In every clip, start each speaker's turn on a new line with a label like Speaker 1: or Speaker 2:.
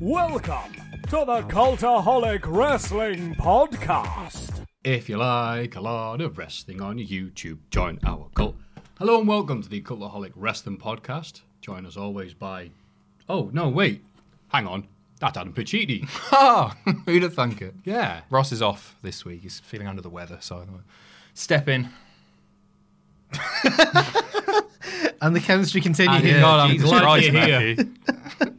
Speaker 1: Welcome to the Cultaholic Wrestling Podcast.
Speaker 2: If you like a lot of wrestling on YouTube, join our cult. Hello and welcome to the Cultaholic Wrestling Podcast. Join us always by. Oh, no, wait. Hang on. That's Adam Pacitti.
Speaker 3: Ah, who'd have thunk it?
Speaker 2: Yeah.
Speaker 3: Ross is off this week. He's feeling under the weather, so I thought, step in.
Speaker 4: And the chemistry continued.
Speaker 2: Ah,
Speaker 3: And
Speaker 4: here.
Speaker 3: God, I'm
Speaker 4: Jesus
Speaker 2: glad
Speaker 3: glad
Speaker 4: Christ,
Speaker 3: you're
Speaker 4: man.
Speaker 3: here.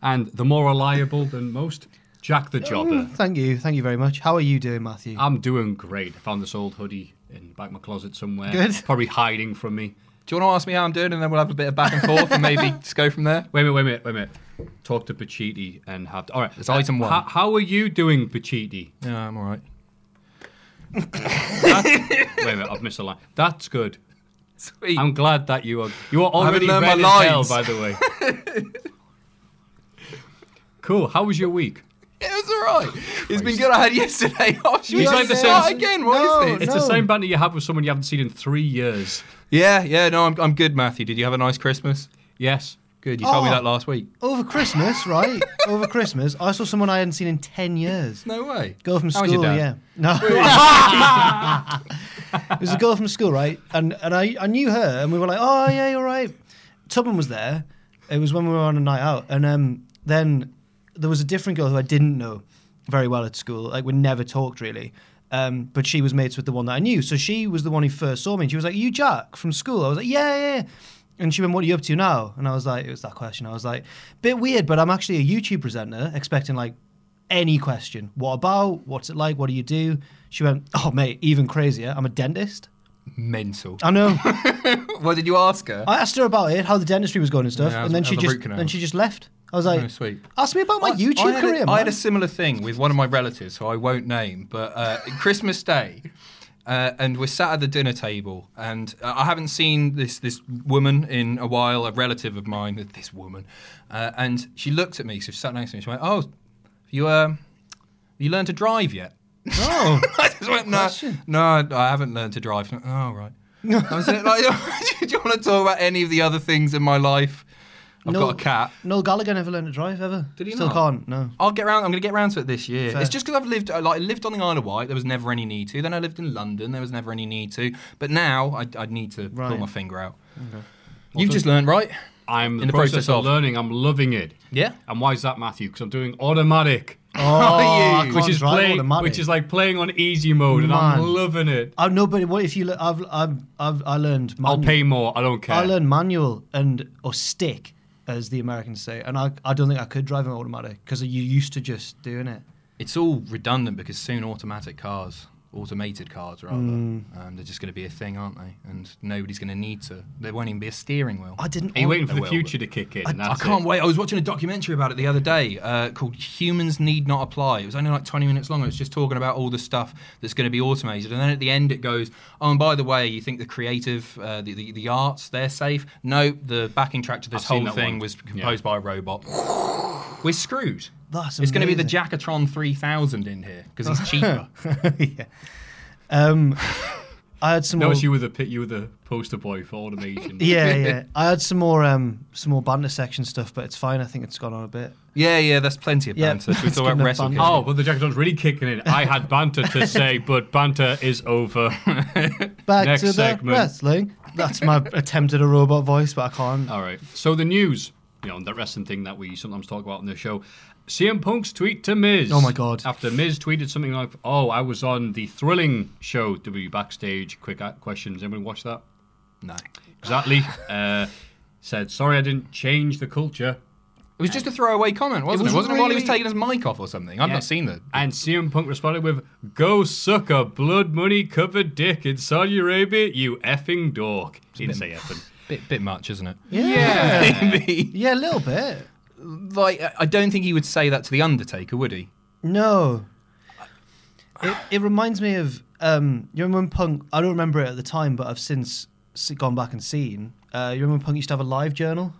Speaker 2: And the more reliable than most, Jack the
Speaker 3: Mm.
Speaker 2: Jobber.
Speaker 4: Thank you, thank you very much. How are you doing, Matthew?
Speaker 2: I'm doing great. I found this old hoodie in the back of my closet somewhere.
Speaker 4: Good.
Speaker 2: It's Probably hiding from me.
Speaker 3: Do you want to ask me how I'm doing, and then we'll have a bit of back and forth, and maybe just go from there?
Speaker 2: Wait a minute, wait a minute, wait a minute. Talk to Pacitti and have. all right.
Speaker 3: It's item one.
Speaker 2: How, how are you doing, Pacitti?
Speaker 3: Yeah, I'm all right.
Speaker 2: Wait a minute, I've missed a line. That's good.
Speaker 3: Sweet.
Speaker 2: I'm glad that you are. You are already
Speaker 3: learned
Speaker 2: red
Speaker 3: my
Speaker 2: as hell,
Speaker 3: lines.
Speaker 2: by the way. cool. How was your week?
Speaker 3: It was all right. It's been good. I had yesterday Oh, off. Should we
Speaker 2: He's like the
Speaker 3: start
Speaker 2: same-
Speaker 3: again? What is
Speaker 4: No,
Speaker 3: this?
Speaker 2: It's the same banter you have with someone you haven't seen in three years.
Speaker 3: Yeah, yeah. No, I'm, I'm good, Matthew. Did you have a nice Christmas?
Speaker 2: Yes.
Speaker 3: Good. You told me
Speaker 4: Oh.
Speaker 3: that last week.
Speaker 4: Over Christmas, right? Over Christmas, I saw someone I hadn't seen in ten years.
Speaker 3: No way.
Speaker 4: Girl from
Speaker 3: How
Speaker 4: school,
Speaker 3: was your dad?
Speaker 4: yeah. No. it was a girl from school, right? And and I, I knew her, and we were like, oh yeah, you're right. Tubman was there. It was when we were on a night out, and um, then there was a different girl who I didn't know very well at school. Like we never talked really, um, but she was mates with the one that I knew. So she was the one who first saw me. And she was like, "You Jack from school?" I was like, "Yeah, yeah." yeah." And she went, "What are you up to now?" And I was like, "It was that question." I was like, "Bit weird, but I'm actually a YouTube presenter, expecting like any question. What about? What's it like? What do you do?" She went, "Oh, mate, even crazier. I'm a dentist."
Speaker 3: Mental.
Speaker 4: I know.
Speaker 3: What did you ask her?
Speaker 4: I asked her about it, how the dentistry was going and stuff,
Speaker 3: Yeah,
Speaker 4: and then she
Speaker 3: how's the
Speaker 4: just
Speaker 3: root canal?
Speaker 4: then she just left. I was like,
Speaker 3: Oh, sweet.
Speaker 4: Ask me about my
Speaker 3: I-
Speaker 4: YouTube
Speaker 3: I had
Speaker 4: career,
Speaker 3: A,
Speaker 4: man.
Speaker 3: I had a similar thing with one of my relatives, who I won't name, but uh, Christmas Day, uh, and we're sat at the dinner table, and uh, I haven't seen this this woman in a while, a relative of mine, th- this woman, uh, and she looked at me, so she sat next to me, she went, "Oh, have you um, have you learned to drive yet?"
Speaker 4: oh,
Speaker 3: I just went, "No, no, I haven't learned to drive." She went, oh, right. I was like, "Do you want to talk about any of the other things in my life?" I've
Speaker 4: Noel-
Speaker 3: got a cat.
Speaker 4: Noel Gallagher never learned to drive ever.
Speaker 3: Did he
Speaker 4: Still
Speaker 3: not?
Speaker 4: can't. No.
Speaker 3: I'll get round. I'm going to get round to it this year.
Speaker 4: Fair.
Speaker 3: It's just because I've lived. I, Like, I lived on the Isle of Wight. There was never any need to. Then I lived in London. There was never any need to. But now I, I need to pull
Speaker 4: Right.
Speaker 3: my finger out. You've just learned, right?
Speaker 2: I'm in the,
Speaker 3: the
Speaker 2: process,
Speaker 3: process
Speaker 2: of,
Speaker 3: of.
Speaker 2: learning. I'm loving it.
Speaker 3: Yeah.
Speaker 2: And why is that, Matthew? Because I'm doing automatic,
Speaker 4: Oh,
Speaker 3: you?
Speaker 4: you?
Speaker 3: Which
Speaker 2: which is playing, which is like playing on easy mode, and I'm
Speaker 4: Man.
Speaker 2: loving it.
Speaker 4: I no, but what if you? le- I've I've, I've I learned.
Speaker 2: I'll
Speaker 4: Manual.
Speaker 2: pay more. I don't care.
Speaker 4: I learned manual and or stick, as the Americans say, and I I don't think I could drive an automatic because you used to just doing it.
Speaker 3: It's all redundant because soon automatic cars, automated cars rather,
Speaker 4: Mm.
Speaker 3: um, they're just going to be a thing, aren't they? And nobody's going to need to. There won't even be a steering wheel.
Speaker 4: I didn't.
Speaker 2: Are you waiting for
Speaker 3: I
Speaker 2: the
Speaker 3: will,
Speaker 2: future to kick in? and
Speaker 3: I
Speaker 2: that's
Speaker 3: can't
Speaker 2: it?
Speaker 3: wait. I was watching a documentary about it the other day uh, called Humans Need Not Apply. It was only like 20 minutes long. It was just talking about all the stuff that's going to be automated. And then at the end, it goes, Oh, and by the way, you think the creative, uh, the, the, the arts, they're safe? No, the backing track to this
Speaker 2: I've seen that
Speaker 3: whole thing
Speaker 2: one.
Speaker 3: was composed by a robot. We're screwed.
Speaker 4: That's
Speaker 3: it's going to be the
Speaker 4: amazing.
Speaker 3: Jackatron 3000 in here because it's cheaper.
Speaker 4: yeah. Um, I had some
Speaker 5: No,
Speaker 4: more.
Speaker 5: it's you were the pit. You were the poster boy for automation.
Speaker 4: yeah, yeah. I had some more um some more banter section stuff, but it's fine. I think it's gone on a bit.
Speaker 3: Yeah, yeah, that's plenty of
Speaker 4: Yeah,
Speaker 3: banter. Should we
Speaker 4: it's
Speaker 3: talk about
Speaker 4: good
Speaker 3: wrestle?
Speaker 4: enough
Speaker 3: Kid?
Speaker 4: banter.
Speaker 5: Oh, but the Jack John's really kicking in. I had banter to say, but banter is over.
Speaker 4: Back
Speaker 5: Next
Speaker 4: to the
Speaker 5: segment.
Speaker 4: wrestling. That's my attempt at a robot voice, but I can't.
Speaker 5: All right. So the news, you know, that wrestling thing that we sometimes talk about on the show. CM Punk's tweet to Miz.
Speaker 4: Oh, my God.
Speaker 5: After Miz tweeted something like, "Oh, I was on the thrilling show W backstage. Quick a- questions. Anyone watch that?
Speaker 3: No.
Speaker 5: Exactly. uh, said, sorry, I didn't change the culture.
Speaker 3: It was just a throwaway comment, wasn't it?
Speaker 5: was
Speaker 3: Wasn't it while he was
Speaker 5: really-
Speaker 3: taking his mic off or something? I've
Speaker 5: Yeah.
Speaker 3: not seen that.
Speaker 5: And CM Punk responded with, "Go suck a blood money covered dick in Saudi Arabia, you effing dork." He didn't say effing.
Speaker 3: Bit, bit much, isn't it?
Speaker 4: Yeah.
Speaker 3: Maybe.
Speaker 4: Yeah, a little bit.
Speaker 3: like, I- I don't think he would say that to the Undertaker, would he?
Speaker 4: No. It, it reminds me of um, you remember when Punk. I don't remember it at the time, but I've since s- gone back and seen. Uh, you remember when Punk used to have a live journal?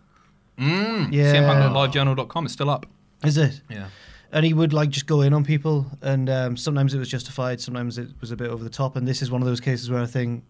Speaker 4: Mm, yeah.
Speaker 3: CM Punk on livejournal.com is still up.
Speaker 4: Is it?
Speaker 3: Yeah.
Speaker 4: And he would like just go in on people, and um, sometimes it was justified, sometimes it was a bit over the top. And this is one of those cases where I think,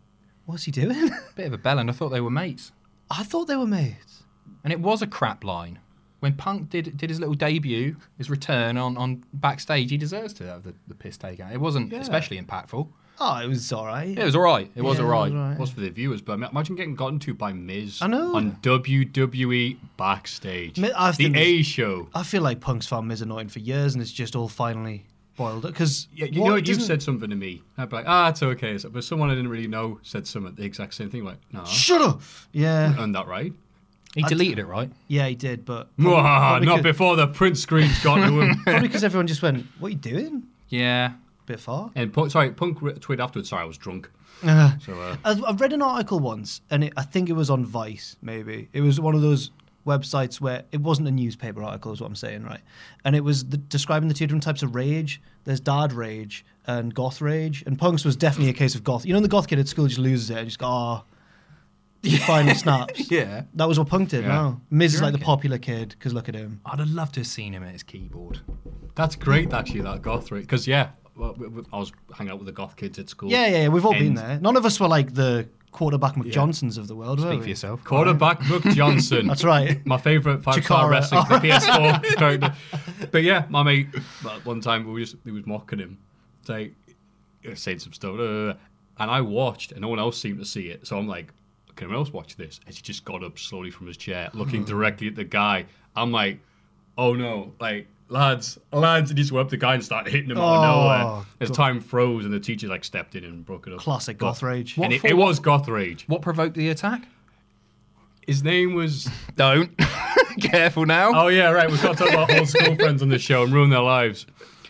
Speaker 4: what's he doing?
Speaker 3: Bit of a bell, and I thought they were mates.
Speaker 4: I thought they were mates.
Speaker 3: And it was a crap line. When Punk did did his little debut, his return on, on backstage, he deserves to have the, the piss taken. It wasn't especially impactful.
Speaker 4: Oh, it was all right.
Speaker 3: It was all right. It was
Speaker 4: Yeah,
Speaker 3: all right.
Speaker 5: Was for the viewers, but imagine getting gotten to by Miz
Speaker 4: I know.
Speaker 5: on WWE backstage,
Speaker 4: Mi- I
Speaker 5: the
Speaker 4: think
Speaker 5: A
Speaker 4: this-
Speaker 5: show.
Speaker 4: I feel like Punk's fan Miz annoying for years, and it's just all finally boiled up. Because
Speaker 5: Yeah, you know, you said something to me. I'd be like, ah, it's okay. So- But someone I didn't really know said something the exact same thing. Like, no,
Speaker 4: Shut up. Yeah,
Speaker 5: earned that right.
Speaker 3: He deleted it, right?
Speaker 4: yeah, he did, but
Speaker 5: Mwah, not
Speaker 4: could-
Speaker 5: before the print screens got to him.
Speaker 4: probably because everyone just went, "What are you doing?"
Speaker 3: Yeah.
Speaker 4: Bit far.
Speaker 5: And Punk, sorry, Punk re- tweeted afterwards. Sorry, I was drunk.
Speaker 4: Uh-huh.
Speaker 5: so uh,
Speaker 4: I've I've read an article once, and it, I think it was on Vice. Maybe it was one of those websites where it wasn't a newspaper article, is what I'm saying, right? And it was the, describing the two different types of rage. There's dad rage and goth rage, and punks was definitely a case of goth. You know, the goth kid at school just loses it and just go, "Ah." Finally snaps.
Speaker 3: Yeah.
Speaker 4: That was what Punk did.
Speaker 5: Yeah. Oh,
Speaker 4: No, Miz is like the popular kid because look at him.
Speaker 3: I'd have loved to have seen him at his keyboard.
Speaker 5: that's great, actually, that goth rate. Because yeah, well, we- we- I was hanging out with the goth kids at school.
Speaker 4: Yeah, yeah, yeah, we've all been
Speaker 5: And-
Speaker 4: there. None of us were like the quarterback McJohnsons of the world. were
Speaker 3: Speak
Speaker 4: we?
Speaker 3: for yourself.
Speaker 5: Quarterback Brooke Johnson.
Speaker 4: That's right.
Speaker 5: My favourite five star
Speaker 4: Chikara.
Speaker 5: wrestling the PS4 character. But yeah, my mate at one time we were just he was mocking him. Like he was saying some stuff. uh, and I watched and no one else seemed to see it. So I'm like, can anyone else watch this? And he just got up slowly from his chair, looking
Speaker 4: Hmm.
Speaker 5: directly at the guy. I'm like, oh no, like Lads, lads, and he just went up to the guy and started hitting him out of
Speaker 4: Oh,
Speaker 5: nowhere. As time froze and the teacher like stepped in and broke it up.
Speaker 4: Classic
Speaker 5: But-
Speaker 4: goth rage.
Speaker 5: And it, it was goth rage.
Speaker 3: What provoked the attack?
Speaker 5: His name was
Speaker 3: Don't. Careful now.
Speaker 5: Oh yeah, right. We've got to talk about old school friends on the show and ruin their lives.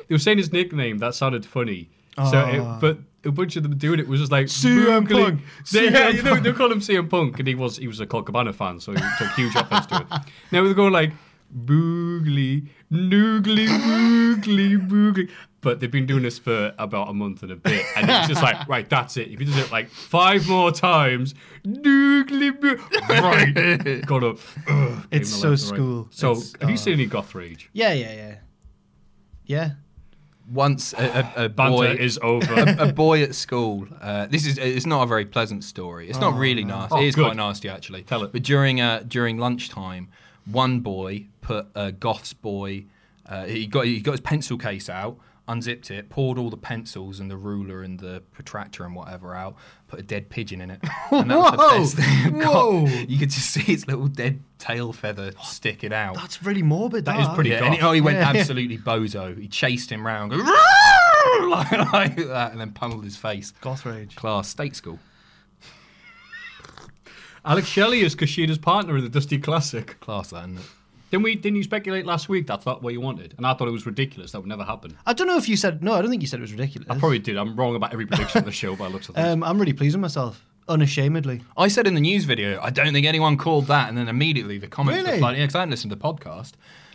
Speaker 5: They were saying his nickname. That sounded funny. So, it, but a bunch of them doing it was just like
Speaker 4: CM
Speaker 5: Boogly-
Speaker 4: Ah. Punk,
Speaker 5: They,
Speaker 4: CM
Speaker 5: yeah, you know, they call him CM Punk, and he was he was a Colt Cabana fan, so he took huge offense to it. Now they're going like boogly, noogly, boogly, boogly. But they've been doing this for about a month and a bit, and it's just like, right, that's it. If you does it like five more times, noogly, boogly, right, got up. Ugh, gave
Speaker 4: It's
Speaker 5: him a
Speaker 4: so
Speaker 5: left and right.
Speaker 4: school.
Speaker 5: So,
Speaker 4: It's-
Speaker 5: have you seen any goth rage?
Speaker 4: Yeah, yeah, yeah, yeah.
Speaker 3: Once a, a, a
Speaker 5: Banter
Speaker 3: boy
Speaker 5: is over.
Speaker 3: a boy at school. Uh, this is it's not a very pleasant story. It's not really nasty.
Speaker 5: Oh,
Speaker 3: it is
Speaker 5: good.
Speaker 3: quite nasty actually.
Speaker 5: Tell it.
Speaker 3: But during uh, during lunchtime, one boy put a goth's boy. Uh, he got he got his pencil case out, unzipped it, poured all the pencils and the ruler and the protractor and whatever out, put a dead pigeon in it, and that was the
Speaker 4: Whoa!
Speaker 3: best thing. I've got.
Speaker 4: Whoa!
Speaker 3: You could just see its little dead tail feather sticking out.
Speaker 4: That's really morbid. That,
Speaker 5: is pretty
Speaker 3: Yeah, and he,
Speaker 5: goth.
Speaker 3: oh, he went absolutely bozo. He chased him round, going, "Roar!" like, like that, and then pummeled his face.
Speaker 4: goth rage.
Speaker 3: Class, state school.
Speaker 5: Alex Shelley is Kushida's partner in the Dusty Classic.
Speaker 3: Class, that, isn't it?
Speaker 5: Didn't we? Didn't you speculate last week that's not what you wanted? And I thought it was ridiculous. That would never happen.
Speaker 4: I don't know if you said no. I don't think you said it was ridiculous.
Speaker 5: I probably did. I'm wrong about every prediction of the show by the looks of things.
Speaker 4: Um, I'm really pleased with myself, unashamedly.
Speaker 3: I said in the news video, I don't think anyone called that, and then immediately the comments
Speaker 4: Really?
Speaker 3: were flooding. Yeah, because I hadn't listened to the podcast.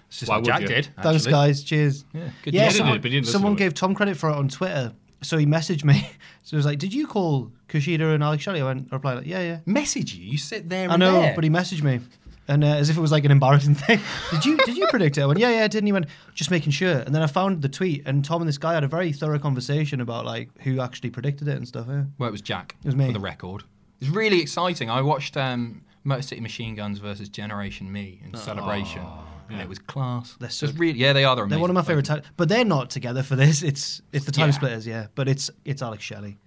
Speaker 3: It's just
Speaker 5: Why
Speaker 3: what
Speaker 5: would
Speaker 3: Jack
Speaker 5: you?
Speaker 3: did.
Speaker 4: Thanks,
Speaker 3: actually.
Speaker 4: guys. Cheers. Yeah,
Speaker 3: good
Speaker 5: Yeah,
Speaker 3: job.
Speaker 5: he
Speaker 4: someone,
Speaker 5: did, but he didn't listen
Speaker 4: someone
Speaker 5: to it.
Speaker 4: gave Tom credit for it on Twitter. So he messaged me. So he was like, "Did you call Kushida and Alex Shelley?" I went, I replied like, "Yeah, yeah."
Speaker 3: Message you. You sit there.
Speaker 4: I
Speaker 3: and
Speaker 4: know,
Speaker 3: there.
Speaker 4: but he messaged me. and uh, as if it was like an embarrassing thing. did you did you predict it? I went, yeah, yeah, I did. And he went, just making sure. And then I found the tweet, and Tom and this guy had a very thorough conversation about like who actually predicted it and stuff. Yeah.
Speaker 3: Well, it was Jack.
Speaker 4: was me.
Speaker 3: For the record. It's really exciting. I watched um, Motor City Machine Guns versus Generation Me
Speaker 5: Ah.
Speaker 3: in Celebration, and it was class.
Speaker 4: They're
Speaker 3: It's
Speaker 4: so-
Speaker 3: really, yeah, they are. They're
Speaker 4: They're one of my
Speaker 3: amazing.
Speaker 4: favorite, ti- but they're not together for this. It's it's the time
Speaker 5: Yeah.
Speaker 4: splitters, yeah. But it's it's Alex Shelley.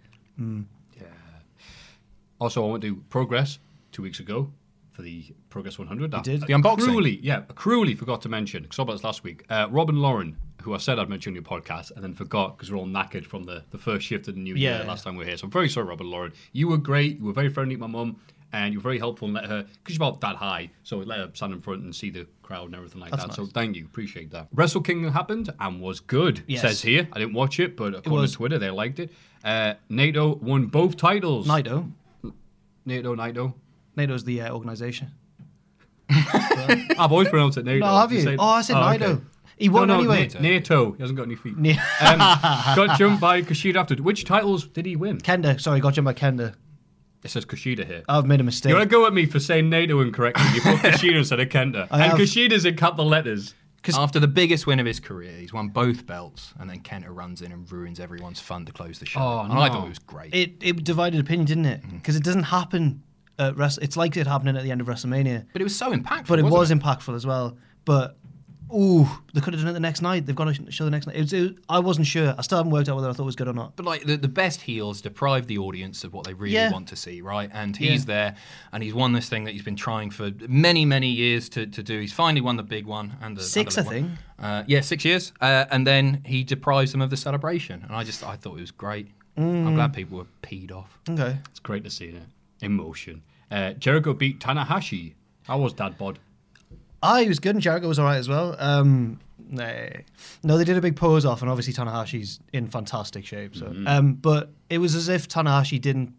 Speaker 5: Also, I went to Progress two weeks ago for the Progress 100. You
Speaker 4: did?
Speaker 5: I
Speaker 3: The unboxing.
Speaker 5: Cruelly, yeah, I cruelly forgot to mention, because I about this last week, uh, Robin Lauren, who I said I'd mention on your podcast and then forgot because we're all knackered from the, the first shift of the new
Speaker 4: Yeah.
Speaker 5: year last time we were here. So I'm very sorry, Robin Lauren. You were great. You were very friendly to my mum. And you were very helpful and let her, because she's about that high, so let her stand in front and see the crowd and everything like that. So thank you, appreciate that. Wrestle Kingdom happened and was good,
Speaker 4: Yes.
Speaker 5: says here. I didn't watch it, but according
Speaker 4: was-
Speaker 5: to Twitter, they liked it. Uh, NATO won both titles.
Speaker 4: Nido,
Speaker 5: NATO, NATO.
Speaker 4: Nido's the uh, organization.
Speaker 5: I've always pronounced it NATO.
Speaker 4: No, have you?
Speaker 5: say-
Speaker 4: oh, I said Nido.
Speaker 5: okay.
Speaker 4: He won
Speaker 5: no, no,
Speaker 4: anyway.
Speaker 5: Na- NATO. He hasn't got any feet. um, got jumped by Kushida after. Which titles did he win?
Speaker 4: Kenda, sorry, got you by Kenda.
Speaker 5: It says Kushida here.
Speaker 4: I've made a mistake.
Speaker 5: you want to go at me for saying NATO incorrectly? You put Kushida instead of Kenta. and
Speaker 4: have-
Speaker 5: Kushida's in capital letters.
Speaker 3: After the biggest win of his career, he's won both belts, and then Kenta runs in and ruins everyone's fun to close the show.
Speaker 5: Oh,
Speaker 3: and I
Speaker 5: no.
Speaker 3: thought it was great.
Speaker 4: it it divided opinion, didn't it?
Speaker 5: Mm.
Speaker 4: Because it doesn't happen. At Wrest- it's like it happening at the end of WrestleMania,
Speaker 3: but it was so impactful.
Speaker 4: but it
Speaker 3: wasn't
Speaker 4: was impactful as well. But ooh, they could have done it the next night. They've got to show the next night. It was, it, I wasn't sure. I still haven't worked out whether I thought it was good or not.
Speaker 3: But like the, the best heels deprive the audience of what they really
Speaker 4: Yeah.
Speaker 3: want to see, right? And he's there, and he's won this thing that he's been trying for many, many years to, to do. He's finally won the big one and the and the
Speaker 4: Six,
Speaker 3: little
Speaker 4: I
Speaker 3: one. Uh, yeah, six years, uh, and then he deprives them of the celebration. And I just I thought it was great.
Speaker 4: Mm.
Speaker 3: I'm glad people were peed off.
Speaker 4: Okay,
Speaker 5: It's great to see it. Emotion. Uh, Jericho beat Tanahashi. How was Dad Bod?
Speaker 4: I was good and Jericho was all right as well. Um, nah. No, they did a big pose off, and obviously Tanahashi's in fantastic shape. So,
Speaker 5: Mm-hmm.
Speaker 4: um, but it was as if Tanahashi didn't.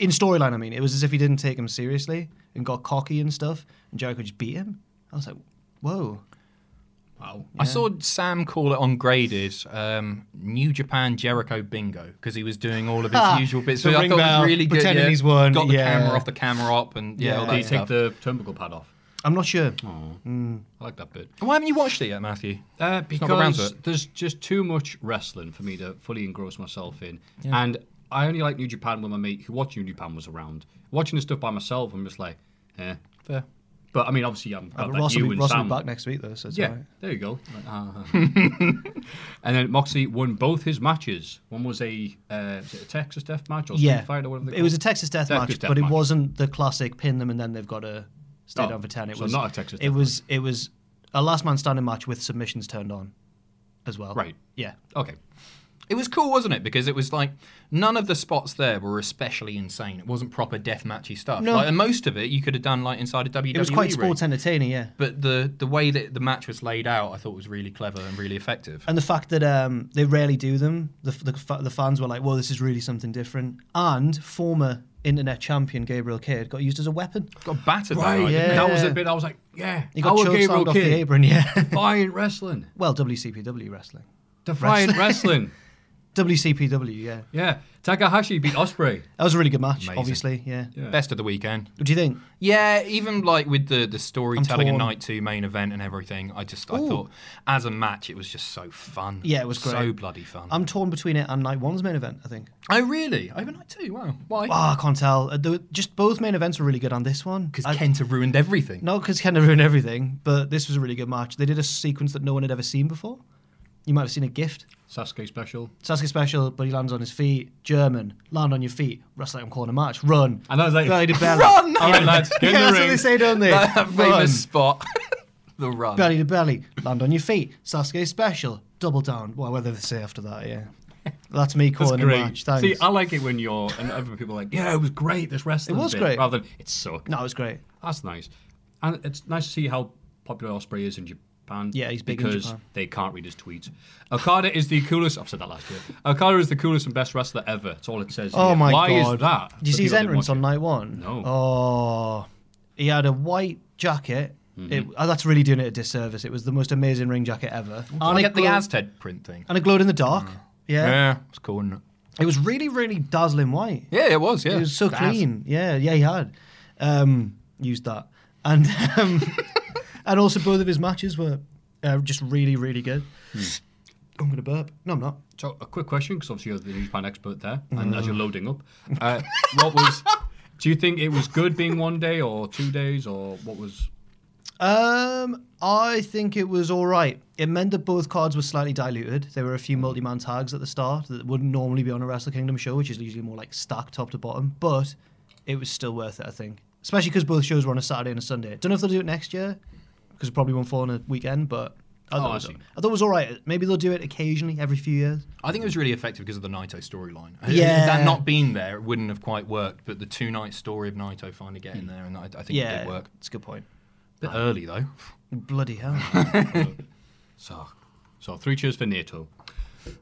Speaker 4: In storyline, I mean, it was as if he didn't take him seriously and got cocky and stuff, and Jericho just beat him. I was like, whoa.
Speaker 5: Wow.
Speaker 3: I saw Sam call it on graded um, New Japan Jericho bingo because he was doing all of his usual bits.
Speaker 4: The
Speaker 3: which I
Speaker 4: ring
Speaker 3: thought
Speaker 4: bell,
Speaker 3: was really good.
Speaker 4: pretending
Speaker 3: yeah.
Speaker 4: he's won,
Speaker 3: Got the
Speaker 4: yeah.
Speaker 3: camera off the camera up and yeah,
Speaker 4: Yeah,
Speaker 3: all
Speaker 5: Did
Speaker 3: that
Speaker 5: he
Speaker 3: stuff.
Speaker 5: take the turnbuckle pad off?
Speaker 4: I'm not sure.
Speaker 5: Oh, I like that bit.
Speaker 3: Why haven't you watched it yet, Matthew?
Speaker 5: Uh,
Speaker 3: It's not got round to
Speaker 5: because
Speaker 3: it.
Speaker 5: there's just too much wrestling for me to fully engross myself in. And I only like New Japan when my mate who watched New Japan was around. Watching this stuff by myself, I'm just like, eh.
Speaker 3: Fair.
Speaker 5: But I mean, obviously, I'm
Speaker 4: Uh,
Speaker 5: glad
Speaker 4: but
Speaker 5: that
Speaker 4: Ross,
Speaker 5: you
Speaker 4: will be,
Speaker 5: and
Speaker 4: Ross will
Speaker 5: Sam.
Speaker 4: be back next week, though, so it's
Speaker 5: yeah,
Speaker 4: all right.
Speaker 5: there you go. Like, ah, ah. and then Moxley won both his matches. One was a, uh, was it a Texas death match or
Speaker 4: Yeah,
Speaker 5: Street fight or whatever. they
Speaker 4: it was
Speaker 5: call
Speaker 4: a Texas death
Speaker 5: Texas
Speaker 4: match,
Speaker 5: death
Speaker 4: but it
Speaker 5: match.
Speaker 4: wasn't the classic pin them and then they've got to stay
Speaker 5: Oh,
Speaker 4: down for ten. It
Speaker 5: so
Speaker 4: was
Speaker 5: not a Texas
Speaker 4: It
Speaker 5: death
Speaker 4: was it was a last man standing match with submissions turned on, as well.
Speaker 5: Right.
Speaker 4: Yeah.
Speaker 5: Okay.
Speaker 3: It was cool, wasn't it? Because it was like none of the spots there were especially insane. It wasn't proper deathmatchy stuff.
Speaker 4: No.
Speaker 3: Like, and most of it you could have done like inside a WWE.
Speaker 4: It
Speaker 5: E
Speaker 4: was quite
Speaker 3: ring.
Speaker 4: sports entertaining, yeah.
Speaker 3: But the the way that the match was laid out, I thought was really clever and really effective.
Speaker 4: And the fact that um, they rarely do them, the, the, fa- the fans were like, "Well, this is really something different." And former internet champion Gabriel Kidd got used as a weapon.
Speaker 3: got battered by
Speaker 4: Right, yeah.
Speaker 5: That was a bit I was like, yeah.
Speaker 4: He got
Speaker 5: our
Speaker 4: chokeslammed
Speaker 5: Oh, Gabriel
Speaker 4: off the
Speaker 5: Kidd,
Speaker 4: apron, yeah.
Speaker 5: Defiant wrestling.
Speaker 4: well, WCPW wrestling,
Speaker 5: Defiant wrestling.
Speaker 4: WCPW, yeah.
Speaker 5: Yeah. Takahashi beat Osprey.
Speaker 4: That was a really good match,
Speaker 3: Amazing.
Speaker 4: obviously, yeah.
Speaker 3: Best of the weekend.
Speaker 4: What do you think?
Speaker 3: Yeah, even like with the the storytelling and
Speaker 4: torn.
Speaker 3: night two main event and everything, I just I
Speaker 4: Ooh.
Speaker 3: thought as a match it was just so fun.
Speaker 4: Yeah, it was great.
Speaker 3: So bloody fun.
Speaker 4: I'm torn between it and night one's main event. I think.
Speaker 3: oh really? Over night two? Wow. Why?
Speaker 4: Ah, I can't tell. Uh, there were- Just both main events were really good on this one.
Speaker 3: Because
Speaker 4: I-
Speaker 3: Kenta ruined everything.
Speaker 4: not because Kenta ruined everything, but this was a really good match. They did a sequence that no one had ever seen before. You might have seen a gift.
Speaker 5: Sasuke special.
Speaker 4: Sasuke special, but he lands on his feet. German, land on your feet. Wrestle like I'm calling a match. Run.
Speaker 5: And I was like,
Speaker 4: belly to belly.
Speaker 3: Run!
Speaker 5: All right, lads, get in the
Speaker 4: Yeah, that's
Speaker 5: ring.
Speaker 4: what they say, don't they?
Speaker 3: that
Speaker 4: Run.
Speaker 3: famous spot. the run.
Speaker 4: Belly to belly, land on your feet. Sasuke special, double down. Well, whether they say after that, yeah. That's me
Speaker 5: That's
Speaker 4: calling a
Speaker 5: great.
Speaker 4: match. Thanks.
Speaker 5: See, I like it when you're and other people are like, yeah, it was great. This wrestling,
Speaker 4: It was
Speaker 5: bit,"
Speaker 4: great.
Speaker 5: Rather than it sucked.
Speaker 4: no, it was great.
Speaker 5: That's nice, and it's nice to see how popular Osprey is in Japan.
Speaker 4: Yeah, he's big in
Speaker 5: because
Speaker 4: Japan.
Speaker 5: they can't read his tweets. Okada is the coolest. I've said that last year. Okada is the coolest and best wrestler ever. That's all it says.
Speaker 4: Oh
Speaker 5: here.
Speaker 4: my
Speaker 5: Why
Speaker 4: god!
Speaker 5: is that?
Speaker 4: Did you
Speaker 5: But
Speaker 4: see his
Speaker 5: people didn't
Speaker 4: entrance
Speaker 5: watch
Speaker 4: on
Speaker 5: it.
Speaker 4: night one?
Speaker 5: No.
Speaker 4: Oh, he had a white jacket.
Speaker 5: Mm-hmm.
Speaker 4: It, oh, that's really doing it a disservice. It was the most amazing ring jacket ever.
Speaker 3: I
Speaker 4: it
Speaker 3: get the
Speaker 4: glowed-
Speaker 3: Aztec print thing.
Speaker 4: And it glowed in the dark.
Speaker 5: Mm.
Speaker 4: Yeah.
Speaker 3: it's cool, isn't it?
Speaker 4: It was really, really dazzling white.
Speaker 3: Yeah, it was. Yeah,
Speaker 4: It was so
Speaker 3: That's-
Speaker 4: clean. Yeah, yeah, he had. Um, used that. and um, and also both of his matches were uh, just really, really good.
Speaker 5: Hmm.
Speaker 4: I'm gonna burp. No, I'm not.
Speaker 5: So, a quick question, because obviously you're the news pan expert there, and as you're loading up, uh, what was? Do you think it was good being one day or two days, or what was?
Speaker 4: Um, I think it was all right. It meant that both cards were slightly diluted. There were a few multi-man tags at the start that wouldn't normally be on a Wrestle Kingdom show, which is usually more like stacked top to bottom. But it was still worth it, I think, especially because both shows were on a Saturday and a Sunday. Don't know if they'll do it next year because it probably won't fall on a weekend. But I thought,
Speaker 5: Oh,
Speaker 4: it
Speaker 5: I
Speaker 4: was,
Speaker 5: see.
Speaker 4: I thought it was all right. Maybe they'll do it occasionally every few years.
Speaker 3: I think it was really effective because of the Naito storyline. Had
Speaker 4: Yeah.
Speaker 3: that not been there, it wouldn't have quite worked. But the two night story of Naito finally getting
Speaker 5: Hmm.
Speaker 3: there, and I, I think it
Speaker 4: Yeah,
Speaker 3: did work.
Speaker 4: It's a good point.
Speaker 3: bit early though.
Speaker 4: Bloody hell.
Speaker 5: So, so three cheers for NATO.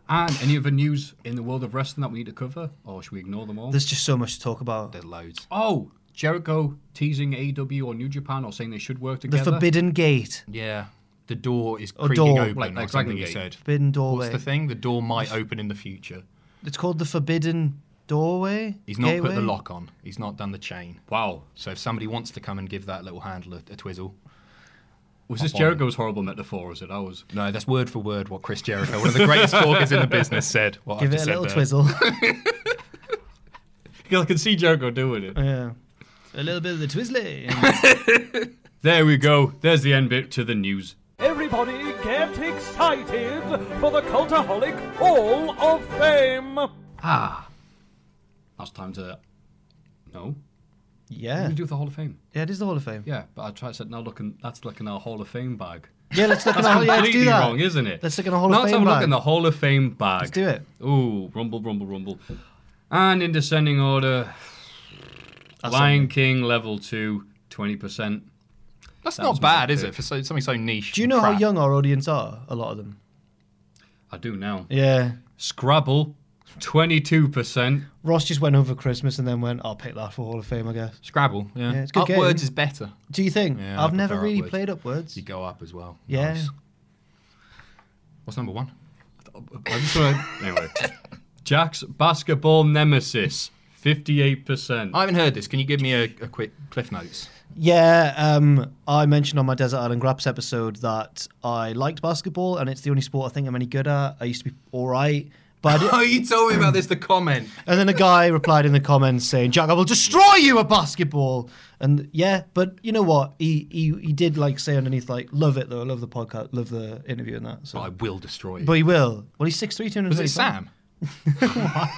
Speaker 5: And any other news in the world of wrestling that we need to cover, or should we ignore them all?
Speaker 4: There's just so much to talk about.
Speaker 3: There's loads.
Speaker 5: oh, Jericho teasing AEW or New Japan or saying they should work
Speaker 4: The
Speaker 5: together.
Speaker 4: Forbidden Gate,
Speaker 3: Yeah, the door is
Speaker 4: A
Speaker 3: creaking
Speaker 4: door,
Speaker 3: open.
Speaker 5: like- like
Speaker 3: or something
Speaker 5: Dragon
Speaker 3: you
Speaker 5: Gate.
Speaker 3: said.
Speaker 4: Forbidden
Speaker 3: What's
Speaker 4: Doorway.
Speaker 3: the thing? The door might open in the future.
Speaker 4: It's called the Forbidden Doorway.
Speaker 3: He's not put the
Speaker 4: Gateway?
Speaker 3: lock on. He's not done the chain.
Speaker 5: Wow,
Speaker 3: So if somebody wants to come and give that little handle a, a twizzle,
Speaker 5: was this
Speaker 3: Not
Speaker 5: Jericho's horrible metaphor? Is it? I was.
Speaker 3: no, that's word for word what Chris Jericho, one of the greatest talkers in the business, said. What
Speaker 4: Give
Speaker 3: I've
Speaker 4: it a
Speaker 3: just said
Speaker 4: little
Speaker 3: there.
Speaker 4: twizzle.
Speaker 5: I can see Jericho doing it.
Speaker 4: Yeah. A little bit of the Twizzly.
Speaker 5: There we go. There's the end bit to the news.
Speaker 2: Everybody get excited for the Cultaholic Hall of Fame!
Speaker 5: Ah, that's time to. No,
Speaker 4: yeah.
Speaker 5: we do with the Hall of Fame.
Speaker 4: Yeah, it is the Hall of Fame. Yeah,
Speaker 5: Yeah, but I tried to now look in, that's like in our Hall of Fame bag.
Speaker 4: let's look
Speaker 5: That's
Speaker 4: at the Hall Oh, yeah, let's
Speaker 5: completely
Speaker 4: do that.
Speaker 5: wrong, isn't it?
Speaker 4: Let's look in the Hall
Speaker 5: now
Speaker 4: of
Speaker 5: let's
Speaker 4: Fame
Speaker 5: have a
Speaker 4: bag.
Speaker 5: look in the Hall of Fame bag.
Speaker 4: Let's do it.
Speaker 5: Ooh, rumble, rumble, rumble. And in descending order, Lion King level two, 20%.
Speaker 3: That's
Speaker 5: That
Speaker 3: not
Speaker 5: was
Speaker 3: bad,
Speaker 5: my
Speaker 3: is
Speaker 5: pick.
Speaker 3: it? For so, something so niche.
Speaker 4: Do you
Speaker 3: and
Speaker 4: know how
Speaker 3: crap.
Speaker 4: young our audience are? A lot of them.
Speaker 5: I do now.
Speaker 4: Yeah.
Speaker 5: Scrabble, 22%.
Speaker 4: Ross just went over Christmas and then went, I'll pick that for Hall of Fame, I guess.
Speaker 3: Scrabble? Yeah,
Speaker 4: Yeah, it's a good game.
Speaker 3: upwards is better.
Speaker 4: Do you think?
Speaker 3: Yeah, I
Speaker 4: I've never
Speaker 3: prefer
Speaker 4: really
Speaker 3: Upwards.
Speaker 4: played Upwards.
Speaker 3: You go up as well.
Speaker 4: Yeah.
Speaker 3: Nice. What's number one?
Speaker 5: I just wanna- anyway. Jack's basketball nemesis, 58%.
Speaker 3: I haven't heard this. Can you give me a, a quick cliff notes?
Speaker 4: Yeah, um, I mentioned on my Desert Island Graps episode that I liked basketball and it's the only sport I think I'm any good at. I used to be all right, but I did-
Speaker 3: Oh, you told me about this. The comment.
Speaker 4: And then a guy replied in the comments saying, "Jack, I will destroy you at basketball." And yeah, but you know what? He he, he did like say underneath, like, "Love it though. Love the podcast. Love the interview and that." So,
Speaker 3: I will destroy you.
Speaker 4: but he will. Well, he's six three, two hundred.
Speaker 3: was it Sam?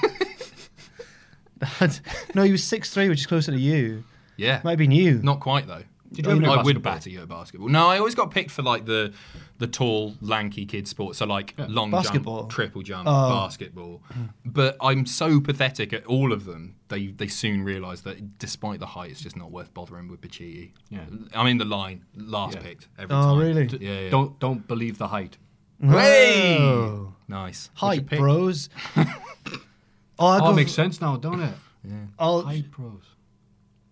Speaker 4: no, he was six three, which is closer to you.
Speaker 3: Yeah.
Speaker 4: Might have been you.
Speaker 3: Not quite though. Did
Speaker 5: you ever do
Speaker 3: I would
Speaker 5: basketball?
Speaker 3: batter you at basketball. No, I always got picked for like the the tall, lanky kid sport. So like long
Speaker 4: Basketball. Oh.
Speaker 3: jump, triple jump, basketball. But I'm so pathetic at all of them. They they soon realise that despite the height, it's just not worth bothering with Bachiti.
Speaker 5: Yeah.
Speaker 3: I mean the line last picked every
Speaker 4: Oh,
Speaker 3: time.
Speaker 4: really?
Speaker 3: D- Yeah. yeah.
Speaker 5: Don't don't believe the hype.
Speaker 3: Hey! Nice. What's
Speaker 4: Hi,
Speaker 3: your pick?
Speaker 4: bros. oh, I
Speaker 5: Oh,
Speaker 4: go,
Speaker 5: it makes sense now, don't it?
Speaker 4: I'll,
Speaker 5: Hype pros.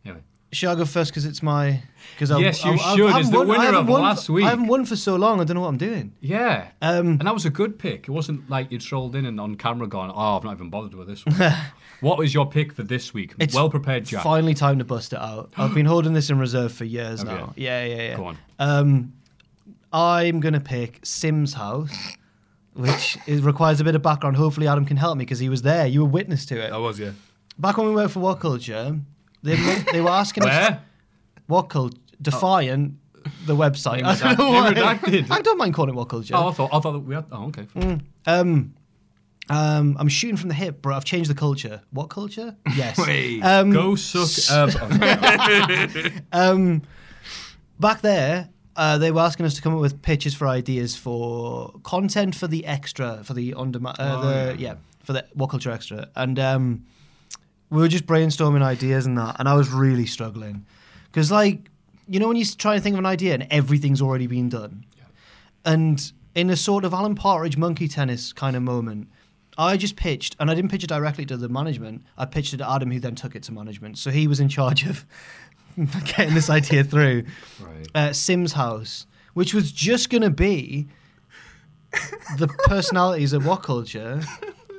Speaker 5: Anyway.
Speaker 4: should I go first because it's my because I
Speaker 5: Yes, you
Speaker 4: I, I,
Speaker 5: should.
Speaker 4: I haven't
Speaker 5: It's the
Speaker 4: won- I
Speaker 5: winner
Speaker 4: haven't
Speaker 5: of
Speaker 4: won-
Speaker 5: last week.
Speaker 4: I haven't won for so long. I don't know what I'm doing.
Speaker 5: Yeah. Um, and that was a good pick. It wasn't like you'd strolled in and on camera gone, oh, I've not even bothered with this one. what was your pick for this week?
Speaker 4: It's
Speaker 5: well prepared, Jack.
Speaker 4: Finally, time to bust it out. I've been holding this in reserve for years
Speaker 5: Okay.
Speaker 4: now. Yeah, yeah, yeah.
Speaker 5: Go on.
Speaker 4: Um, I'm gonna pick Sims House, which is, requires a bit of background. Hopefully, Adam can help me because he was there. You were witness to it.
Speaker 5: Oh,
Speaker 3: I was yeah.
Speaker 4: Back when we worked for What Culture, they were- they were asking us
Speaker 5: Where?
Speaker 4: What Culture Defiant the website. I
Speaker 5: Name
Speaker 4: don't know why.
Speaker 5: redacted.
Speaker 4: I don't mind calling it What Culture.
Speaker 5: Oh, I thought, I thought that we had. Oh, okay.
Speaker 4: Um, I'm shooting from the hip, bro. I've changed the culture. What culture? Yes.
Speaker 3: Hey.
Speaker 4: Mm,
Speaker 5: Go suck. Um,
Speaker 4: back there, uh, they were asking us to come up with pitches for ideas for content for the extra, for the on demand, uh, the yeah. for the what culture extra, and um, we were just brainstorming ideas and that, and I was really struggling because like you know when you s- try and think of an idea and everything's already been done, and in a sort of Alan Partridge monkey tennis kind of moment. I just pitched, and I didn't pitch it directly to the management. I pitched it to Adam, who then took it to management. So he was in charge of getting this idea through
Speaker 5: right.
Speaker 4: uh, Sims House, which was just going to be the personalities of what culture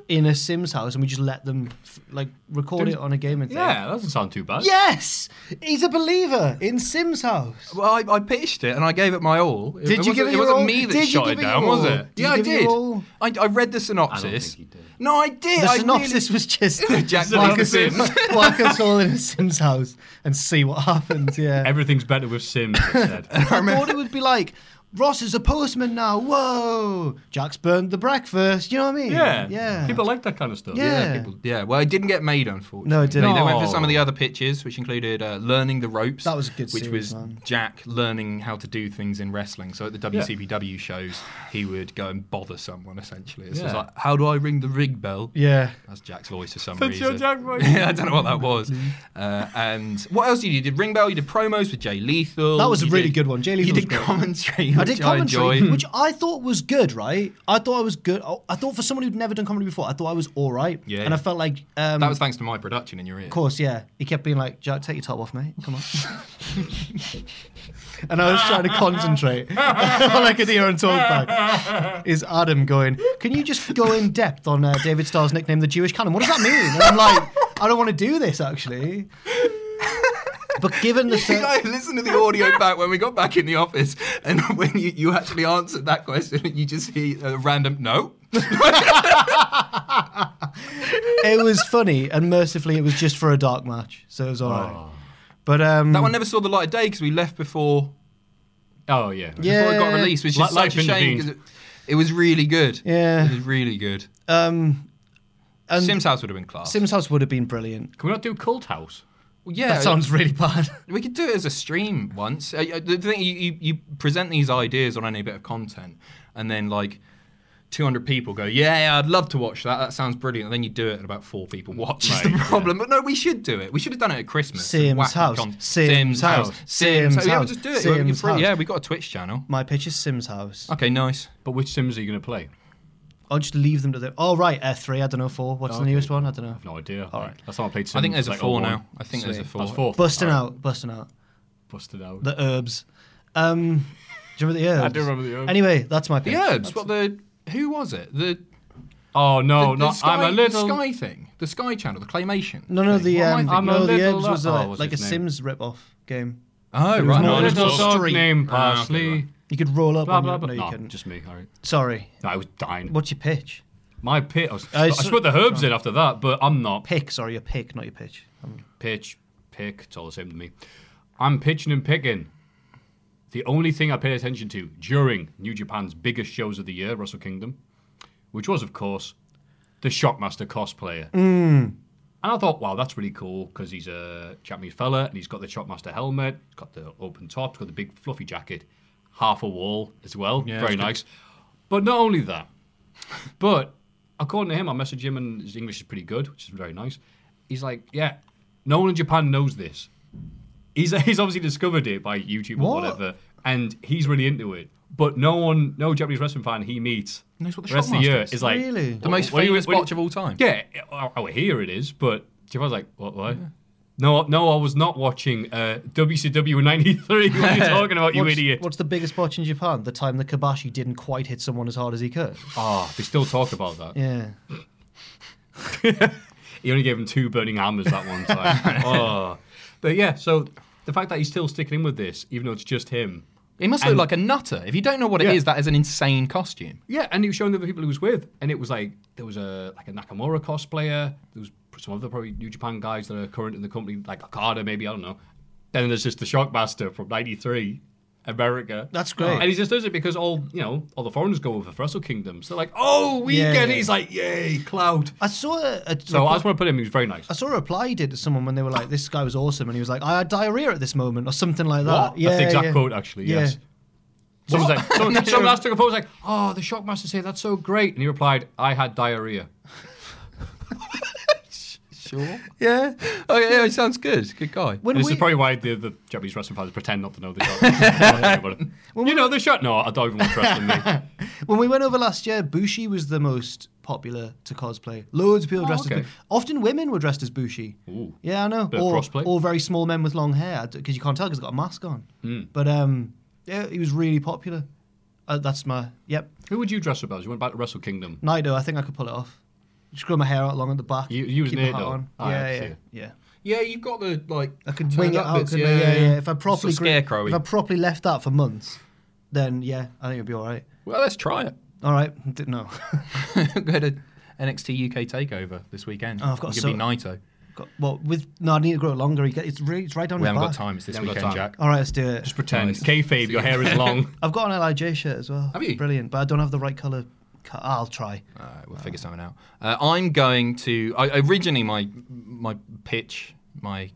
Speaker 4: in a Sims house and we just let them f- like record
Speaker 2: Do-
Speaker 4: it on a game and thing.
Speaker 2: Yeah, that doesn't sound too bad.
Speaker 4: Yes, he's a believer in Sims house.
Speaker 3: Well, I, I pitched it and I gave it my all. It,
Speaker 4: Did you
Speaker 3: wasn't-
Speaker 4: give it your
Speaker 3: wasn't
Speaker 4: all?
Speaker 3: me that
Speaker 4: Did you
Speaker 3: shot
Speaker 4: give
Speaker 3: it
Speaker 4: it
Speaker 3: down,
Speaker 4: your
Speaker 3: was
Speaker 4: all?
Speaker 3: it?
Speaker 4: Did you
Speaker 3: yeah, I
Speaker 4: give it
Speaker 3: did.
Speaker 4: your
Speaker 3: I, I read the synopsis.
Speaker 2: you did.
Speaker 3: No, I did.
Speaker 4: The
Speaker 3: I
Speaker 4: synopsis
Speaker 3: really-
Speaker 4: was just
Speaker 3: Jack
Speaker 2: Black
Speaker 3: Black
Speaker 2: and
Speaker 3: Sims.
Speaker 2: Sims.
Speaker 4: whack us all in a Sims house and see what happens. Yeah,
Speaker 2: Everything's better with Sims. it said.
Speaker 4: I thought it would be like Ross is a postman now. Whoa, Jack's burned the breakfast. You know what I mean?
Speaker 2: yeah,
Speaker 4: yeah.
Speaker 2: People like that kind of stuff.
Speaker 4: Yeah.
Speaker 3: Yeah, well, it didn't get made, unfortunately.
Speaker 4: No, it didn't. Oh.
Speaker 3: They went for
Speaker 2: No.
Speaker 3: some of the other pitches, which included uh, learning the ropes.
Speaker 4: That was a good
Speaker 3: Which
Speaker 4: series,
Speaker 3: was
Speaker 4: man.
Speaker 3: Jack learning how to do things in wrestling. So at the WCPW shows, he would go and bother someone, essentially. It's just
Speaker 2: Yeah.
Speaker 3: like, how do I ring the rig bell?
Speaker 4: yeah.
Speaker 3: That's Jack's voice for some
Speaker 2: That's your
Speaker 3: reason.
Speaker 2: Jack voice.
Speaker 3: yeah, I don't know what that was. Uh, and what else did you do? You did Ring Bell, you did promos with Jay Lethal.
Speaker 4: That was a
Speaker 3: you
Speaker 4: really
Speaker 3: did-
Speaker 4: good one. Jay
Speaker 3: You
Speaker 4: Lethal
Speaker 3: did
Speaker 4: was great.
Speaker 3: commentary, which
Speaker 4: I did commentary,
Speaker 3: enjoyed.
Speaker 4: which I thought was good, right? I thought I was good. I- I thought for someone who'd never done comedy before, I thought I was all right.
Speaker 3: Yeah.
Speaker 4: And I felt like, um,
Speaker 3: that
Speaker 4: of
Speaker 3: was thanks to my production in your ear.
Speaker 4: course, yeah. He kept being like, Jack, take your top off, mate. Come on. and I was trying to concentrate. All I could hear on Talkback is Adam going, Can you just go in depth on uh, David Starr's nickname, the Jewish Cannon? What does that mean? And I'm like, I don't want to do this, actually. But given the. cir-
Speaker 3: I listened to the audio back when we got back in the office, and when you, you actually answered that question, you just hear a random no.
Speaker 4: it was funny, and mercifully, it was just for a dark match, so it was all right. But um,
Speaker 3: That one never saw the light of day because we left before
Speaker 2: Oh yeah.
Speaker 4: Yeah.
Speaker 3: before it got released, which is
Speaker 2: Li-
Speaker 3: such
Speaker 2: life
Speaker 3: a shame
Speaker 2: intervened.
Speaker 3: because it, it was really good.
Speaker 4: Yeah.
Speaker 3: it was really good.
Speaker 4: um, and
Speaker 3: Sims House would have been class.
Speaker 4: Sims House would have been brilliant.
Speaker 2: Can we not do Cult House?
Speaker 3: Well, yeah,
Speaker 4: That sounds really bad.
Speaker 3: We could do it as a stream once. Uh, uh, The thing you, you, you present these ideas on any bit of content, and then like 200 people go, "Yeah, yeah, I'd love to watch that. That sounds brilliant." And then you do it, and about four people watch. Is the problem? But no, we should do it. We should have done it at Christmas. and
Speaker 4: Sims
Speaker 3: whack the
Speaker 4: House. Sims House.
Speaker 3: Sims, House.
Speaker 4: Sims
Speaker 3: Yeah, we'll
Speaker 4: House.
Speaker 3: just do it.
Speaker 4: Sims
Speaker 3: You're free.
Speaker 4: House.
Speaker 3: Yeah, we got a Twitch channel.
Speaker 4: My pitch is Sims House.
Speaker 3: Okay, nice.
Speaker 2: But which Sims are you going to play?
Speaker 4: I'll just leave them to the. Oh right, uh, three. I don't know four. What's the newest one? I don't know.
Speaker 2: I've no idea. All right. That's how I played Sims.
Speaker 3: I think there's a
Speaker 2: like,
Speaker 3: four
Speaker 2: 01.
Speaker 3: now. I think there's a four.
Speaker 2: That's four.
Speaker 4: Busting out, busting out
Speaker 2: Busted out.
Speaker 4: the herbs. Um, do you remember the herbs?
Speaker 2: do remember the herbs.
Speaker 4: Anyway, that's my pitch.
Speaker 3: The herbs. What the? Who was it? The
Speaker 2: oh no,
Speaker 3: the, the
Speaker 2: not
Speaker 3: Sky,
Speaker 2: I'm a little.
Speaker 3: Sky thing. The Sky Channel. The claymation.
Speaker 4: No, no,
Speaker 3: thing.
Speaker 4: the
Speaker 3: What am I
Speaker 4: um,
Speaker 2: I'm
Speaker 3: thinking?
Speaker 2: a
Speaker 4: no, the
Speaker 2: little
Speaker 4: herbs
Speaker 2: la-
Speaker 4: was
Speaker 2: oh,
Speaker 4: a,
Speaker 2: what was
Speaker 4: like a
Speaker 2: his name?
Speaker 4: Sims rip-off game.
Speaker 3: Oh,
Speaker 4: was
Speaker 3: right.
Speaker 4: more
Speaker 3: no,
Speaker 2: A
Speaker 3: I just
Speaker 2: little
Speaker 4: Little
Speaker 3: thought-
Speaker 2: dog
Speaker 4: street.
Speaker 2: named
Speaker 3: Ah, okay,
Speaker 2: Parsley.
Speaker 3: right.
Speaker 4: You could roll up.
Speaker 2: Blah
Speaker 4: on
Speaker 2: blah
Speaker 4: your-
Speaker 2: blah.
Speaker 4: No,
Speaker 2: Nah,
Speaker 4: you couldn't.
Speaker 2: just me. All right.
Speaker 4: Sorry.
Speaker 2: No, I was dying.
Speaker 4: What's your pitch?
Speaker 2: My pit. I, was,
Speaker 4: I
Speaker 2: I,
Speaker 4: saw-
Speaker 2: split the herbs in after that, but I'm not.
Speaker 4: Pick. Sorry, your pick, not your pitch. Um,
Speaker 2: pitch, pick. It's all the same to me. I'm pitching and picking. The only thing I paid attention to during New Japan's biggest shows of the year, Wrestle Kingdom, which was, of course, the Shockmaster cosplayer. And I thought, wow, that's really cool because he's a Japanese fella and he's got the Shockmaster helmet, he's got the open top, he's got the big fluffy jacket, half a wall as well. Very nice. But not only that, but according to him, I messaged him and his English is pretty good, which is very nice. He's like, yeah, no one in Japan knows this. He's, he's obviously discovered it by YouTube or
Speaker 4: What?
Speaker 2: whatever, and he's really into it. But no one, no Japanese wrestling fan he meets
Speaker 3: Knows what the
Speaker 2: rest of the year
Speaker 3: Shockmaster is.
Speaker 2: is like
Speaker 4: Really?
Speaker 3: The most
Speaker 2: what do you-
Speaker 3: famous
Speaker 2: what do you-
Speaker 3: botch of all time.
Speaker 2: yeah, oh, oh, here it is. But Japan's like, what? What? No, no, I was not watching uh, WCW '93. What are you talking about, you
Speaker 4: what's,
Speaker 2: idiot?
Speaker 4: What's the biggest botch in Japan? The time that Kabashi didn't quite hit someone as hard as he could.
Speaker 2: Ah, they still talk about that.
Speaker 4: Yeah.
Speaker 2: He only gave him two burning hammers that one time. oh. But yeah, so the fact that he's still sticking in with this, even though it's just him.
Speaker 3: It must look like a nutter. If you don't know what
Speaker 2: Yeah.
Speaker 3: it is, that is an insane costume.
Speaker 2: Yeah, and he was showing the people he was with, and it was like there was a like a Nakamura cosplayer. There was some other probably New Japan guys that are current in the company, like Okada maybe I don't know. Then there's just the Shockmaster from '93, America.
Speaker 4: That's great.
Speaker 2: And he just does it because all you know, all the foreigners go over for Wrestle Kingdom. So like, oh, we
Speaker 4: Yeah,
Speaker 2: get
Speaker 4: yeah.
Speaker 2: it. He's like, yay, cloud.
Speaker 4: I saw a, a
Speaker 2: So I
Speaker 4: reply-
Speaker 2: just want to put him. He was very nice.
Speaker 4: I saw a reply he did to someone when they were like, "This guy was awesome," and he was like, "I had diarrhea at this moment" or something like that.
Speaker 2: What? That's the exact
Speaker 4: yeah.
Speaker 2: quote, actually.
Speaker 4: Yeah.
Speaker 2: Yes. Someone was like, someone, someone else took a photo. Was like, oh, the shockmaster said that's so great, and he replied, I had diarrhea.
Speaker 3: Sure. Yeah. Oh, yeah, yeah, it sounds good. Good guy.
Speaker 4: When
Speaker 2: And this
Speaker 4: we,
Speaker 2: is probably why the, the Japanese wrestling fans pretend not to know the shockmaster. you know the shot? No, I don't even want to wrestle me.
Speaker 4: when we went over last year, Bushi was the most popular to cosplay. Loads of people dressed
Speaker 2: Oh, okay.
Speaker 4: as Bushi. Often women were dressed as Bushi.
Speaker 2: Ooh.
Speaker 4: Yeah, I know.
Speaker 2: Bit of
Speaker 4: or,
Speaker 2: crossplay.
Speaker 4: or very small men with long hair because you can't tell because he's got a mask on.
Speaker 2: Hmm.
Speaker 4: But um, yeah, he was really popular. Uh, that's my yep.
Speaker 2: Who would you dress up as? You went back to Wrestle Kingdom.
Speaker 4: Naito, I think I could pull it off. Just grow my hair out long at the back.
Speaker 2: You- you was
Speaker 4: keep my
Speaker 2: near
Speaker 4: hat
Speaker 2: though.
Speaker 4: on.
Speaker 2: Ah,
Speaker 4: yeah,
Speaker 2: I
Speaker 4: yeah,
Speaker 2: see.
Speaker 4: yeah.
Speaker 3: Yeah, you've got the like.
Speaker 4: I could
Speaker 3: turned
Speaker 4: wing it
Speaker 3: up
Speaker 4: out,
Speaker 3: bits,
Speaker 4: couldn't I? yeah, yeah, If
Speaker 3: Sort
Speaker 4: I
Speaker 3: of
Speaker 4: properly gre-
Speaker 3: scarecrowy.
Speaker 4: if I properly left that for months, then yeah, I think it'd be all right.
Speaker 3: Well, let's try it.
Speaker 4: All right, didn't know.
Speaker 3: Go to NXT UK Takeover this weekend.
Speaker 4: Oh, I've got
Speaker 3: you
Speaker 4: so-
Speaker 3: could be Naito.
Speaker 4: Got- well, with no, I need to grow it longer. You get- It's really, it's right down.
Speaker 3: We
Speaker 4: your
Speaker 3: haven't got
Speaker 4: back.
Speaker 3: time. It's this
Speaker 2: We haven't
Speaker 3: weekend,
Speaker 2: got time.
Speaker 3: Jack.
Speaker 4: All right, let's do it.
Speaker 2: Just pretend. Kayfabe, your hair is long.
Speaker 4: I've got an Lij shirt as well.
Speaker 3: Have you?
Speaker 4: Brilliant, but I don't have the right color. I'll try.
Speaker 3: All right, we'll figure something out. Uh, I'm going to. I, originally, my my pitch, my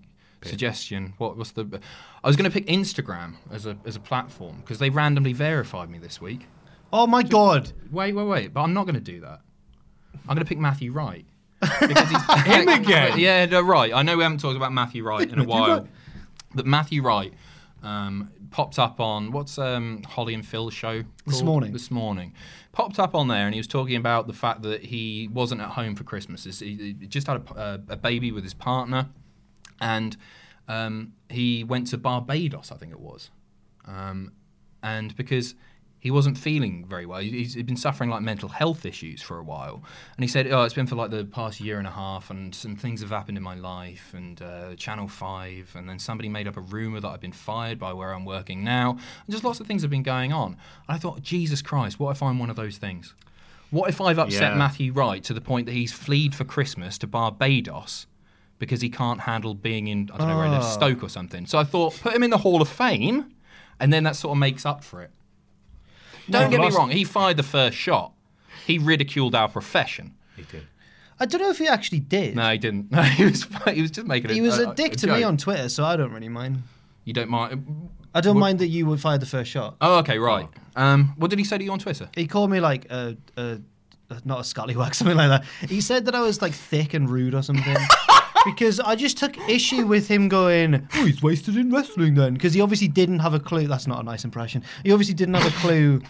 Speaker 3: suggestion. What was the? I was going to pick Instagram as a as a platform because they randomly verified me this week.
Speaker 4: Oh my god!
Speaker 3: Wait, wait, wait! But I'm not going to do that. I'm going to pick Matthew Wright. Because he's him
Speaker 2: again?
Speaker 3: Yeah, no, right. I know we haven't talked about Matthew Wright in a while, but Matthew Wright um, popped up on what's um, Holly and Phil's show
Speaker 4: This
Speaker 3: called?
Speaker 4: morning.
Speaker 3: This morning, popped up on there, and he was talking about the fact that he wasn't at home for Christmas. He's- He he just had a, p- uh, a baby with his partner, and um, he went to Barbados, I think it was, um, and because he wasn't feeling very well, he- he's he'd been suffering like mental health issues for a while, and he said, "Oh, it's been for like the past year and a half, and some things have happened in my life, and uh, Channel Five, and then somebody made up a rumor that I've been fired by where I'm working now, and just lots of things have been going on." And I thought, Jesus Christ, what if I'm one of those things? What if I've upset
Speaker 2: Yeah.
Speaker 3: Matthew Wright to the point that he's fled for Christmas to Barbados because he can't handle being in I don't know where he lives,
Speaker 4: Ah.
Speaker 3: Stoke or something. So I thought put him in the Hall of Fame, and then that sort of makes up for it. Don't get me
Speaker 2: last-
Speaker 3: wrong, he fired the first shot. He ridiculed our profession.
Speaker 4: I don't know if he actually did.
Speaker 3: No, he didn't. No, he was he was just making.
Speaker 4: he
Speaker 3: a,
Speaker 4: was
Speaker 3: a,
Speaker 4: a dick to me
Speaker 3: joke.
Speaker 4: on Twitter, so I don't really mind.
Speaker 3: You don't mind?
Speaker 4: I don't mind that you were fired the first shot.
Speaker 3: Oh, okay, right. Um, what did he say to you on Twitter?
Speaker 4: He called me like a, a, a not a scallywag, something like that. He said that I was like thick and rude or something. Because I just took issue with him going, oh, he's wasted in wrestling then. Because he obviously didn't have a clue. That's not a nice impression. He obviously didn't have a clue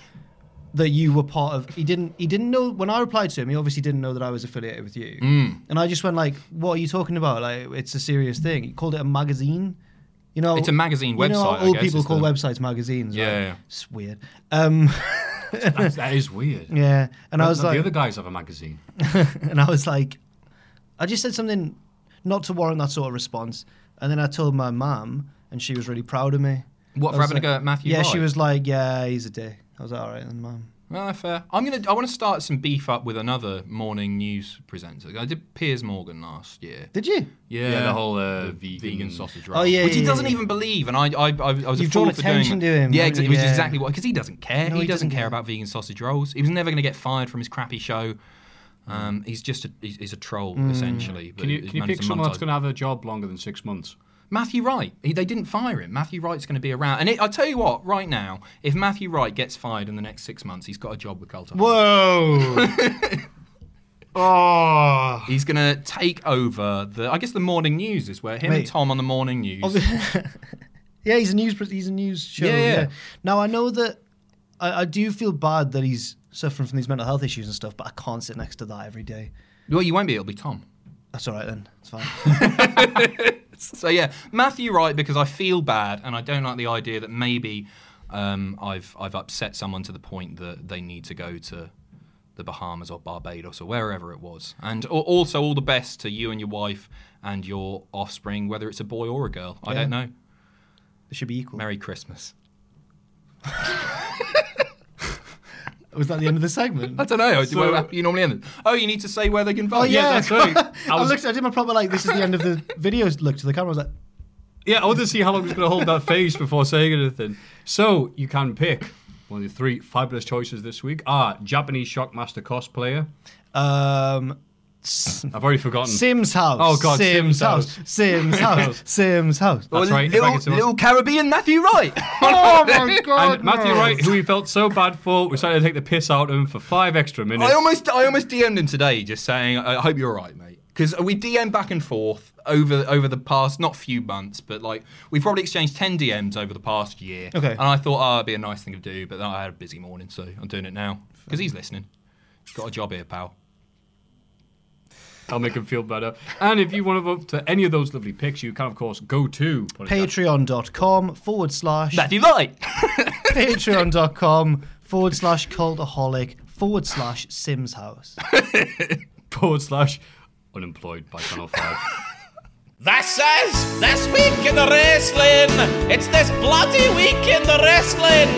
Speaker 4: that you were part of. He didn't. He didn't know when I replied to him. He obviously didn't know that I was affiliated with you.
Speaker 3: Mm.
Speaker 4: And I just went like, "What are you talking about? Like, it's a serious thing." He called it a magazine. You know,
Speaker 3: It's a magazine
Speaker 4: you Know,
Speaker 3: website,
Speaker 4: how
Speaker 3: I
Speaker 4: old
Speaker 3: guess,
Speaker 4: people
Speaker 3: is
Speaker 4: call
Speaker 3: the-
Speaker 4: websites magazines.
Speaker 3: Yeah,
Speaker 4: right?
Speaker 3: yeah.
Speaker 4: it's weird. Um,
Speaker 2: That's, that is weird.
Speaker 4: yeah, and I was
Speaker 2: the
Speaker 4: like,
Speaker 2: other guys have a magazine.
Speaker 4: and I was like, I just said something not to warrant that sort of response, and then I told my mum, and she was really proud of me.
Speaker 3: What
Speaker 4: I
Speaker 3: for
Speaker 4: was
Speaker 3: having
Speaker 4: like-
Speaker 3: a go at Matthew?
Speaker 4: Yeah,
Speaker 3: Wright?
Speaker 4: she was like, "Yeah, he's a dick." I was like, "All right, then, mum."
Speaker 3: Ah, fair. I'm gonna. I want to start some beef up with another morning news presenter. I did Piers Morgan last year.
Speaker 4: Did you?
Speaker 3: Yeah,
Speaker 2: the whole uh, vegan,
Speaker 3: vegan sausage roll.
Speaker 4: Oh, yeah,
Speaker 3: which he
Speaker 4: yeah,
Speaker 3: doesn't
Speaker 4: yeah.
Speaker 3: even believe, and I, I, I, I was a
Speaker 4: You've
Speaker 3: fool
Speaker 4: drawn
Speaker 3: for
Speaker 4: attention
Speaker 3: doing it.
Speaker 4: to him,
Speaker 3: Yeah,
Speaker 4: haven't
Speaker 3: exactly,
Speaker 4: you?
Speaker 3: which is
Speaker 4: Yeah.
Speaker 3: exactly what because he doesn't care.
Speaker 4: No,
Speaker 3: he, doesn't
Speaker 4: he doesn't
Speaker 3: care
Speaker 4: care.
Speaker 3: about vegan sausage rolls. He was never going to get fired from his crappy show. Um, he's just a, he's, he's a troll
Speaker 4: Mm.
Speaker 3: essentially. but
Speaker 2: Can you,
Speaker 3: he's
Speaker 2: can you
Speaker 3: managed
Speaker 2: pick
Speaker 3: to
Speaker 2: someone that's
Speaker 3: monetize-
Speaker 2: going to have a job longer than six months?
Speaker 3: Matthew Wright. He, they didn't fire him. Matthew Wright's going to be around. And it, I tell you what, right now, if Matthew Wright gets fired in the next six months, he's got a job with Colton.
Speaker 2: Whoa! oh!
Speaker 3: He's going to take over the. I guess the morning news is where him and
Speaker 4: Mate.
Speaker 3: Tom on the morning news.
Speaker 4: Yeah, he's a news. pres- He's a news show.
Speaker 3: Yeah,
Speaker 4: Yeah.
Speaker 3: yeah.
Speaker 4: Now I know that I, I do feel bad that he's suffering from these mental health issues and stuff, but I can't sit next to that every day.
Speaker 3: well, you won't be. It'll be Tom.
Speaker 4: That's all right then. It's fine.
Speaker 3: So yeah, Matthew Wright because I feel bad and I don't like the idea that maybe um, I've I've upset someone to the point that they need to go to the Bahamas or Barbados or wherever it was. And a- also all the best to you and your wife and your offspring, whether it's a boy or a girl. I don't know.
Speaker 4: it should be equal.
Speaker 3: Merry Christmas.
Speaker 4: Was that the end of the segment?
Speaker 3: I don't know.
Speaker 2: So-
Speaker 3: Where- you normally end it. Oh, you need to say where they can vote.
Speaker 4: Oh yeah,
Speaker 2: that's right. I
Speaker 4: I,
Speaker 2: was-
Speaker 4: looked. I did my proper like. This is the end of the video. Look to the camera. I was like,
Speaker 2: Yeah, I want to see how long he's going to hold that face before saying anything. So, you can pick one of the three fabulous choices this week are Japanese Shockmaster cosplayer.
Speaker 4: um,
Speaker 2: I've already forgotten.
Speaker 4: Sims house.
Speaker 2: Oh, God, Sims
Speaker 4: house.
Speaker 2: house. Oh.
Speaker 4: Sims house. Sims house.
Speaker 3: Or
Speaker 2: That's right.
Speaker 3: Little,
Speaker 2: Back into us.
Speaker 3: little Caribbean Matthew Wright.
Speaker 4: Oh my god.
Speaker 2: and Matthew
Speaker 4: no.
Speaker 2: Wright, who we felt so bad for, we started to take the piss out of him for five extra minutes.
Speaker 3: I almost, I almost DM'd him today, just saying, "I I hope you're all right, mate." Because we DM back and forth over over the past not few months, but like we've probably exchanged ten DMs over the past year.
Speaker 4: Okay.
Speaker 3: And I thought, oh, it'd be a nice thing to do, but then I had a busy morning, so I'm doing it now because he's listening. He's got a job here, pal.
Speaker 2: I'll make him feel better. And if you want to vote to any of those lovely picks, you can, of course, go to
Speaker 4: Patreon.com forward slash
Speaker 3: Matthew Light.
Speaker 4: patreon.com forward slash cultaholic forward slash Sims house.
Speaker 2: forward slash unemployed by Channel 5.
Speaker 6: That's us! This week in the wrestling! It's this bloody week in the wrestling!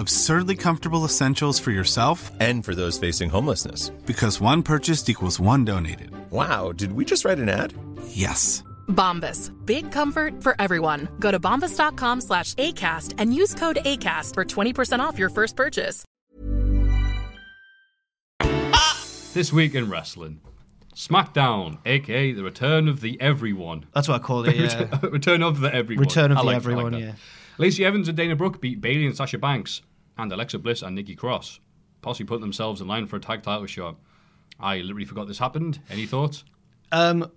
Speaker 7: Absurdly comfortable essentials for yourself
Speaker 8: and for those facing homelessness.
Speaker 7: Because one purchased equals one donated.
Speaker 8: Wow, did we just write an ad?
Speaker 7: Yes.
Speaker 9: Bombas. Big comfort for everyone. Go to bombas.com slash ACAST and use code ACAST for 20% off your first purchase.
Speaker 2: this week in wrestling, SmackDown, aka the return of the everyone.
Speaker 4: That's what I call it, yeah.
Speaker 2: return of the everyone.
Speaker 4: Return of
Speaker 2: I
Speaker 4: the
Speaker 2: like- I like
Speaker 4: everyone,
Speaker 2: that.
Speaker 4: yeah.
Speaker 2: Lacey Evans and Dana Brooke beat Bailey and Sasha Banks, and Alexa Bliss and Nikki Cross. Posse put themselves in line for a tag title shot. I literally forgot this happened. Any thoughts?
Speaker 4: Um,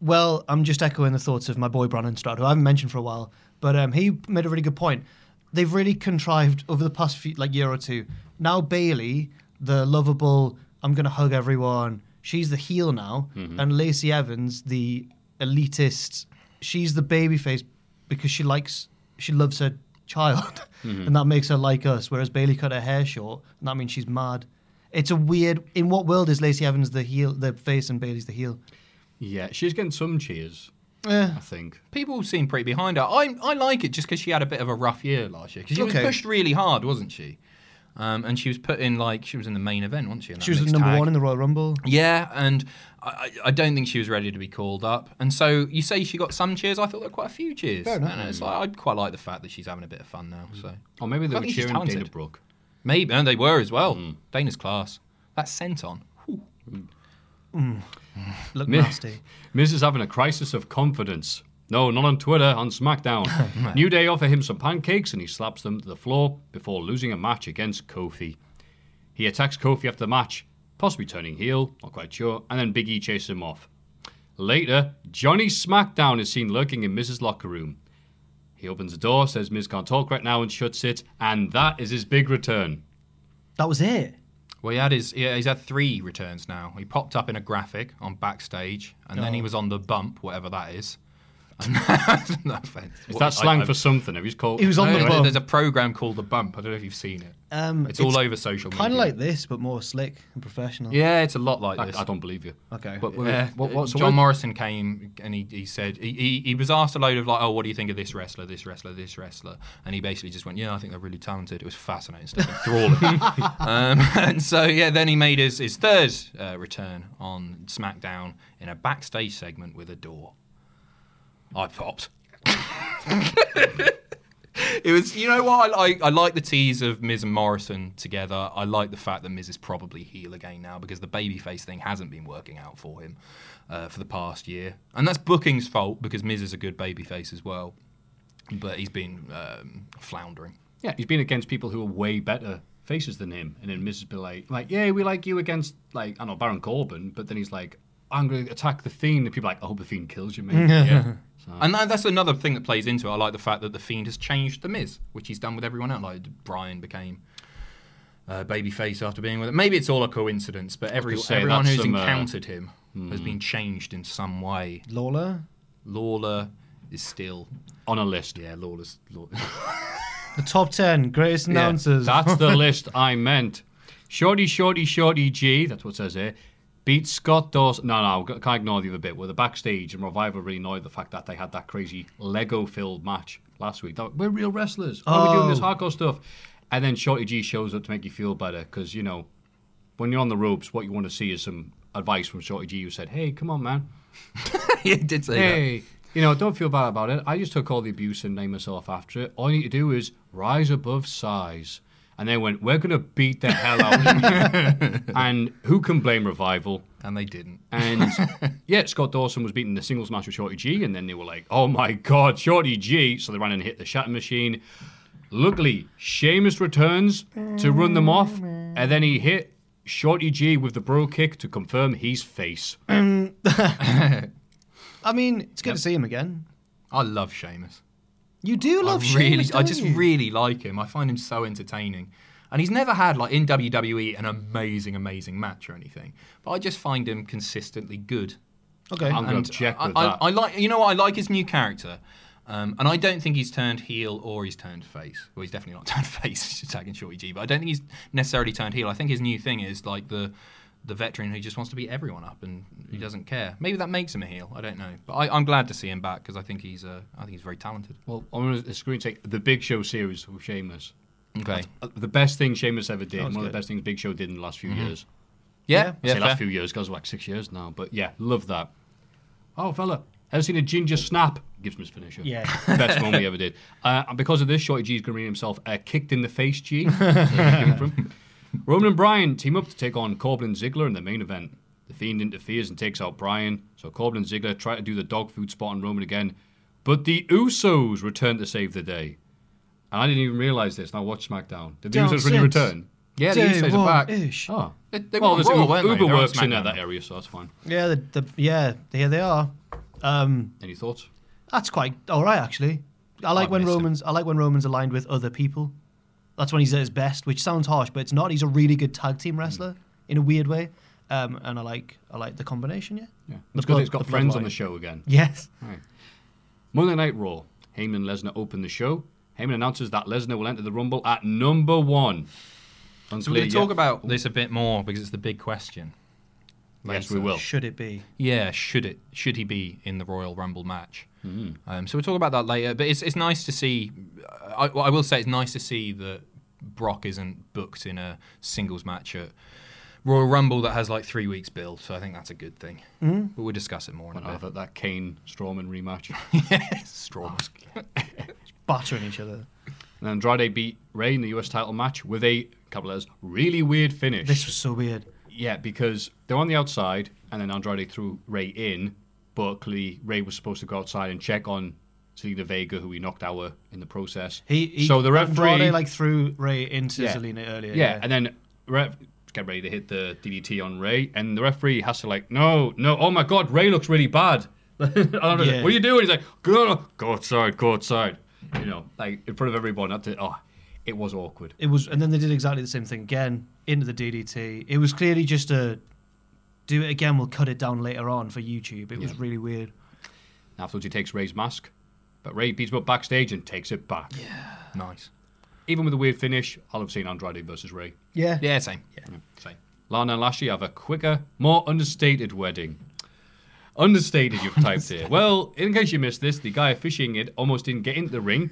Speaker 4: well, I'm just echoing the thoughts of my boy Brandon Stroud, who I haven't mentioned for a while, but um, he made a really good point. They've really contrived over the past few, like year or two. Now Bailey, the lovable, I'm gonna hug everyone. She's the heel now, and Lacey Evans, the elitist. She's the babyface because she likes, she loves her child, and that makes her like us. Whereas Bailey cut her hair short, and that means she's mad. It's a weird. In what world is Lacey Evans the heel, the face, and Bailey's the heel?
Speaker 2: Yeah, she's getting some cheers,
Speaker 4: Eh.
Speaker 2: I think.
Speaker 3: People seem pretty behind her. I, I like it just because she had a bit of a rough year last year. Because she
Speaker 4: Okay.
Speaker 3: was pushed really hard, wasn't she? Um, and she was put in like she was in the main event, wasn't she? in that
Speaker 4: She was the
Speaker 3: mixed
Speaker 4: number
Speaker 3: tag?
Speaker 4: one in the Royal Rumble.
Speaker 3: Yeah, and I, I- I don't think she was ready to be called up. And so you say she got some cheers. I thought there were quite a few cheers.
Speaker 4: Fair enough. Mm.
Speaker 3: And it's like, I quite like the fact that she's having a bit of fun now. So
Speaker 2: Or maybe they
Speaker 3: I
Speaker 2: were
Speaker 3: think she's
Speaker 2: cheering Dana
Speaker 3: talented.
Speaker 2: Brooke.
Speaker 3: maybe, and they were as well. Dana's class. That sent on.
Speaker 4: Look
Speaker 2: Mi-
Speaker 4: nasty.
Speaker 2: Miz is having a crisis of confidence. No, not on Twitter, on
Speaker 4: Oh,
Speaker 2: SmackDown. New Day offer him some pancakes and he slaps them to the floor before losing a match against Kofi. He attacks Kofi after the match, possibly turning heel, not quite sure, and then Big E chases him off. Later, Johnny SmackDown is seen lurking in Miz's locker room. He opens the door, says Miz can't talk right now, and shuts it, and that is his big return.
Speaker 4: That was it.
Speaker 3: Well, he had his yeah, he's had three returns now. He popped up in a graphic on backstage, and
Speaker 4: Oh.
Speaker 3: then he was on the bump, whatever that is. And- no offense.
Speaker 2: Is
Speaker 3: What-
Speaker 2: that slang
Speaker 3: I- I-
Speaker 2: for something? Have you called?
Speaker 4: He was on
Speaker 3: No,
Speaker 4: the
Speaker 3: there's-
Speaker 4: bump.
Speaker 3: There's a program called the bump. I don't know if you've seen it.
Speaker 4: Um,
Speaker 3: it's, all over social media.
Speaker 4: Kind of like this, but more slick and professional.
Speaker 3: Yeah, it's a lot like this.
Speaker 2: I, I don't believe you.
Speaker 4: Okay.
Speaker 2: But,
Speaker 3: Yeah,
Speaker 2: what, what, so
Speaker 3: John
Speaker 2: what-
Speaker 3: Morrison came and he, he said he, he, he was asked a load of like, oh, what do you think of this wrestler, this wrestler, this wrestler, and he basically just went, yeah, I think they're really talented. It was fascinating stuff, enthralling. um, and so yeah, then he made his his third uh, return on SmackDown in a backstage segment with a door. I popped. It was, you know what? I, I, I like the tease of Miz and Morrison together. I like the fact that Miz is probably heel again now because the babyface thing hasn't been working out for him uh, for the past year. And that's Booking's fault because Miz is a good babyface as well. But he's been um, floundering.
Speaker 2: Yeah, he's been against people who are way better faces than him, and then Mrs. be like, like, yeah, we like you against like I don't know Baron Corbin, but then he's like, I'm going to attack the Fiend, and people are like, I hope the Fiend kills you, mate. yeah.
Speaker 3: And that, that's another thing that plays into it. I like the fact that The Fiend has changed The Miz, which he's done with everyone else. Like Brian became uh, babyface after being with it. Maybe it's all a coincidence, but every,
Speaker 2: say
Speaker 3: everyone
Speaker 2: that's
Speaker 3: who's
Speaker 2: some, uh, hmm.
Speaker 3: encountered him has been changed in some way.
Speaker 4: Lawler,
Speaker 3: Lawler is still
Speaker 2: On a list.
Speaker 3: yeah Lawler's Law-
Speaker 4: the top ten greatest announcers.
Speaker 2: That's the list I meant. Shorty, Shorty, Shorty G, that's what it says here, beat Scott Dawson. No, no, I can't ignore the other bit where the backstage and Revival really annoyed the fact that they had that crazy Lego filled match last week. They were, We're real wrestlers. Why are we doing this
Speaker 4: Oh.
Speaker 2: hardcore stuff? And then Shorty G shows up to make you feel better because, you know, when you're on the ropes, what you want to see is some advice from Shorty G who said, hey, come on, man.
Speaker 3: he did say that.
Speaker 2: hey, you know, don't feel bad about it. I just took all the abuse and named myself after it. All you need to do is rise above size. And they went, we're going to beat the hell out of you. and who can blame Revival?
Speaker 3: And they didn't.
Speaker 2: And yeah, Scott Dawson was beating the singles match with Shorty G. And then they were like, oh my God, Shorty G. So they ran and hit the shatter machine. Luckily, Sheamus returns to run them off. And then he hit Shorty G with the bro kick to confirm he's face.
Speaker 4: Um, I mean, it's good to see him again.
Speaker 3: I love Seamus.
Speaker 4: You do love
Speaker 3: I really,
Speaker 4: Sheamus,
Speaker 3: I
Speaker 4: don't
Speaker 3: just
Speaker 4: you?
Speaker 3: really like him. I find him so entertaining. And he's never had like in WWE an amazing, amazing match or anything. But I just find him consistently good.
Speaker 4: Okay. Um, I'm gonna
Speaker 3: And
Speaker 4: object
Speaker 3: I,
Speaker 4: with
Speaker 3: I-
Speaker 4: that.
Speaker 3: I like, you know, what? I like his new character, um, and I don't think he's turned heel or he's turned face. Well, he's definitely not turned face, tagging Shorty G. But I don't think he's necessarily turned heel. I think his new thing is like the the veteran who just wants to beat everyone up and he doesn't care. Maybe that makes him a heel. I don't know. But I, I'm glad to see him back because I think he's uh, I think he's very talented.
Speaker 2: Well, I'm going to screen take the Big Show series with Sheamus.
Speaker 3: Okay.
Speaker 2: That's, uh, the best thing Sheamus ever did.
Speaker 3: That
Speaker 2: One
Speaker 3: was
Speaker 2: of the
Speaker 3: good.
Speaker 2: best things Big Show did in the last few
Speaker 3: Mhm.
Speaker 2: years.
Speaker 3: Yeah,
Speaker 2: I
Speaker 3: yeah,
Speaker 2: say
Speaker 3: fair.
Speaker 2: last few years because like six years now. But yeah, love that. Oh, fella, ever seen a ginger snap? Gives him his finisher.
Speaker 4: Yeah.
Speaker 2: best one we ever did. Uh, and because of this, Shorty G's going to himself uh, kicked in the face. G. That's where it came from. Roman and Bryan team up to take on Corbin and Ziggler in the main event. The Fiend interferes and takes out Bryan, so Corbin and Ziggler try to do the dog food spot on Roman again, but the Usos return to save the day. And I didn't even realize this, and I watched SmackDown. Did the
Speaker 3: Down
Speaker 2: Usos really
Speaker 3: six.
Speaker 2: return?
Speaker 3: Yeah, the Usos are back.
Speaker 2: Oh.
Speaker 3: They- they
Speaker 2: well,
Speaker 3: were on
Speaker 2: there's
Speaker 3: Raw,
Speaker 2: Uber,
Speaker 3: weren't they?
Speaker 2: Uber
Speaker 3: They're on
Speaker 2: works in
Speaker 3: SmackDown.
Speaker 2: that area, so that's fine.
Speaker 4: Yeah, the, the yeah, here they are. Um,
Speaker 2: Any thoughts?
Speaker 4: That's quite all right, actually. I like when Romans. I like when Romans aligned with other people. That's when he's at his best, which sounds harsh, but it's not. He's a really good tag team wrestler in a weird way, um, and I like I like the combination. Yeah,
Speaker 2: Yeah.
Speaker 4: The
Speaker 2: It's good
Speaker 4: blood-
Speaker 2: that it's got
Speaker 4: the
Speaker 2: friends on
Speaker 4: bloodline.
Speaker 2: the show again.
Speaker 4: Yes.
Speaker 2: Right. Monday Night Raw. Heyman and Lesnar open the show. Heyman announces that Lesnar will enter the Rumble at number one.
Speaker 3: So we're going to
Speaker 2: Unclear
Speaker 3: talk
Speaker 2: yet.
Speaker 3: about this a bit more because it's the big question.
Speaker 2: Yes,
Speaker 3: later.
Speaker 2: we will.
Speaker 4: Should it be?
Speaker 3: Yeah, should it? Should he be in the Royal Rumble match? Um, so we'll talk about that later. But it's it's nice to see. I, well, I will say it's nice to see that Brock isn't booked in a singles match at Royal Rumble that has like three weeks build. So I think that's a good thing.
Speaker 2: Mhm.
Speaker 3: But we'll discuss it more in a
Speaker 2: When I
Speaker 3: bit.
Speaker 2: have that Kane Strawman rematch.
Speaker 3: Strawman.
Speaker 4: battering each other.
Speaker 2: And Andrade beat Ray in the US title match with a couple of letters, really weird finish.
Speaker 4: This was so weird.
Speaker 2: Yeah, because they're on the outside, and then Andrade threw Ray in, but clearly Ray was supposed to go outside and check on Selena Vega, who he knocked out in the process.
Speaker 4: He, he
Speaker 2: so the referee
Speaker 4: Andrade, like threw Ray into
Speaker 2: Yeah.
Speaker 4: Selena earlier.
Speaker 2: Yeah, and then ref get ready to hit the DDT on Ray, and the referee has to like, no, no, oh my god, Ray looks really bad. And I'm like,
Speaker 3: Yeah.
Speaker 2: What are you doing? He's like, go, go outside, go outside. You know, like in front of everyone. That's it. Oh, it was awkward.
Speaker 4: It was, and then they did exactly the same thing again into the DDT. It was clearly just a do it again. We'll cut it down later on for YouTube. It was really weird.
Speaker 2: Afterwards, he takes Ray's mask, but Ray beats him up backstage and takes it back. Yeah,
Speaker 3: nice.
Speaker 2: Even with a weird finish, I'll have seen Andrade versus Ray.
Speaker 4: Yeah.
Speaker 3: Yeah, same. Yeah.
Speaker 2: Same. Lana and Lashley have a quicker, more understated wedding. Understated, you've typed here. Well, in case you missed this, the guy officiating it almost didn't get into the ring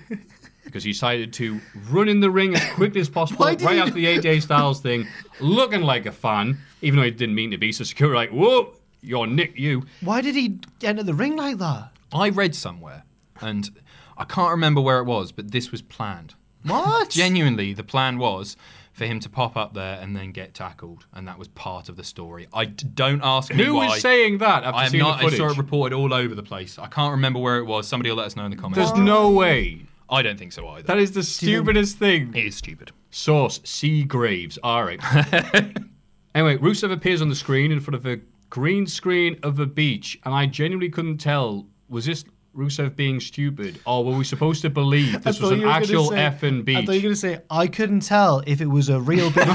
Speaker 2: because he decided to run in the ring as quickly as possible right after the AJ Styles thing, looking like a fan, even though he didn't mean to be. So security were like, whoa, you're Nick, you.
Speaker 4: Why did he enter the ring like that?
Speaker 3: I read somewhere, and I can't remember where it was, but this was planned.
Speaker 4: What?
Speaker 3: Genuinely, the plan was for him to pop up there and then get tackled, and that was part of the story. I d- don't ask me
Speaker 2: Who
Speaker 3: why.
Speaker 2: was saying that after
Speaker 3: I am
Speaker 2: seeing the
Speaker 3: not. I saw
Speaker 2: footage?
Speaker 3: it reported all over the place. I can't remember where it was. Somebody will let us know in the comments.
Speaker 2: There's no way.
Speaker 3: I don't think so either.
Speaker 2: That is the stupidest thing. It
Speaker 3: is stupid.
Speaker 2: Source C Graves. All right. anyway, Rusev appears on the screen in front of a green screen of a beach, and I genuinely couldn't tell was this Rusev being stupid, or were we supposed to believe this was an actual effing
Speaker 4: I thought you were
Speaker 2: beach?
Speaker 4: going to say I couldn't tell if it was a real beach.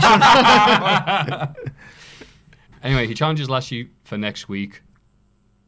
Speaker 2: Anyway, he challenges Lashley for next week,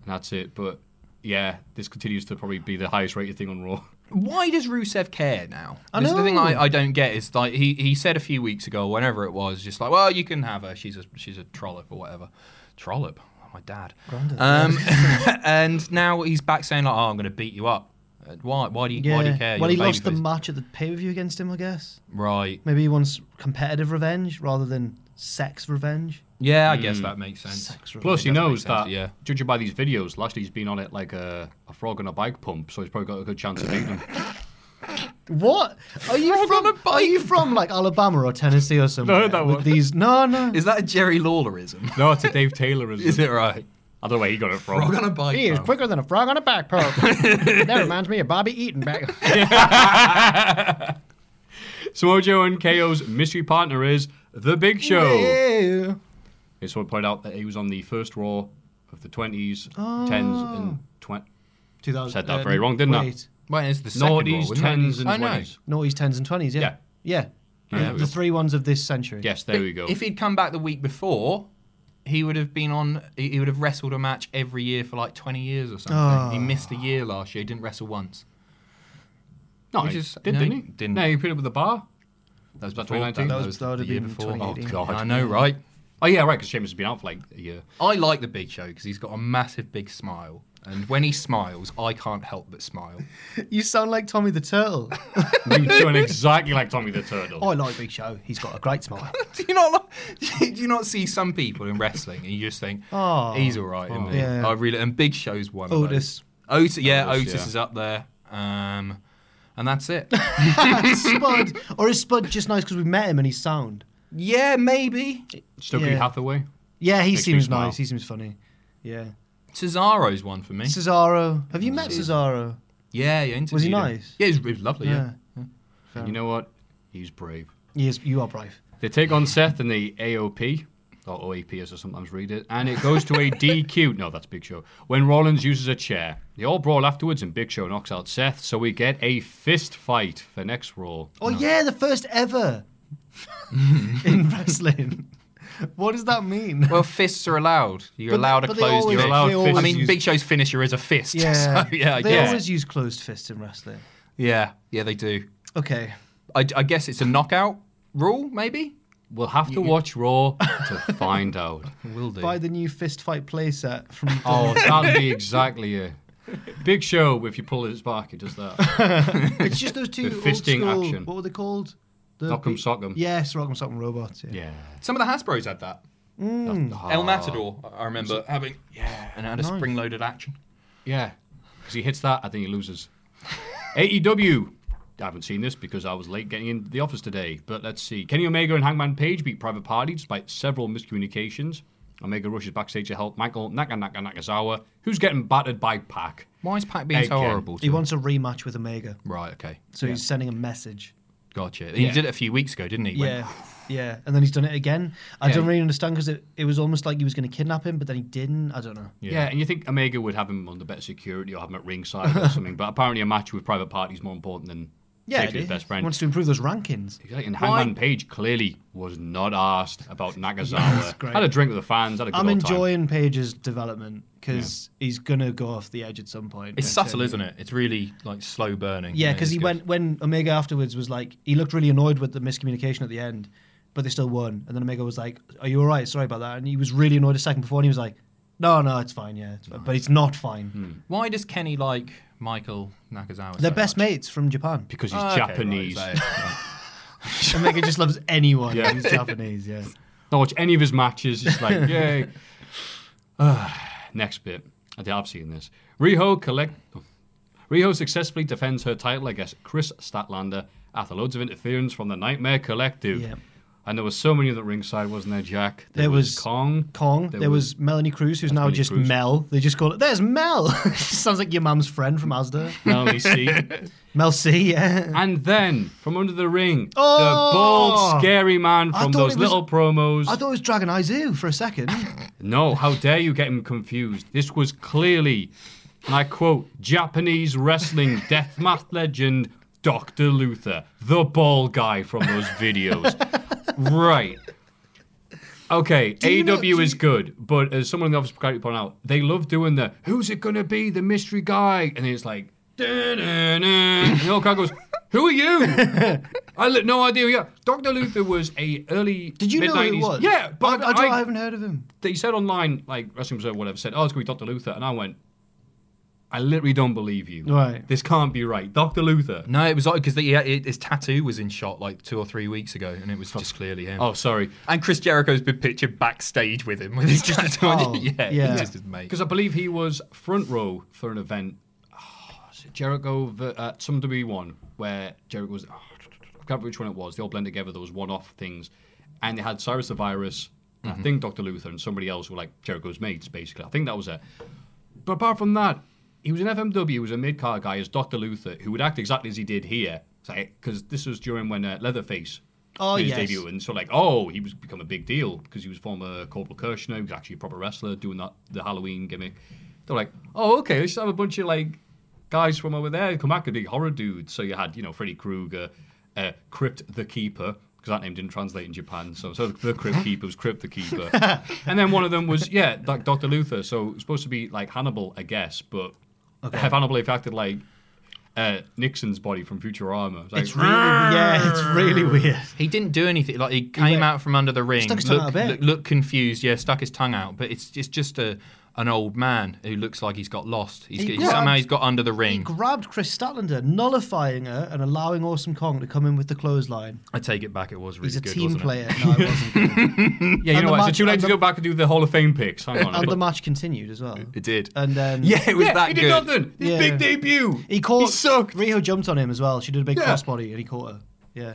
Speaker 2: and that's it. But yeah, this continues to probably be the highest rated thing on Raw.
Speaker 3: why does Rusev care now?
Speaker 4: I
Speaker 3: This is The thing I,
Speaker 4: know.
Speaker 3: I don't get is like he, he said a few weeks ago, whenever it was, just like, well, you can have her. She's a she's a trollop or whatever. Trollop. Oh, my dad.
Speaker 4: Grandad,
Speaker 3: Um, and now he's back saying like, oh, I'm going to beat you up. Uh, Why? Why do you? Why do you care?
Speaker 4: Well, he
Speaker 3: You're a
Speaker 4: lost the
Speaker 3: babyface.
Speaker 4: match at the pay per view against him, I guess.
Speaker 3: Right.
Speaker 4: Maybe he wants competitive revenge rather than sex revenge.
Speaker 3: Yeah, I guess that makes sense.
Speaker 2: Plus, he
Speaker 3: That does
Speaker 2: knows
Speaker 3: make sense,
Speaker 2: that,
Speaker 3: yeah.
Speaker 2: judging by these videos, last he's been on it like a, a frog on a bike pump, so he's probably got a good chance of beating him.
Speaker 4: What are you from? Are you from like Alabama or Tennessee or something? No, that with these. No, no.
Speaker 3: Is that a Jerry Lawlerism?
Speaker 2: no, it's a Dave Taylorism.
Speaker 3: Is it right?
Speaker 2: I don't know where he got it from.
Speaker 3: Frog on a bike.
Speaker 4: He is
Speaker 3: pal.
Speaker 4: quicker than a frog on a backpack. that reminds me of Bobby Eaton back.
Speaker 2: Samoa Joe and KO's mystery partner is The Big Show.
Speaker 4: Yeah.
Speaker 2: It's someone pointed out that he was on the first Raw of the 20s,
Speaker 4: Oh.
Speaker 2: 10s, and 20.
Speaker 4: 2000,
Speaker 2: Said that
Speaker 4: uh,
Speaker 2: very wrong, didn't
Speaker 4: wait.
Speaker 2: I?
Speaker 3: Wait, it's the second Raw,
Speaker 2: Noughties,
Speaker 3: wasn't it?
Speaker 2: 10s, and
Speaker 3: I know.
Speaker 2: 20s.
Speaker 4: Noughties, tens, and twenties. Yeah. Yeah.
Speaker 2: Yeah, there
Speaker 4: the
Speaker 2: we go.
Speaker 4: three ones of this century.
Speaker 2: Yes, there we go.
Speaker 3: If he'd come back the week before, he would have been on. He he would have wrestled a match every year for like twenty years or something. He
Speaker 2: Oh.
Speaker 3: missed a year last year. He didn't wrestle once.
Speaker 2: no,
Speaker 3: He
Speaker 2: he
Speaker 3: just-
Speaker 2: did,
Speaker 3: no,
Speaker 2: didn't
Speaker 3: he
Speaker 2: he?
Speaker 3: didn't.
Speaker 2: No, he put up with the bar. That was about
Speaker 3: Before that,
Speaker 2: 2019.
Speaker 3: that was- That would the have year been before.
Speaker 2: Oh,
Speaker 3: 2018.
Speaker 2: God.
Speaker 3: I know, right?
Speaker 2: Oh, yeah, right, because Seamus has been out for like a year.
Speaker 3: I like the Big Show because he's got a massive big smile, and when he smiles, I can't help but smile.
Speaker 4: You sound like Tommy the Turtle.
Speaker 2: You sound exactly like Tommy the Turtle.
Speaker 4: I like Big Show. He's got a great smile.
Speaker 3: do you not? li- Do you not see some people in wrestling and you just think,
Speaker 4: Oh.
Speaker 3: he's all right, isn't he?
Speaker 4: Yeah.
Speaker 3: I really and Big Show's one. Of
Speaker 4: Otis.
Speaker 3: those. Ah. Otis. Yeah,
Speaker 2: Otis,
Speaker 3: Otis,
Speaker 2: yeah.
Speaker 3: is up there. Um, and that's it.
Speaker 4: Spud, or is Spud just nice because we met him and he's sound?
Speaker 3: yeah, maybe.
Speaker 2: Stokely
Speaker 4: Yeah.
Speaker 2: Hathaway.
Speaker 4: Yeah, he
Speaker 2: Makes me
Speaker 4: seems
Speaker 2: smile.
Speaker 4: nice. He seems funny. Yeah.
Speaker 3: Cesaro's one for me.
Speaker 4: Cesaro, have you met Cesaro?
Speaker 3: Yeah, yeah.
Speaker 4: Was he
Speaker 3: interviewed him.
Speaker 4: nice?
Speaker 3: Yeah, he was, he was lovely. Yeah.
Speaker 2: You know what? He's brave.
Speaker 4: He is, you are brave.
Speaker 2: They take on Seth in the AOP, or OAP as I sometimes read it, and it goes to a DQ. No, that's Big Show. When Rollins uses a chair. They all brawl afterwards, and Big Show knocks out Seth, so we get a fist fight for next Raw.
Speaker 4: Oh yeah, the first ever in wrestling. What does that mean?
Speaker 3: Well, fists are allowed. You're
Speaker 4: But-
Speaker 3: allowed a
Speaker 4: but they
Speaker 3: closed.
Speaker 4: always-
Speaker 3: fist.
Speaker 4: You're allowed they always
Speaker 3: I mean,
Speaker 4: use-
Speaker 3: Big Show's finisher is a fist.
Speaker 4: Yeah,
Speaker 3: so, yeah, I
Speaker 4: they
Speaker 3: guess.
Speaker 4: always use closed fists in wrestling.
Speaker 3: yeah, yeah, they do.
Speaker 4: Okay,
Speaker 3: I, I guess it's a knockout rule, maybe.
Speaker 2: We'll have to watch Raw to find out.
Speaker 3: Will do.
Speaker 4: buy the new fist fight playset from.
Speaker 2: Oh, that'd be exactly it. Big Show, if you pull his back, it does that.
Speaker 4: it's just those two
Speaker 2: the
Speaker 4: old
Speaker 2: fisting
Speaker 4: school-
Speaker 2: action.
Speaker 4: What were they called? The
Speaker 2: Knock'em sock'em.
Speaker 4: Yes, Rock'em Sock'em robots. Yeah.
Speaker 2: Yeah.
Speaker 3: Some of the Hasbro's had that.
Speaker 2: Oh,
Speaker 3: El Matador, I- I remember having. Yeah, and it had a
Speaker 4: nice.
Speaker 3: spring-loaded action.
Speaker 2: Yeah. Because he hits that, I think he loses. AEW. I haven't seen this because I was late getting into the office today. But let's see. Kenny Omega and Hangman Page beat Private Party despite several miscommunications. Omega rushes backstage to help Michael Naka Naka Nakazawa, who's getting battered by Pac.
Speaker 3: Why is Pac being so
Speaker 2: Again.
Speaker 3: horrible? To
Speaker 4: He
Speaker 3: him?
Speaker 4: wants a rematch with Omega,
Speaker 3: right, okay,
Speaker 4: so he's sending a message.
Speaker 3: gotcha. He
Speaker 2: Yeah.
Speaker 3: did it a few weeks ago, didn't he? When-
Speaker 4: Yeah, yeah, and then he's done it again. I
Speaker 3: Yeah.
Speaker 4: don't really understand because it, it was almost like he was going to kidnap him, but then he didn't. I don't know.
Speaker 2: Yeah. and you think Omega would have him under better security or have him at ringside or something, but apparently a match with Private Party is more important than
Speaker 4: Yeah,
Speaker 2: safety of his best
Speaker 4: he
Speaker 2: friend.
Speaker 4: wants to improve those rankings.
Speaker 2: Exactly, And
Speaker 3: Why-
Speaker 2: Hangman Page clearly was not asked about
Speaker 4: That's
Speaker 2: Nakazawa.
Speaker 4: great.
Speaker 2: had a drink with the fans, had a good
Speaker 4: I'm
Speaker 2: old time.
Speaker 4: enjoying Page's development because he's gonna go off the edge at some point. um,
Speaker 3: It's subtle, isn't it? It's really like slow burning.
Speaker 4: Yeah,
Speaker 3: it
Speaker 4: because
Speaker 3: is
Speaker 4: he
Speaker 3: good.
Speaker 4: went when Omega afterwards was like, he looked really annoyed with the miscommunication at the end, but they still won. And then Omega was like, "Are you all right? Sorry about that." And he was really annoyed a second before, and he was like, "No, no, it's fine. Yeah, it's fine. but it's not fine."
Speaker 3: Why does Kenny like Michael Nakazawa?
Speaker 4: They're
Speaker 3: so
Speaker 4: best
Speaker 3: much?
Speaker 4: mates from Japan.
Speaker 2: because he's
Speaker 3: Ah, okay, right,
Speaker 2: Japanese.
Speaker 3: is that
Speaker 4: Omega just loves anyone
Speaker 2: Yeah.
Speaker 4: who's Japanese. Yeah.
Speaker 2: Don't watch any of his matches. It's like, yay. Ah, next bit. I think I've seen this. Riho collect. oh. Riho successfully defends her title against Chris Statlander after loads of interference from the Nightmare Collective.
Speaker 4: Yeah.
Speaker 2: And there were so many at the ringside, wasn't there, Jack?
Speaker 4: There was
Speaker 2: Kong.
Speaker 4: Kong. There, was, Melanie Cruz, who's now
Speaker 2: Melanie
Speaker 4: just
Speaker 2: Cruz.
Speaker 4: Mel. They just call it. There's Mel. She sounds like your mum's friend from Asda.
Speaker 2: Melanie C.
Speaker 4: Mel C. Yeah.
Speaker 2: and then from under the ring,
Speaker 4: Oh!
Speaker 2: the bold, scary man
Speaker 4: I
Speaker 2: from
Speaker 4: thought
Speaker 2: those
Speaker 4: it was-
Speaker 2: little promos.
Speaker 4: I thought it was Dragon Eye Zoo for a second.
Speaker 2: No, how dare you get him confused? This was clearly, and I quote, Japanese wrestling death deathmatch legend Dr. Luther, the ball guy from those videos. right. Okay,
Speaker 4: you know-
Speaker 2: AW
Speaker 4: do
Speaker 2: is
Speaker 4: you-
Speaker 2: good, but as someone in the office pointed out, they love doing the who's it gonna be, the mystery guy, and it's like and the old guy goes, "Who are you?" I had no idea. Yeah, Doctor Luther was a early.
Speaker 4: Did you know who it
Speaker 2: mid-nineties
Speaker 4: was?
Speaker 2: Yeah, but
Speaker 4: I, I, don't-
Speaker 2: I-
Speaker 4: I haven't heard of him.
Speaker 2: They said online, like Wrestling Observer, whatever, said, "Oh, it's gonna be Doctor Luther," and I went, "I literally don't believe you.
Speaker 4: Right.
Speaker 2: This can't be right, Doctor Luther."
Speaker 3: No, it was odd because his tattoo was in shot like two or three weeks ago, and it was just clearly him.
Speaker 2: Oh, sorry.
Speaker 3: And Chris Jericho's been pictured backstage with him with his tattoo. on.
Speaker 2: Oh,
Speaker 3: yeah,
Speaker 2: yeah.
Speaker 3: He's just his mate.
Speaker 2: Because I believe he was front row for an event. Oh, is it Jericho, v- uh, some WWE one, where Jericho was. oh, I can't remember which one it was. They all blend together. There was one-off things, and they had Cyrus the Virus, and I
Speaker 4: Mm-hmm.
Speaker 3: Mhm.
Speaker 2: think Doctor Luther, and somebody else were like Jericho's mates, basically. I think that was it. But apart from that, he was an FMW. He was a mid-car guy as Doctor Luther, who would act exactly as he did here, because this was during when uh, Leatherface
Speaker 4: Oh,
Speaker 2: his
Speaker 4: yes.
Speaker 2: debut, and so like, oh, he was become a big deal because he was former Corporal Kirshner, he was actually a proper wrestler doing that the Halloween gimmick. They're like, oh, okay, let's just have a bunch of like guys from over there come back and be horror dudes. So you had, you know, Freddy Krueger, uh, Crypt the Keeper. Because that name didn't translate in Japan, so so the Crypt Keeper was Crypt the Keeper, and then one of them was yeah, like Doctor Luther. So it was supposed to be like Hannibal, I guess, but
Speaker 4: Okay.
Speaker 2: have Hannibal if acted like uh, Nixon's body from Futurama. like,
Speaker 4: It's really- yeah, it's really weird.
Speaker 3: He didn't do anything. Like he came out from under the ring,
Speaker 4: Stuck his tongue out a
Speaker 3: looked,
Speaker 4: bit.
Speaker 3: look- looked confused. Yeah, stuck his tongue out. But it's it's just a an old man who looks like he's got lost. He's,
Speaker 4: He
Speaker 3: he
Speaker 4: grabbed-
Speaker 3: somehow he's got under the
Speaker 4: He
Speaker 3: ring.
Speaker 4: grabbed Chris Statlander, nullifying her and allowing Awesome Kong to come in with the clothesline.
Speaker 3: I take it back. It was really
Speaker 4: He's a
Speaker 3: good,
Speaker 4: team
Speaker 3: wasn't it?
Speaker 4: player. No, it wasn't.
Speaker 2: Yeah, you
Speaker 4: And
Speaker 2: know
Speaker 4: the
Speaker 2: what? Is
Speaker 4: match-
Speaker 2: it too late
Speaker 4: and
Speaker 2: to
Speaker 4: the-
Speaker 2: go back and do the Hall of Fame picks? Hang on.
Speaker 4: and the match continued as well.
Speaker 2: It did.
Speaker 4: And um,
Speaker 2: Yeah, it was Yeah, that he did good. nothing. His big debut.
Speaker 4: He caught. He sucked. Riho jumped on him as well. She did a big
Speaker 2: Yeah.
Speaker 4: crossbody and he caught her. Yeah.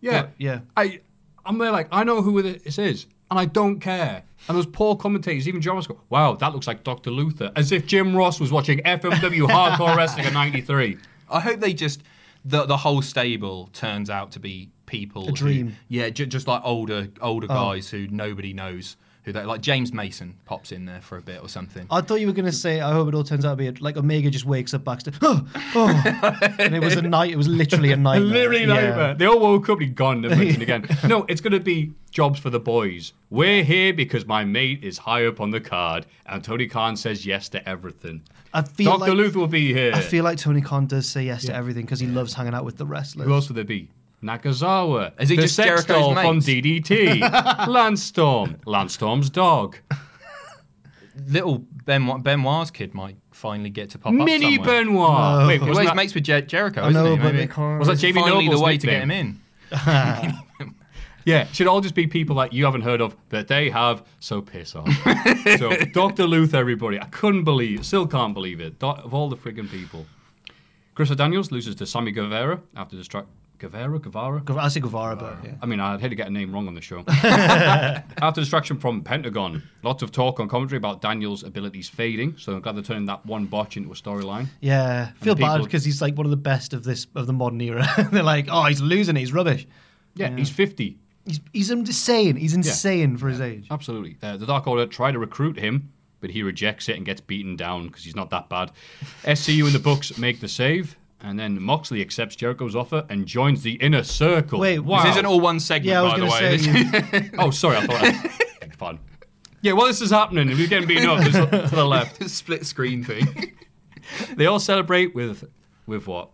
Speaker 2: yeah,
Speaker 4: But, yeah.
Speaker 2: I, I'm there like I know who this is, and I don't care. And those poor commentators, even John Ross, go, "Wow, that looks like Dr. Luther," as if Jim Ross was watching FMW Hardcore Wrestling in '93.
Speaker 3: I hope they just the the whole stable turns out to be people.
Speaker 4: A dream.
Speaker 3: Who, yeah, ju- just like older older
Speaker 4: Oh.
Speaker 3: guys who nobody knows who they like. James Mason pops in there for a bit or something.
Speaker 4: I thought you were gonna say. I hope it all turns out to be a, like Omega just wakes up backstage. Oh, oh. and it was a night. It was literally a nightmare.
Speaker 2: Literally
Speaker 4: Yeah.
Speaker 2: nightmare. They all woke up and he'd gone. Never mentioned again. No, it's going to be jobs for the boys. We're here because my mate is high up on the card, and Tony Khan says yes to everything.
Speaker 4: I feel
Speaker 2: Dr.
Speaker 4: like-
Speaker 2: Luther will be here.
Speaker 4: I feel like Tony Khan does say yes to
Speaker 2: Yeah.
Speaker 4: everything because he loves hanging out with the wrestlers.
Speaker 2: Who else would there be? Nakazawa.
Speaker 3: Is he
Speaker 2: the
Speaker 3: just
Speaker 2: sex
Speaker 3: Jericho's
Speaker 2: doll
Speaker 3: mate?
Speaker 2: from DDT? Landstorm. Landstorm's dog.
Speaker 3: Little Benoit, Benoit's kid might finally get to pop up.
Speaker 2: Mini
Speaker 3: somewhere.
Speaker 2: Benoit. Wait,
Speaker 3: he
Speaker 2: wasn't
Speaker 3: always
Speaker 2: that-
Speaker 3: mates with Jer- Jericho,
Speaker 2: I
Speaker 3: isn't
Speaker 2: know,
Speaker 3: he?
Speaker 2: but
Speaker 3: Maybe-
Speaker 2: they can't- Was that
Speaker 3: It's
Speaker 2: Jamie
Speaker 3: finally
Speaker 2: Noble's
Speaker 3: the way to get him
Speaker 2: nickname?
Speaker 3: in?
Speaker 2: Yeah, should all just be people that you haven't heard of that they have, so piss off. so, Dr. Luth, everybody. I couldn't believe Still can't believe it. Do- of all the friggin' people. Chris Daniels loses to Sammy Guevara after the strike. Guevara? Guevara?
Speaker 4: Guevara- I say Guevara, but yeah.
Speaker 2: I mean, I'd hate to get a name wrong on the show. After distraction from Pentagon, lots of talk on commentary about Daniel's abilities fading. So I'm glad they're turning that one botch into a storyline.
Speaker 4: Yeah,
Speaker 2: And
Speaker 4: feel
Speaker 2: people-
Speaker 4: bad because he's like one of the best of this of the modern era. They're like, oh, he's losing, it, he's rubbish.
Speaker 2: Yeah, he's 50.
Speaker 4: He's he's insane. He's
Speaker 2: Yeah.
Speaker 4: insane for his age.
Speaker 2: Absolutely. Uh, the Dark Order try to recruit him, but he rejects it and gets beaten down because he's not that bad. SCU and the Bucks make the save, and then Moxley accepts Jericho's offer and joins the Inner Circle.
Speaker 4: Wait,
Speaker 2: wow.
Speaker 3: This isn't all one segment,
Speaker 2: Yeah, I was
Speaker 3: by the
Speaker 2: gonna
Speaker 3: way.
Speaker 2: say,
Speaker 3: This-
Speaker 2: oh, sorry, I thought. I... Pardon. Yeah, well, this is happening. We're getting beaten up. It's to the left.
Speaker 3: Split screen thing.
Speaker 2: they all celebrate with with what?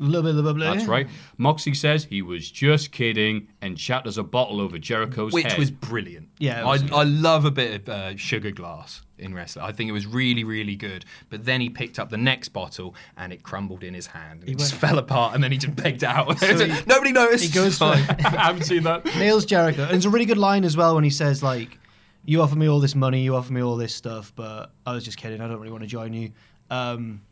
Speaker 4: Blah, blah, blah, blah.
Speaker 2: That's right. Moxie says he was just kidding and shatters a bottle over Jericho's
Speaker 3: Which
Speaker 2: head.
Speaker 3: was brilliant.
Speaker 2: Yeah, it
Speaker 3: I,
Speaker 2: was-
Speaker 3: I love a bit of uh, sugar glass in wrestling. I think it was really, really good. But then he picked up the next bottle and it crumbled in his hand. And
Speaker 4: He
Speaker 3: it just
Speaker 4: went-
Speaker 3: fell apart and then he just pegged it out.
Speaker 4: So he-
Speaker 3: Nobody noticed.
Speaker 4: he goes for-
Speaker 3: Fine.
Speaker 2: I haven't seen that.
Speaker 4: Nails Jericho, and it's a really good line as well when he says like, "You offer me all this money, you offer me all this stuff, but I was just kidding. I don't really want to join you." Um,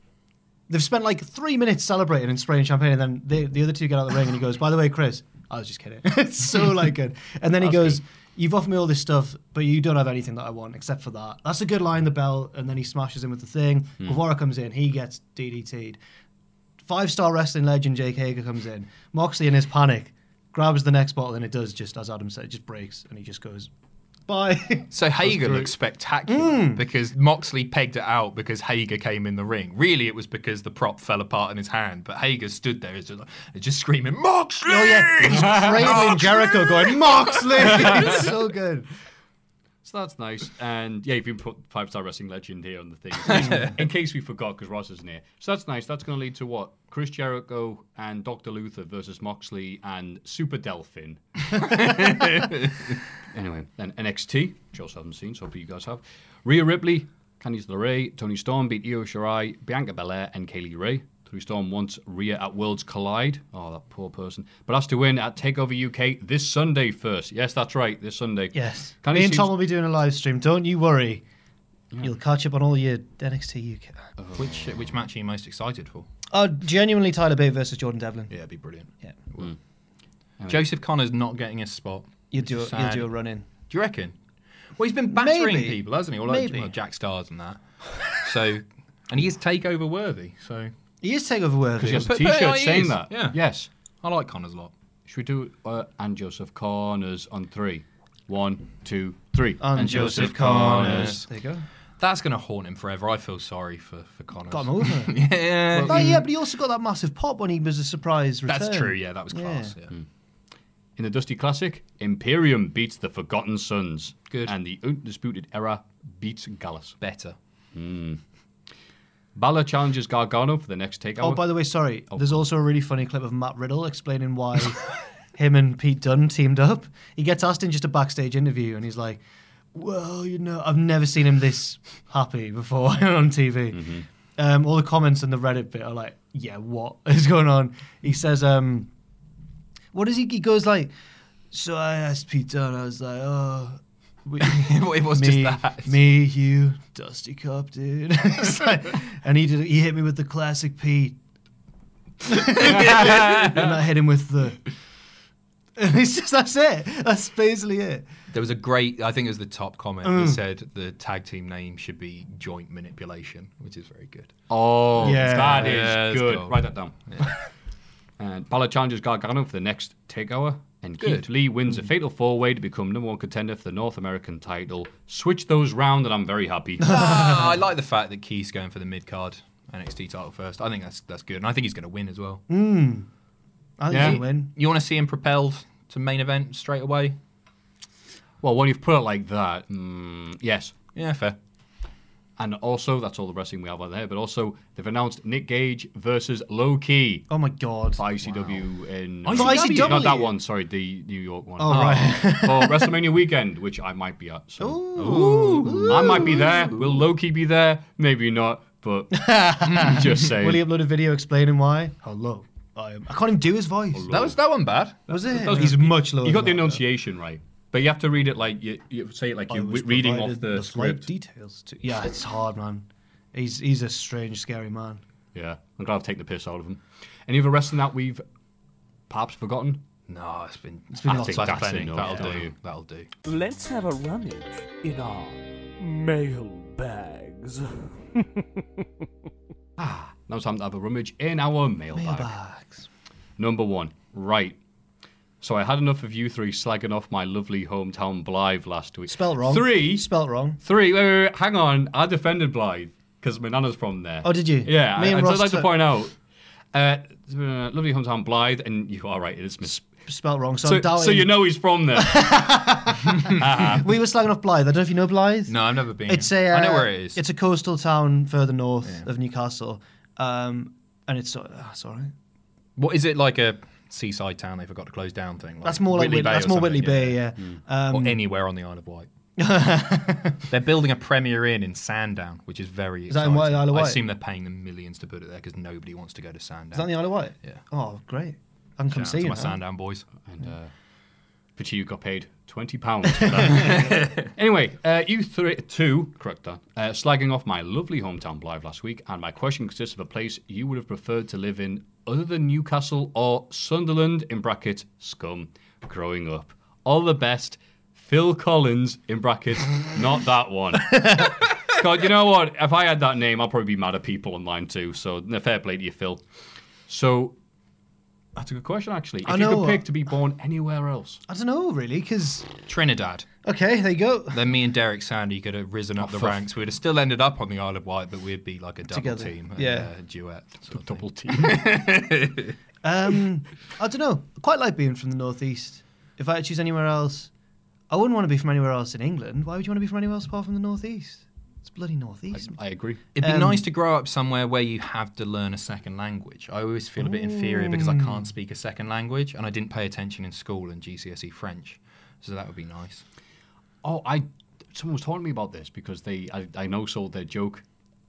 Speaker 4: they've spent like three minutes celebrating and spraying champagne, and then they, the other two get out of the ring, and he goes, "By the way, Chris, I was just kidding." it's so like good. And then he
Speaker 2: That's
Speaker 4: goes, "You've offered me all this stuff, but you don't have anything that I want except for that." That's a good line. The bell, and then he smashes him with the thing.
Speaker 2: Hmm.
Speaker 4: Guevara comes in, he gets DDT'd. Five star wrestling legend Jake Hager comes in. Moxley, in his panic, grabs the next bottle, and it does just as Adam said, it just breaks, and he just goes, "Bye."
Speaker 3: So Hager looks spectacular
Speaker 4: Hmm.
Speaker 3: because Moxley pegged it out because Hager came in the ring. Really, it was because the prop fell apart in his hand, but Hager stood there just, just screaming, Moxley!
Speaker 4: Oh yeah, he's cradling Jericho, going Moxley. it's so good.
Speaker 2: So that's nice. And yeah, you've been put five star wrestling legend here on the thing, in case we forgot because Ross isn't here. So that's nice. That's going to lead to what? Chris Jericho and Dr. Luther versus Moxley and Super Delphin. anyway, then NXT, which I also haven't seen, so hopefully you guys have. Rhea Ripley, Candice LeRae, Tony Storm beat Io Shirai, Bianca Belair, and Kaylee Ray. Tony Storm wants Rhea at Worlds Collide. Oh, that poor person. But has to win at TakeOver UK this Sunday first. Yes, that's right, this Sunday.
Speaker 4: Yes.
Speaker 2: Candice
Speaker 4: Me and Tom
Speaker 2: seems-
Speaker 4: will be doing a live stream. Don't you worry. You'll catch up on all your NXT UK.
Speaker 3: Which which match are you most excited for?
Speaker 4: Oh, genuinely Tyler Bate versus Jordan Devlin.
Speaker 3: Yeah, it'd be brilliant.
Speaker 4: Yeah.
Speaker 3: Joseph Connor's not getting a spot.
Speaker 4: You do. You
Speaker 3: Sad.
Speaker 4: do a run in.
Speaker 3: Do you reckon? Well, he's been battering
Speaker 4: Maybe.
Speaker 3: people, hasn't he? All like
Speaker 4: Maybe.
Speaker 3: well, Jack Stars and that. so, and he is takeover worthy. So
Speaker 4: He is takeover worthy.
Speaker 2: Because he has a
Speaker 3: Put- put
Speaker 2: t
Speaker 3: it
Speaker 2: shirt
Speaker 3: on
Speaker 2: saying
Speaker 3: his.
Speaker 2: that.
Speaker 3: Yeah.
Speaker 2: Yes.
Speaker 3: I like Connors a lot.
Speaker 2: Should we do uh, and Joseph Corners on three? One, two, three.
Speaker 4: And Joseph Corners. There you go.
Speaker 3: That's going to haunt him forever. I feel sorry for for Connors.
Speaker 4: Got him over.
Speaker 3: yeah.
Speaker 4: Oh, yeah, but he also got that massive pop when he was a surprise return.
Speaker 2: That's true, yeah, that was class, yeah. In the Dusty Classic, Imperium beats the Forgotten Sons. Good. And the Undisputed Era beats Gallus.
Speaker 3: Better.
Speaker 2: Mm. Balor challenges Gargano for the next takeover.
Speaker 4: Oh, by the way, sorry.
Speaker 2: Oh.
Speaker 4: There's also a really funny clip of Matt Riddle explaining why him and Pete Dunne teamed up. He gets asked in just a backstage interview, and he's like, "Well, you know, I've never seen him this happy before on TV." Um, all the comments in the Reddit bit are like, "Yeah, what is going on?" He says, um, "What is he?" He goes like, "So I asked Pete Dunne. I was like, oh." We,
Speaker 3: it was
Speaker 4: me,
Speaker 3: just that.
Speaker 4: Me, you, Dusty Cup, dude. It's like- and he did. He hit me with the classic Pete and I hit him with the. And it's just that's it. That's basically it.
Speaker 3: There was a great, I think it was the top comment
Speaker 4: Mm.
Speaker 3: that said the tag team name should be Joint Manipulation, which is very good.
Speaker 2: Oh,
Speaker 3: Yeah.
Speaker 2: that is
Speaker 3: Yeah, that's
Speaker 2: good.
Speaker 3: cool.
Speaker 2: Write that down. and Balor challenges Gargano for the next takeover. And
Speaker 3: Good. Hmm.
Speaker 2: Keith Lee wins a fatal four way to become number one contender for the North American title. Switch those round, and I'm very happy.
Speaker 3: Ah, I like the fact that Keith's going for the mid card NXT title first. I think that's that's good, and I think he's going to win as well.
Speaker 4: Mm. I think
Speaker 3: Yeah.
Speaker 4: he'll win.
Speaker 3: You want to see him propelled to main event straight away?
Speaker 2: Well, when you've put it like that, mm, yes.
Speaker 3: Yeah, fair.
Speaker 2: And also, that's all the wrestling we have on there, but also, they've announced Nick Gage versus Low Key.
Speaker 4: Oh my god.
Speaker 2: For ICW in.
Speaker 4: Oh, for ICW?
Speaker 2: Not that one, sorry, the New York one.
Speaker 4: Oh, right.
Speaker 2: for WrestleMania weekend, which I might be at. So.
Speaker 4: Ooh.
Speaker 2: I might be there. Will Low Key be there? Maybe not, but just saying.
Speaker 4: Will he upload a video explaining why? Hello. I, am. I can't even do his voice.
Speaker 2: That was-
Speaker 3: that one bad.
Speaker 4: Was
Speaker 2: That
Speaker 4: it?
Speaker 2: was-
Speaker 4: He's much lower.
Speaker 2: You got the
Speaker 4: than that.
Speaker 2: enunciation right, but you have to read it like you, you say it like
Speaker 4: I
Speaker 2: you're
Speaker 4: was
Speaker 2: re- reading off
Speaker 4: provided
Speaker 2: the,
Speaker 4: slight
Speaker 2: script.
Speaker 4: details. To, yeah, it's hard, man. He's he's a strange, scary man.
Speaker 2: Yeah, I'm glad I've taken the piss out of him. Any other wrestling that we've perhaps forgotten?
Speaker 3: No, it's been
Speaker 2: It's been
Speaker 3: I
Speaker 2: lots
Speaker 3: think
Speaker 2: of
Speaker 3: that's
Speaker 2: planning.
Speaker 3: enough.
Speaker 2: That'll
Speaker 3: Yeah.
Speaker 2: do.
Speaker 3: That'll do.
Speaker 1: Let's have a rummage in our mailbags.
Speaker 2: Ah, now it's time to have a rummage in our mailbag. Number one, right. So I had enough of you three slagging off my lovely hometown Blythe last week.
Speaker 4: Spelt wrong.
Speaker 2: Three.
Speaker 4: Spelt wrong.
Speaker 2: Three. Wait, wait, wait, hang on. I defended Blythe because my nana's from there.
Speaker 4: Oh, did you?
Speaker 2: Yeah.
Speaker 4: Me
Speaker 2: I-
Speaker 4: and
Speaker 2: I'd
Speaker 4: Ross
Speaker 2: just like to
Speaker 4: took-
Speaker 2: point out. Uh, uh, lovely hometown Blythe, and you are right. It is mis-
Speaker 4: Spelt wrong. So,
Speaker 2: so,
Speaker 4: I'm doubting.
Speaker 2: so you know he's from there.
Speaker 4: we were slagging off Blythe. I don't know if you know Blythe.
Speaker 3: No, I've never been.
Speaker 4: It's
Speaker 3: I
Speaker 4: a. Uh,
Speaker 3: know where it is.
Speaker 4: It's a coastal town further north of Newcastle, um, and it's sort of, ah, it's all right.
Speaker 3: What is it like a seaside town they forgot to close down thing?
Speaker 4: That's more like Whit-
Speaker 3: Bay
Speaker 4: that's
Speaker 3: or
Speaker 4: more
Speaker 3: something, Mm.
Speaker 4: Whitley Bay, yeah. Um,
Speaker 3: or anywhere on the Isle of Wight. they're building a Premier Inn in Sandown, which is very.
Speaker 4: Is that in White-
Speaker 3: exciting.
Speaker 4: Isle of
Speaker 3: I
Speaker 4: Wight?
Speaker 3: assume they're paying them millions to put it there because nobody wants to go to Sandown.
Speaker 4: Is that on the Isle of Wight?
Speaker 3: Yeah.
Speaker 4: Oh, great. I can come
Speaker 3: Shout out
Speaker 4: see
Speaker 3: to
Speaker 4: you.
Speaker 3: my
Speaker 4: now.
Speaker 3: Sandown boys.
Speaker 2: and uh, Petit, you got paid twenty pounds. for that. anyway, uh, you three, two, correct that, uh, slagging off my lovely hometown Blythe last week, and my question consists of a place you would have preferred to live in other than Newcastle or Sunderland in brackets scum. Growing up, all the best. Phil Collins in brackets, not that one. God, you know what? If I had that name, I'd probably be mad at people online too. So, no, fair play to you, Phil. So, that's a good question, actually. If
Speaker 4: I
Speaker 2: you
Speaker 4: know.
Speaker 2: could pick to be born anywhere else,
Speaker 4: I don't know really, because
Speaker 3: Trinidad.
Speaker 4: okay, there you go.
Speaker 3: Then me and Derek Sandy could have risen up the
Speaker 2: for-
Speaker 3: ranks. We'd have still ended up on the Isle of Wight, but we'd be like a double
Speaker 4: Together.
Speaker 3: team,
Speaker 4: Yeah.
Speaker 3: a, uh, duet, sort of
Speaker 2: double team.
Speaker 4: Um, I don't know. I quite like being from the northeast. If I had to choose anywhere else, I wouldn't want to be from anywhere else in England. Why would you want to be from anywhere else apart from the northeast? It's bloody northeast.
Speaker 2: I agree.
Speaker 3: It'd be
Speaker 4: Um,
Speaker 3: nice to grow up somewhere where you have to learn a second language. I always feel a bit inferior because I
Speaker 4: Ooh.
Speaker 3: can't speak a second language and I didn't pay attention in school in GCSE E French. So that would be nice.
Speaker 2: Oh, I someone was talking to me about this because they I, I know sold their joke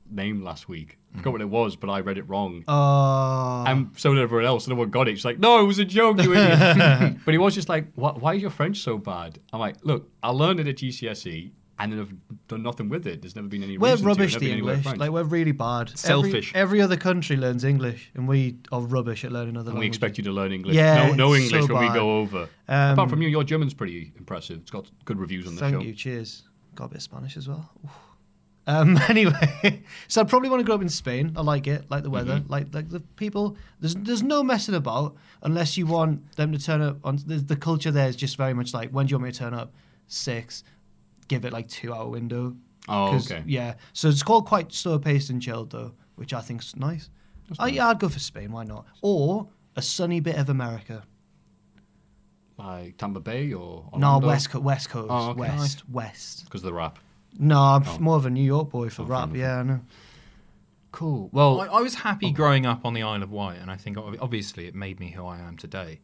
Speaker 2: name last week. I forgot what it was, but I read it wrong.
Speaker 4: Oh.
Speaker 2: and so did everyone else. No one got it. She's like, "No, it was a joke, you idiot." but he was just like, "Why, why is your French so bad?" I'm like, "Look, I learned it at GCSE, E and then I've done nothing with it. There's never been any.
Speaker 4: We're
Speaker 2: reason to. I've
Speaker 4: rubbish
Speaker 2: never
Speaker 4: the
Speaker 2: been anywhere
Speaker 4: English.
Speaker 2: French.
Speaker 4: Like we're really bad.
Speaker 2: Selfish.
Speaker 4: Every, every other country learns English, and we are rubbish at learning other
Speaker 2: And we
Speaker 4: languages.
Speaker 2: expect you to learn English.
Speaker 4: Yeah,
Speaker 2: no, no
Speaker 4: it's
Speaker 2: English
Speaker 4: so
Speaker 2: when we
Speaker 4: bad.
Speaker 2: go over.
Speaker 4: Um,
Speaker 2: Apart from you, your German's pretty impressive. It's got good reviews on the
Speaker 4: Thank
Speaker 2: show.
Speaker 4: you. Cheers. Got a bit of Spanish as well. Oof. Um, anyway, so I probably want to grow up in Spain. I like it, like the weather,
Speaker 2: Mm-hmm.
Speaker 4: like like the people. There's there's no messing about unless you want them to turn up. On the, the culture there is just very much like when do you want me to turn up? Six. Give it like two hour window.
Speaker 2: Oh,
Speaker 4: 'Cause-
Speaker 2: okay.
Speaker 4: Yeah, so it's called quite slow paced and chilled though, which I think's nice. I, yeah, I'd go for Spain. Why not? Or a sunny bit of America.
Speaker 2: Like Tampa Bay or
Speaker 4: No,
Speaker 2: Orlando?
Speaker 4: West Coast. West Coast.
Speaker 2: Oh, okay.
Speaker 4: West. West.
Speaker 2: because of the rap.
Speaker 4: No, I'm
Speaker 2: Oh.
Speaker 4: f more of a New York boy for rap. Yeah, I know. Cool. Well, oh.
Speaker 3: I, I was happy growing up on the Isle of Wight, and I think ob- obviously it made me who I am today.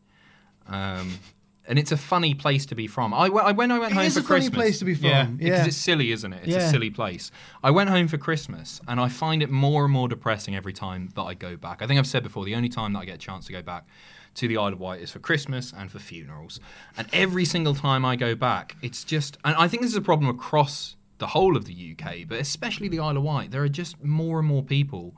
Speaker 3: Um, and it's a funny place to be from. I, we- I- when I went
Speaker 4: It
Speaker 3: home
Speaker 4: is
Speaker 3: for
Speaker 4: a funny
Speaker 3: Christmas,
Speaker 4: place to be from, yeah.
Speaker 3: because it's silly, isn't it? It's
Speaker 4: Yeah.
Speaker 3: a silly place. I went home for Christmas, and I find it more and more depressing every time that I go back. I think I've said before the only time that I get a chance to go back to the Isle of Wight is for Christmas and for funerals. And every single time I go back, it's just, and I think this is a problem across the whole of the UK, but especially the Isle of Wight. There are just more and more people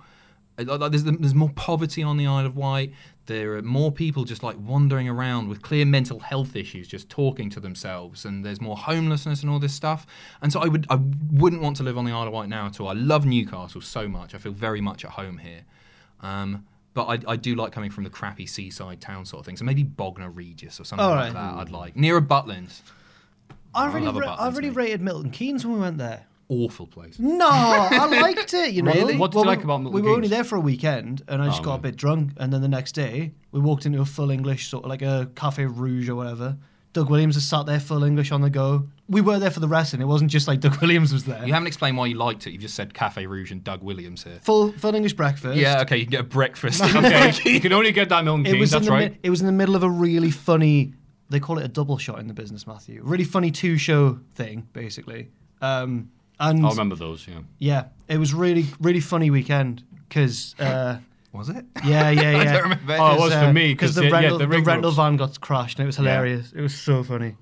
Speaker 3: uh, like, like, There's, there's more poverty on the Isle of Wight. There are more people just like wandering around with clear mental health issues, just talking to themselves. And there's more homelessness and all this stuff. And so I would I wouldn't want to live on the Isle of Wight now at all. I love Newcastle so much. I feel very much at home here. Um, but I, I do like coming from the crappy seaside town sort of thing. So maybe Bognor Regis or something
Speaker 4: All
Speaker 3: like
Speaker 4: right.
Speaker 3: that. I'd like near a Butlins.
Speaker 4: I
Speaker 3: I
Speaker 4: really,
Speaker 3: love a
Speaker 4: ra- I
Speaker 3: Butlins,
Speaker 4: really rated Milton Keynes when we went there.
Speaker 3: Awful place.
Speaker 4: No, I liked it. You know,
Speaker 2: Really? What did you
Speaker 4: Well, we-
Speaker 2: like about Milton
Speaker 4: We were only
Speaker 2: Keynes?
Speaker 4: there for a weekend, and I just
Speaker 2: Oh,
Speaker 4: got a bit drunk. And then the next day, we walked into a full English sort of like a Cafe Rouge or whatever. Doug Williams has sat there full English on the go. We were there for the rest, and it wasn't just like Doug Williams was there.
Speaker 3: You haven't explained why you liked it. You've just said Cafe Rouge and Doug Williams here.
Speaker 4: Full full English breakfast.
Speaker 3: Yeah, okay, you can get a breakfast.
Speaker 2: okay, you can only get that Milton
Speaker 4: It
Speaker 2: Keynes.
Speaker 4: was
Speaker 2: That's
Speaker 4: in the
Speaker 2: right.
Speaker 4: mi- it was in the middle of a really funny. They call it a double shot in the business, Matthew. Really funny two show thing, basically. Um, and
Speaker 2: I remember those. Yeah.
Speaker 4: Yeah, it was really really funny weekend because. Uh,
Speaker 3: was it?
Speaker 4: Yeah, yeah, yeah.
Speaker 2: I don't remember. Oh, it was for me, 'cause
Speaker 4: because uh, the,
Speaker 2: the- yeah,
Speaker 4: rental,
Speaker 2: the
Speaker 4: the
Speaker 2: ring
Speaker 4: rental
Speaker 2: ropes.
Speaker 4: van got crashed and it was hilarious. It was so funny.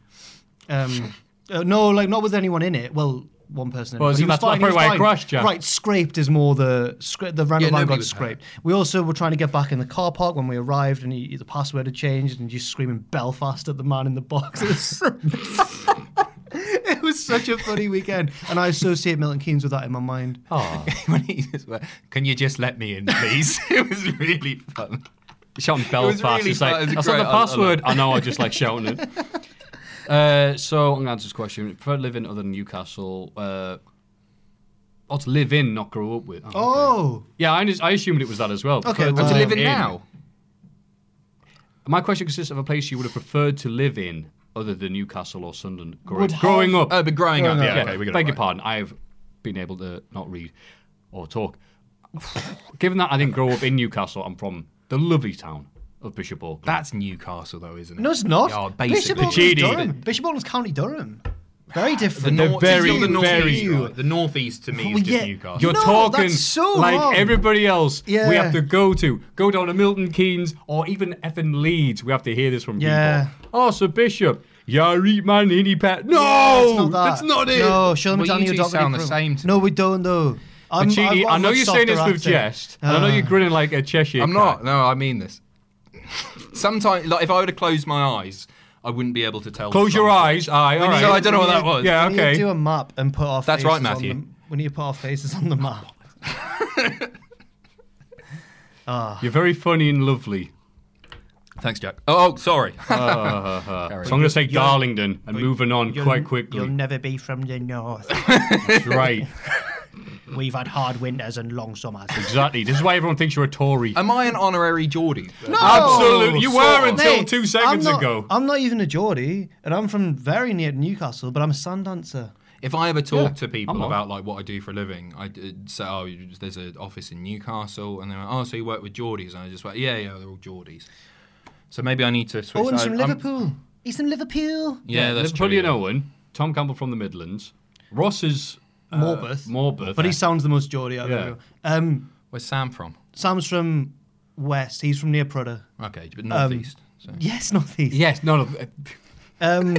Speaker 4: Um, uh, no, like not with anyone in it. Well, one person. In
Speaker 2: Well,
Speaker 4: it,
Speaker 2: so
Speaker 4: but he was
Speaker 2: that's probably
Speaker 4: fine, he was
Speaker 2: why it
Speaker 4: fine.
Speaker 2: crashed, yeah.
Speaker 4: Right, scraped is more the scra- the
Speaker 2: Yeah,
Speaker 4: rental van
Speaker 2: nobody
Speaker 4: got
Speaker 2: was
Speaker 4: scraped. We also were trying to get back in the car park when we arrived, and he, the password had changed, and just screaming Belfast at the man in the box. It was, so- it was such a funny weekend, and I associate Milton Keynes with that in my mind.
Speaker 2: Oh,
Speaker 3: when he just went, can you just let me in, please? it was really fun.
Speaker 2: Shouting Belfast.
Speaker 3: really
Speaker 2: it's
Speaker 3: fun.
Speaker 2: like,
Speaker 3: It was
Speaker 2: that's not
Speaker 3: great.
Speaker 2: the
Speaker 3: I- I love
Speaker 2: password.
Speaker 3: it.
Speaker 2: I, know, I just like shouting it. Uh, so I'm going to answer this question. Prefer to live in other than Newcastle. Uh, or to live in, not grow up with. Oh.
Speaker 4: Oh,
Speaker 2: Yeah, I, just, I assumed it was that as well. uh,
Speaker 4: Okay,
Speaker 2: Prefer
Speaker 4: well- To live in
Speaker 3: now?
Speaker 2: My question consists of a place you would have preferred to live in other than Newcastle or Sunderland. Growing,
Speaker 3: Would have-
Speaker 2: growing up.
Speaker 3: Oh, but growing up, yeah, okay, we got it
Speaker 2: Beg your
Speaker 3: right.
Speaker 2: pardon. I've been able to not read or talk. Given that I didn't grow up in Newcastle, I'm from the lovely town of Bishop Auckland.
Speaker 3: That's Newcastle, though, isn't it?
Speaker 4: No, it's not.
Speaker 3: Oh,
Speaker 4: Bishop
Speaker 3: basically.
Speaker 4: Auckland's Durham. Bishop Auckland's County Durham. Very
Speaker 3: The
Speaker 4: different.
Speaker 3: north, very, the northeast,
Speaker 4: Ew.
Speaker 3: right? The northeast to me
Speaker 4: Well,
Speaker 3: is just
Speaker 4: yeah.
Speaker 3: Newcastle.
Speaker 2: You're
Speaker 4: No,
Speaker 2: talking
Speaker 4: that's so
Speaker 2: like
Speaker 4: wrong.
Speaker 2: everybody else. We
Speaker 4: Yeah.
Speaker 2: have to go to go down to Milton Keynes or even effing Leeds. We have to hear this from
Speaker 4: Yeah.
Speaker 2: people. Oh, so Bishop, yeah, eat my ninny pat. No,
Speaker 4: it's not that.
Speaker 2: that's not it.
Speaker 4: No, show them
Speaker 3: Well,
Speaker 4: Danny
Speaker 3: you two
Speaker 4: O'Doherty
Speaker 3: sound the
Speaker 4: crew.
Speaker 3: same to
Speaker 4: No, we don't though. I'm,
Speaker 2: But Chidi,
Speaker 4: I've-
Speaker 2: I
Speaker 4: I'm
Speaker 2: know
Speaker 4: much
Speaker 2: you're saying this
Speaker 4: softer Uh, Ah.
Speaker 2: with
Speaker 4: accent.
Speaker 2: jest. and I know you're grinning like a Cheshire.
Speaker 3: I'm
Speaker 2: cat.
Speaker 3: not. No, I mean this. Sometimes, like, if I were to close my eyes, I wouldn't be able to tell.
Speaker 2: Close your eyes. Aye, all
Speaker 3: When
Speaker 2: right.
Speaker 3: you- No, I don't know what that was.
Speaker 2: Yeah,
Speaker 4: We need to do
Speaker 2: okay.
Speaker 4: a map and put our.
Speaker 3: That's
Speaker 4: faces
Speaker 3: right,
Speaker 4: on
Speaker 3: Matthew.
Speaker 4: the- we need to put our faces on the map.
Speaker 2: You're very funny and lovely.
Speaker 3: Thanks, Jack. Oh, oh, sorry.
Speaker 2: So
Speaker 3: Carry
Speaker 2: I'm
Speaker 3: on.
Speaker 2: going to say Darlington and moving on
Speaker 4: You'll-
Speaker 2: quite
Speaker 4: You'll
Speaker 2: quickly.
Speaker 4: never be from the north.
Speaker 2: That's right.
Speaker 4: we've had hard winters and long summers.
Speaker 2: Exactly. This is why everyone thinks you're a Tory.
Speaker 3: Am I an honorary Geordie?
Speaker 2: No. Absolutely. You were
Speaker 4: Mate,
Speaker 2: until two
Speaker 4: I'm
Speaker 2: seconds
Speaker 4: not-
Speaker 2: ago.
Speaker 4: I'm not even a Geordie, and I'm from very near Newcastle, but I'm a Sundancer.
Speaker 3: If I ever talk
Speaker 4: Yeah,
Speaker 3: to people
Speaker 4: I'm not.
Speaker 3: about like what I do for a living, I d- say, "Oh, you- there's an office in Newcastle," and they're like, "Oh, so you work with Geordies?" And I just went, "Yeah, yeah, they're all Geordies." So maybe I need to switch.
Speaker 4: Oh, Owen's
Speaker 3: I-
Speaker 4: from
Speaker 3: I'm-
Speaker 4: Liverpool. He's from Liverpool.
Speaker 3: Yeah, that's
Speaker 2: Liverpool
Speaker 3: true,
Speaker 2: and
Speaker 3: yeah.
Speaker 2: Owen. Tom Campbell from the Midlands. Ross is uh,
Speaker 4: Morpeth.
Speaker 2: Morpeth.
Speaker 4: But he sounds the most Geordie I've
Speaker 2: Yeah.
Speaker 4: ever. Um,
Speaker 3: Where's Sam from?
Speaker 4: Sam's from West. He's from near Prudder.
Speaker 3: Okay, but
Speaker 4: Um,
Speaker 3: northeast, so.
Speaker 4: Yes, northeast.
Speaker 2: Yes, none of.
Speaker 4: um,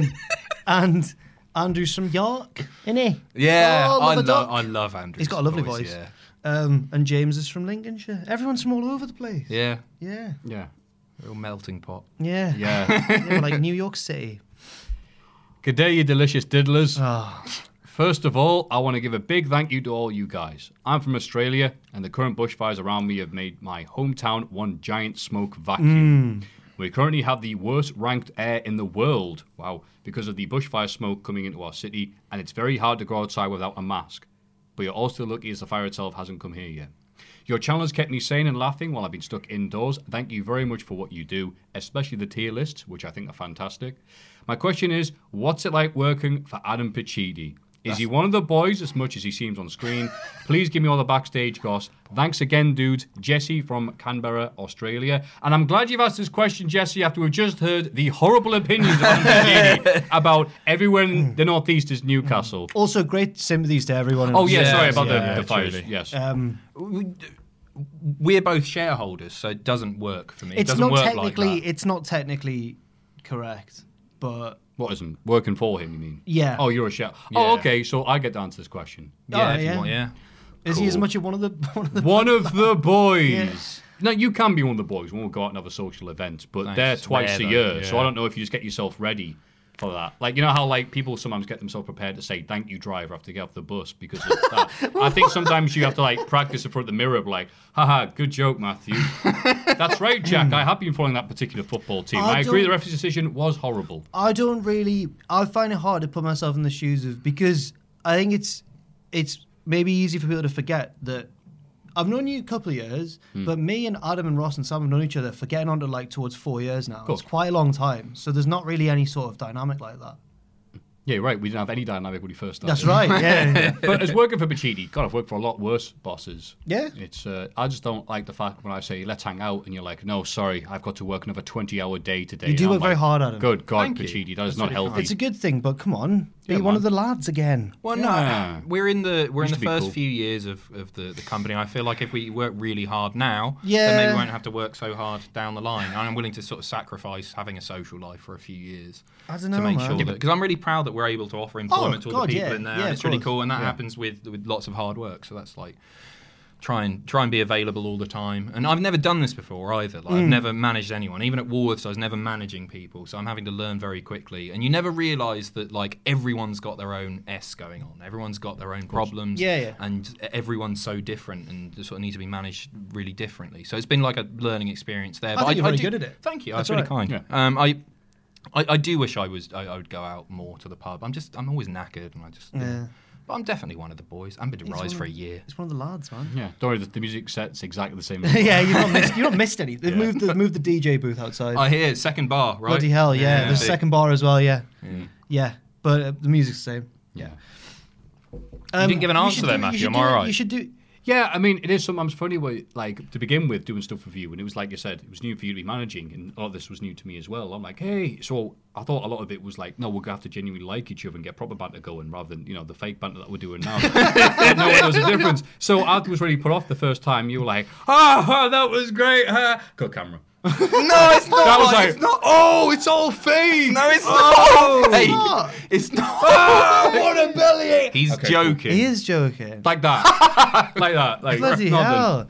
Speaker 4: and Andrew's from York, isn't he?
Speaker 3: Yeah,
Speaker 4: Oh,
Speaker 3: I
Speaker 4: love a
Speaker 3: love
Speaker 4: doc.
Speaker 3: I love Andrew.
Speaker 4: He's got a lovely voice.
Speaker 3: Yeah,
Speaker 4: Um, and James is from Lincolnshire. Everyone's from all over the place.
Speaker 3: yeah,
Speaker 4: Yeah.
Speaker 2: yeah.
Speaker 3: Real melting pot.
Speaker 4: Yeah.
Speaker 2: Yeah.
Speaker 4: yeah like New York City.
Speaker 2: Good day, you delicious diddlers. First of all, I want to give a big thank you to all you guys. I'm from Australia, and the current bushfires around me have made my hometown one giant smoke vacuum. We currently have the worst ranked air in the world, wow, because of the bushfire smoke coming into our city, and it's very hard to go outside without a mask. But you're also lucky as the fire itself hasn't come here yet. Your channel has kept me sane and laughing while I've been stuck indoors. Thank you very much for what you do, especially the tier lists, which I think are fantastic. My question is, what's it like working for Adam Pachidi? Is he one of the boys as much as he seems on screen? Please give me all the backstage goss. Thanks again, dudes. Jesse from Canberra, Australia. And I'm glad you've asked this question, Jesse, after we've just heard the horrible opinions of Adam Pachidi about everywhere in the northeast is Newcastle.
Speaker 4: Also, great sympathies to everyone. in
Speaker 2: Oh, yeah,
Speaker 4: Australia.
Speaker 2: sorry about the- the fires,
Speaker 3: truly.
Speaker 2: yes.
Speaker 4: Um,
Speaker 3: We're both shareholders, so it doesn't work for me. it
Speaker 4: it's
Speaker 3: doesn't
Speaker 4: not
Speaker 3: work
Speaker 4: technically.
Speaker 3: like that.
Speaker 4: It's not technically correct, but
Speaker 2: What isn't? Working for him, you mean?
Speaker 4: Yeah.
Speaker 2: Oh, you're a chef.
Speaker 4: Yeah.
Speaker 2: Oh, okay. So I get to answer this question.
Speaker 4: Yeah, if you oh, yeah. want, yeah. is he as
Speaker 2: Cool.
Speaker 4: much of one of the one of the
Speaker 2: One of the boys.
Speaker 4: Yeah.
Speaker 2: No, you can be one of the boys when we go out and have a social event, but
Speaker 3: Nice.
Speaker 2: they're twice
Speaker 3: Rare,
Speaker 2: a
Speaker 3: though,
Speaker 2: year. So
Speaker 3: yeah.
Speaker 2: I don't know if you just get yourself ready for that. Like you know how like people sometimes get themselves prepared to say thank you driver after they get off the bus because of that. I think sometimes you have to like practice in front of the mirror, of like, haha, good joke, Matthew. That's right, Jack. I have been following that particular football team.
Speaker 4: I
Speaker 2: Hmm. Oh, I, agree.
Speaker 4: don't-
Speaker 2: The referee's decision was horrible.
Speaker 4: I don't really. I find it hard to put myself in the shoes of because I think it's it's maybe easy for people to forget that I've known you a couple of years,
Speaker 10: Hmm.
Speaker 4: but me and Adam and Ross and Sam have known each other for getting on to like towards four years now.
Speaker 2: Cool.
Speaker 4: It's quite a long time, so there's not really any sort of dynamic like that.
Speaker 2: Yeah, you're right. We didn't have any dynamic when we first started.
Speaker 4: That's right, yeah.
Speaker 2: but as working for Pachidi, God, I've worked for a lot worse bosses.
Speaker 4: Yeah.
Speaker 2: It's uh, I just don't like the fact when I say let's hang out and you're like, no, sorry, I've got to work another 20 hour day today.
Speaker 4: You do
Speaker 2: And I'm
Speaker 4: work very
Speaker 2: like,
Speaker 4: hard at it.
Speaker 2: Good God,
Speaker 3: Thank you.
Speaker 2: Pachidi, that is
Speaker 3: That's
Speaker 2: not
Speaker 3: really
Speaker 2: healthy.
Speaker 4: It's a good thing, but come on, be one of the lads again.
Speaker 3: Well,
Speaker 2: Yeah.
Speaker 3: no, we're in the we're
Speaker 2: Used
Speaker 3: in
Speaker 2: to
Speaker 3: the
Speaker 2: be
Speaker 3: first
Speaker 2: cool.
Speaker 3: few years of, of the, the company. I feel like if we work really hard now, then
Speaker 4: Yeah.
Speaker 3: maybe we won't have to work so hard down the line. And I'm willing to sort of sacrifice having a social life for a few years
Speaker 4: I don't
Speaker 3: to
Speaker 4: know,
Speaker 3: make
Speaker 4: man.
Speaker 3: sure
Speaker 4: Yeah,
Speaker 3: that
Speaker 4: but-
Speaker 3: because I'm really proud that we're able to offer employment to all
Speaker 4: God,
Speaker 3: the people
Speaker 4: yeah,
Speaker 3: in there.
Speaker 4: yeah,
Speaker 3: and
Speaker 4: of
Speaker 3: it's really
Speaker 4: course.
Speaker 3: cool, and that
Speaker 4: Yeah.
Speaker 3: happens with with lots of hard work. So that's like try and try and be available all the time. And I've never done this before either. Like I've
Speaker 2: Mm.
Speaker 3: never managed anyone. Even at Woolworths, I was never managing people, so I'm having to learn very quickly. And you never realise that like everyone's got their own s going on. Everyone's got their own problems.
Speaker 4: Yeah, yeah.
Speaker 3: And everyone's so different and sort of need to be managed really differently. So it's been like a learning experience there.
Speaker 4: I
Speaker 3: but
Speaker 4: think you're very
Speaker 3: do-
Speaker 4: good at it.
Speaker 3: Thank you.
Speaker 4: That's
Speaker 3: That's really
Speaker 4: all right.
Speaker 3: kind. Um, I. I, I do wish I was. I, I would go out more to the pub. I'm just. I'm always knackered, and I just.
Speaker 4: Yeah.
Speaker 3: But I'm definitely one of the boys. I've been
Speaker 4: He's
Speaker 3: to Rise
Speaker 4: one
Speaker 3: for a
Speaker 4: of-
Speaker 3: year.
Speaker 4: It's one of the lads, man.
Speaker 2: Yeah, don't worry, the, the music set's exactly the same. as
Speaker 4: yeah,
Speaker 2: before.
Speaker 4: you've not missed, you've not missed any. They've
Speaker 2: Yeah.
Speaker 4: moved, the, moved the DJ booth outside.
Speaker 3: I hear second bar, right?
Speaker 4: Bloody hell, yeah.
Speaker 3: Yeah.
Speaker 4: There's
Speaker 3: Big.
Speaker 4: second bar as well, yeah.
Speaker 3: Yeah.
Speaker 4: Yeah, but uh, the music's the same.
Speaker 2: Yeah.
Speaker 4: Um,
Speaker 3: didn't give an
Speaker 4: you
Speaker 3: answer
Speaker 4: should
Speaker 3: there,
Speaker 4: do- you
Speaker 3: Matthew,
Speaker 4: should
Speaker 3: am
Speaker 4: do-
Speaker 3: I right?
Speaker 4: You should do.
Speaker 2: Yeah, I mean, it is sometimes funny where, like, to begin with, doing stuff with you, and it was like you said, it was new for you to be managing, and a lot of this was new to me as well. I'm like, hey, so I thought a lot of it was like, no, we're gonna have to genuinely like each other and get proper banter going, rather than you know the fake banter that we're doing now. no, there was a difference. So I was really put off the first time. You were like, ah, ah, that was great. ah." Go camera.
Speaker 3: No, it's not.
Speaker 2: That was
Speaker 3: like-
Speaker 2: like,
Speaker 3: it's not.
Speaker 2: oh, it's all fake.
Speaker 3: No, it's
Speaker 2: Oh.
Speaker 3: not. Hey, it's not. Oh,
Speaker 2: what a bellyache.
Speaker 3: He's
Speaker 2: Ah! Okay, cool.
Speaker 3: joking.
Speaker 4: He is joking.
Speaker 2: Like that. like that. Like
Speaker 4: Bloody hell.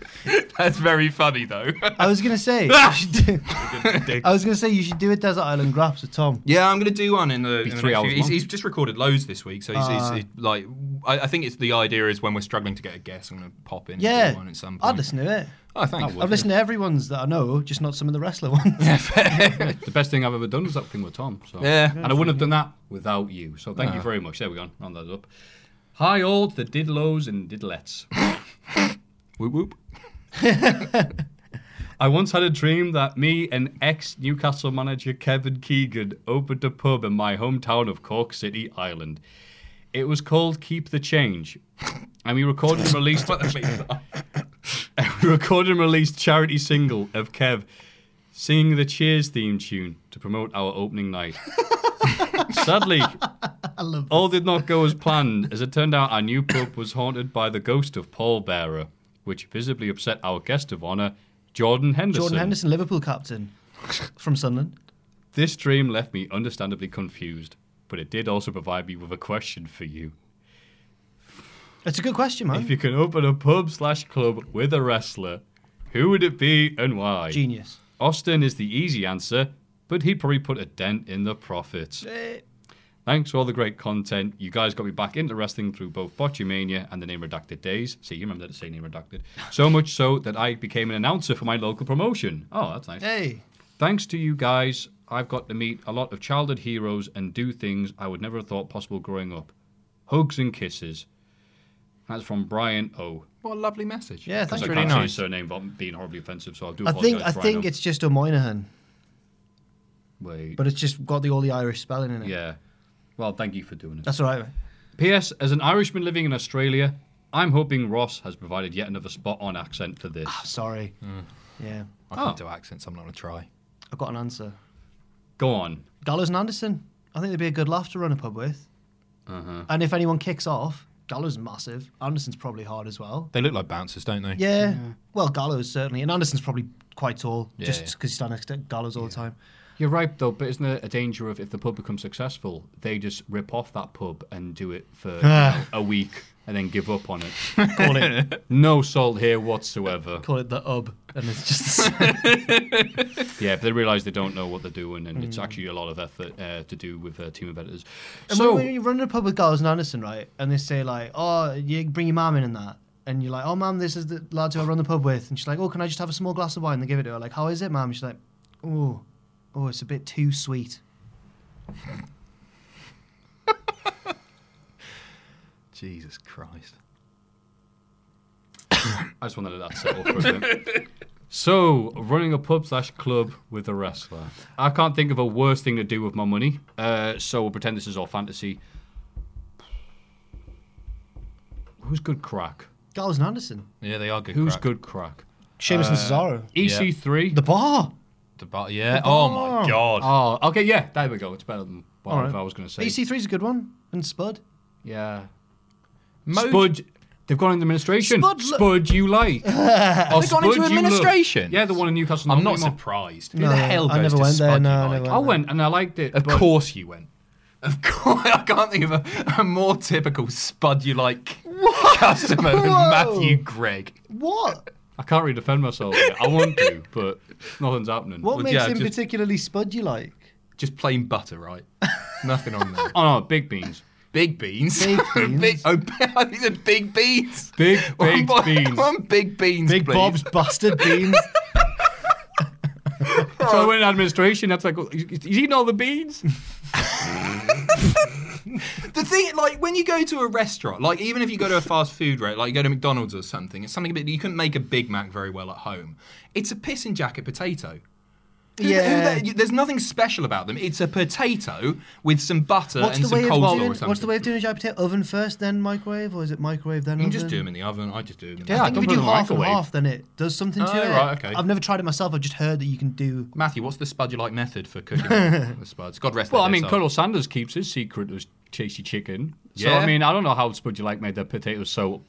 Speaker 3: That's very funny though.
Speaker 4: I was going to say. you should do- I was going to say you should do a Desert Island Graphs with Tom.
Speaker 3: Yeah, I'm gonna do one in the. in
Speaker 4: Be
Speaker 3: the
Speaker 4: three
Speaker 3: next
Speaker 4: hours
Speaker 3: few- he's,
Speaker 4: long.
Speaker 3: he's just recorded loads this week, so he's,
Speaker 4: Ah.
Speaker 3: he's, he's like. I, I think it's the idea is when we're struggling to get a guess, I'm gonna pop in. and
Speaker 4: Yeah.
Speaker 3: do one at some point.
Speaker 4: I'd listen to it.
Speaker 3: Oh, thanks.
Speaker 4: I've listened to everyone's that I know, just not some of the wrestler ones.
Speaker 2: the best thing I've ever done was that thing with Tom. So.
Speaker 3: Yeah.
Speaker 2: And I wouldn't have done that without you. So thank you
Speaker 3: No.
Speaker 2: very much. There we go. Round that up. Hi, all to the diddlos and diddlettes. whoop whoop. I once had a dream that me and ex Newcastle manager Kevin Keegan opened a pub in my hometown of Cork City, Ireland. It was called Keep the Change, and we recorded and released. and we recorded and released charity single of Kev singing the Cheers theme tune to promote our opening night. Sadly, all did not go as planned, as it turned out our new pub was haunted by the ghost of Paul Bearer, which visibly upset our guest of honour, Jordan Henderson.
Speaker 4: Jordan Henderson, Liverpool captain from Sunderland.
Speaker 2: This dream left me understandably confused, but it did also provide me with a question for you.
Speaker 4: That's a good question, man.
Speaker 2: If you could open a pub slash club with a wrestler, who would it be and why?
Speaker 4: Genius.
Speaker 2: Austin is the easy answer, but he'd probably put a dent in the profits.
Speaker 4: Eh,
Speaker 2: Thanks for all the great content. You guys got me back into wrestling through both Botchamania and the Name Redacted days. See, you remember to say Name Redacted. So much so that I became an announcer for my local promotion. Oh, that's nice.
Speaker 4: Hey.
Speaker 2: Thanks to you guys, I've got to meet a lot of childhood heroes and do things I would never have thought possible growing up. Hugs and kisses. That's from Brian O.
Speaker 3: What a lovely message.
Speaker 4: Yeah,
Speaker 2: Because
Speaker 4: thank
Speaker 2: I
Speaker 4: you.
Speaker 2: can't say his surname, but I'm being horribly offensive, so I do
Speaker 4: I
Speaker 2: apologise.
Speaker 4: think I
Speaker 2: Brian
Speaker 4: think
Speaker 2: O.
Speaker 4: it's just O'Moynihan,
Speaker 2: Wait.
Speaker 4: but it's just got the all the Irish spelling in it.
Speaker 2: Yeah. Well, thank you for doing it.
Speaker 4: That's all right. mate.
Speaker 2: P.S. As an Irishman living in Australia, I'm hoping Ross has provided yet another spot on accent for this.
Speaker 4: Sorry.
Speaker 3: Hmm.
Speaker 4: Yeah,
Speaker 3: I can't
Speaker 2: Oh.
Speaker 3: do accents. I'm not going to try.
Speaker 4: I've got an answer.
Speaker 2: Go on.
Speaker 4: Gallows and Anderson. I think they'd be a good laugh to run a pub with.
Speaker 2: Uh-huh.
Speaker 4: And if anyone kicks off, Gallows is massive. Anderson's probably hard as well.
Speaker 3: They look like bouncers, don't they?
Speaker 4: Yeah. Well, Gallows certainly, and Anderson's probably quite tall,
Speaker 3: Yeah,
Speaker 4: just
Speaker 3: yeah.
Speaker 4: because he's standing next to Gallows all the time.
Speaker 2: You're right, though, but isn't there a danger of if the pub becomes successful, they just rip off that pub and do it for you know, a week and then give up on it?
Speaker 4: Call it
Speaker 2: no salt here whatsoever.
Speaker 4: call it the Ub, and it's just
Speaker 2: Yeah, but they realise they don't know what they're doing, and
Speaker 4: Hmm.
Speaker 2: it's actually a lot of effort uh, to do with a team of editors.
Speaker 4: And
Speaker 2: So,
Speaker 4: when, when you run in a pub with Giles and Anderson, right, and they say like, "Oh, you bring your mum in and that," and you're like, "Oh, mum, this is the lads who I run the pub with," and she's like, "Oh, can I just have a small glass of wine?" And they give it to her, like, "How is it, mum?" She's like, "Oh, oh, it's a bit too sweet."
Speaker 3: Jesus Christ.
Speaker 2: I just wanted that settled for a bit. So, running a pub slash club with a wrestler. I can't think of a worse thing to do with my money, uh, so we'll pretend this is all fantasy. Who's good crack?
Speaker 4: Giles and Anderson,
Speaker 3: Yeah, they are good.
Speaker 2: Who's
Speaker 3: crack.
Speaker 2: good crack? E
Speaker 4: Sheamus and Cesaro,
Speaker 2: EC3.
Speaker 4: the bar.
Speaker 3: The bar- yeah. oh my god.
Speaker 2: Oh, okay, yeah, there we go. It's better than what
Speaker 4: All right.
Speaker 2: I was going to
Speaker 3: E
Speaker 2: say.
Speaker 4: EC3 is a good one, and Spud.
Speaker 2: Yeah.
Speaker 3: Mo-
Speaker 2: Spud. They've gone into administration.
Speaker 4: Spud
Speaker 2: Spud,
Speaker 4: lo-
Speaker 2: you like. They've
Speaker 3: gone into administration?
Speaker 2: Yeah, the one in Newcastle.
Speaker 3: I'm not
Speaker 2: anymore.
Speaker 3: surprised.
Speaker 4: No,
Speaker 3: Who the hell goes
Speaker 4: I never
Speaker 3: to
Speaker 4: went there,
Speaker 3: Spud
Speaker 4: no,
Speaker 3: you
Speaker 4: I
Speaker 3: like?
Speaker 4: never
Speaker 2: I went and I liked it.
Speaker 3: Of
Speaker 2: but-
Speaker 3: course you went. Of course, I can't think of a, a more typical Spud you like customer than
Speaker 4: Whoa.
Speaker 3: Matthew Gregg.
Speaker 4: What?
Speaker 2: I can't really defend myself. here. I want to, but nothing's happening.
Speaker 4: What
Speaker 3: Well,
Speaker 4: makes
Speaker 3: yeah,
Speaker 4: him
Speaker 3: just-
Speaker 4: particularly Spud you like?
Speaker 3: Just plain butter, right? Nothing on there.
Speaker 2: Oh no, big beans.
Speaker 3: Big beans.
Speaker 4: Big
Speaker 3: big,
Speaker 4: beans.
Speaker 3: oh, I think they're big beans.
Speaker 2: Big
Speaker 3: one,
Speaker 4: Oh,
Speaker 2: baked
Speaker 3: bo-
Speaker 2: beans.
Speaker 3: One big beans,
Speaker 4: Big
Speaker 3: please.
Speaker 4: Bob's bastard beans.
Speaker 2: So I went in administration. That's like, he's he's eating all the beans.
Speaker 3: The thing, like, when you go to a restaurant, like, even if you go to a fast food restaurant, like, you go to McDonald's or something, it's something a bit, you couldn't make a Big Mac very well at home. It's a piss and jacket potato. Who- who
Speaker 4: Yeah.
Speaker 3: the- you- there's nothing special about them. It's a potato with some butter
Speaker 4: What's
Speaker 3: and
Speaker 4: the,
Speaker 3: some
Speaker 4: way of
Speaker 3: coleslaw or
Speaker 4: doing,
Speaker 3: something.
Speaker 4: what's the way of doing a jacket potato? Oven first, then microwave, or is it microwave then
Speaker 3: You can
Speaker 4: oven?
Speaker 3: just do them in the oven. I just do them in the
Speaker 4: Yeah, I
Speaker 3: oven.
Speaker 4: think
Speaker 2: don't
Speaker 4: if you
Speaker 2: put it
Speaker 4: do
Speaker 2: in the
Speaker 4: half and
Speaker 2: microwave.
Speaker 4: half, then it does something to
Speaker 3: Oh,
Speaker 4: it.
Speaker 3: right, okay.
Speaker 4: I've never tried it myself. I've just heard that you can do.
Speaker 3: Matthew, what's the spud you like method for cooking the spuds? God rest
Speaker 2: Well,
Speaker 3: their
Speaker 2: I mean,
Speaker 3: soul.
Speaker 2: Colonel Sanders keeps his secret as tasty chicken. So
Speaker 3: Yeah.
Speaker 2: I mean, I don't know how Spud you like made their potatoes so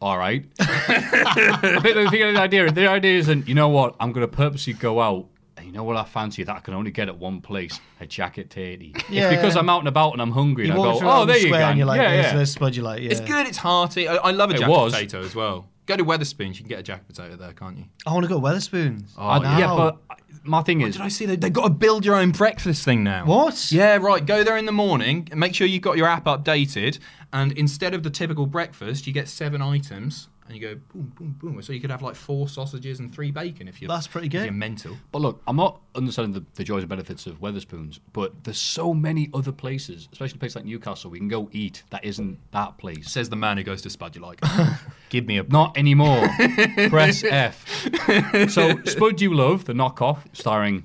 Speaker 2: all right. but the, thing, the idea, the idea isn't. You know what? I'm going to purposely go out. And you know what I fancy that I can only get at one place? A jacket tatty.
Speaker 4: Yeah.
Speaker 2: It's because I'm out and about and I'm hungry and I go,
Speaker 4: through
Speaker 2: oh,
Speaker 4: Elm
Speaker 2: there you go.
Speaker 4: Square and you're like,
Speaker 2: yeah,
Speaker 4: there's,
Speaker 2: yeah.
Speaker 4: there's Spud, you're like, yeah.
Speaker 3: It's good. It's hearty. I, I love a
Speaker 2: It
Speaker 3: jacket
Speaker 2: was.
Speaker 3: potato as well. Go to Weatherspoons. You can get a jacket potato there, can't you?
Speaker 4: I want to go to Weatherspoons. Oh,
Speaker 2: I- yeah, but I- my thing is,
Speaker 3: Did I see they they got to build your own breakfast thing now?
Speaker 4: What?
Speaker 3: Yeah, right. Go there in the morning. Make sure you've got your app updated, and instead of the typical breakfast, you get seven items, and you go boom, boom, boom. So you could have like four sausages and three bacon if you're
Speaker 4: That's pretty
Speaker 3: if
Speaker 4: good.
Speaker 3: You're mental.
Speaker 2: But look, I'm not understanding the, the joys and benefits of Weatherspoons, but there's so many other places, especially places like Newcastle, we can go eat that isn't that place.
Speaker 3: Says the man who goes to Spud. You like? Give me a
Speaker 2: Not anymore. Press F. So Spud You Love, the knockoff, starring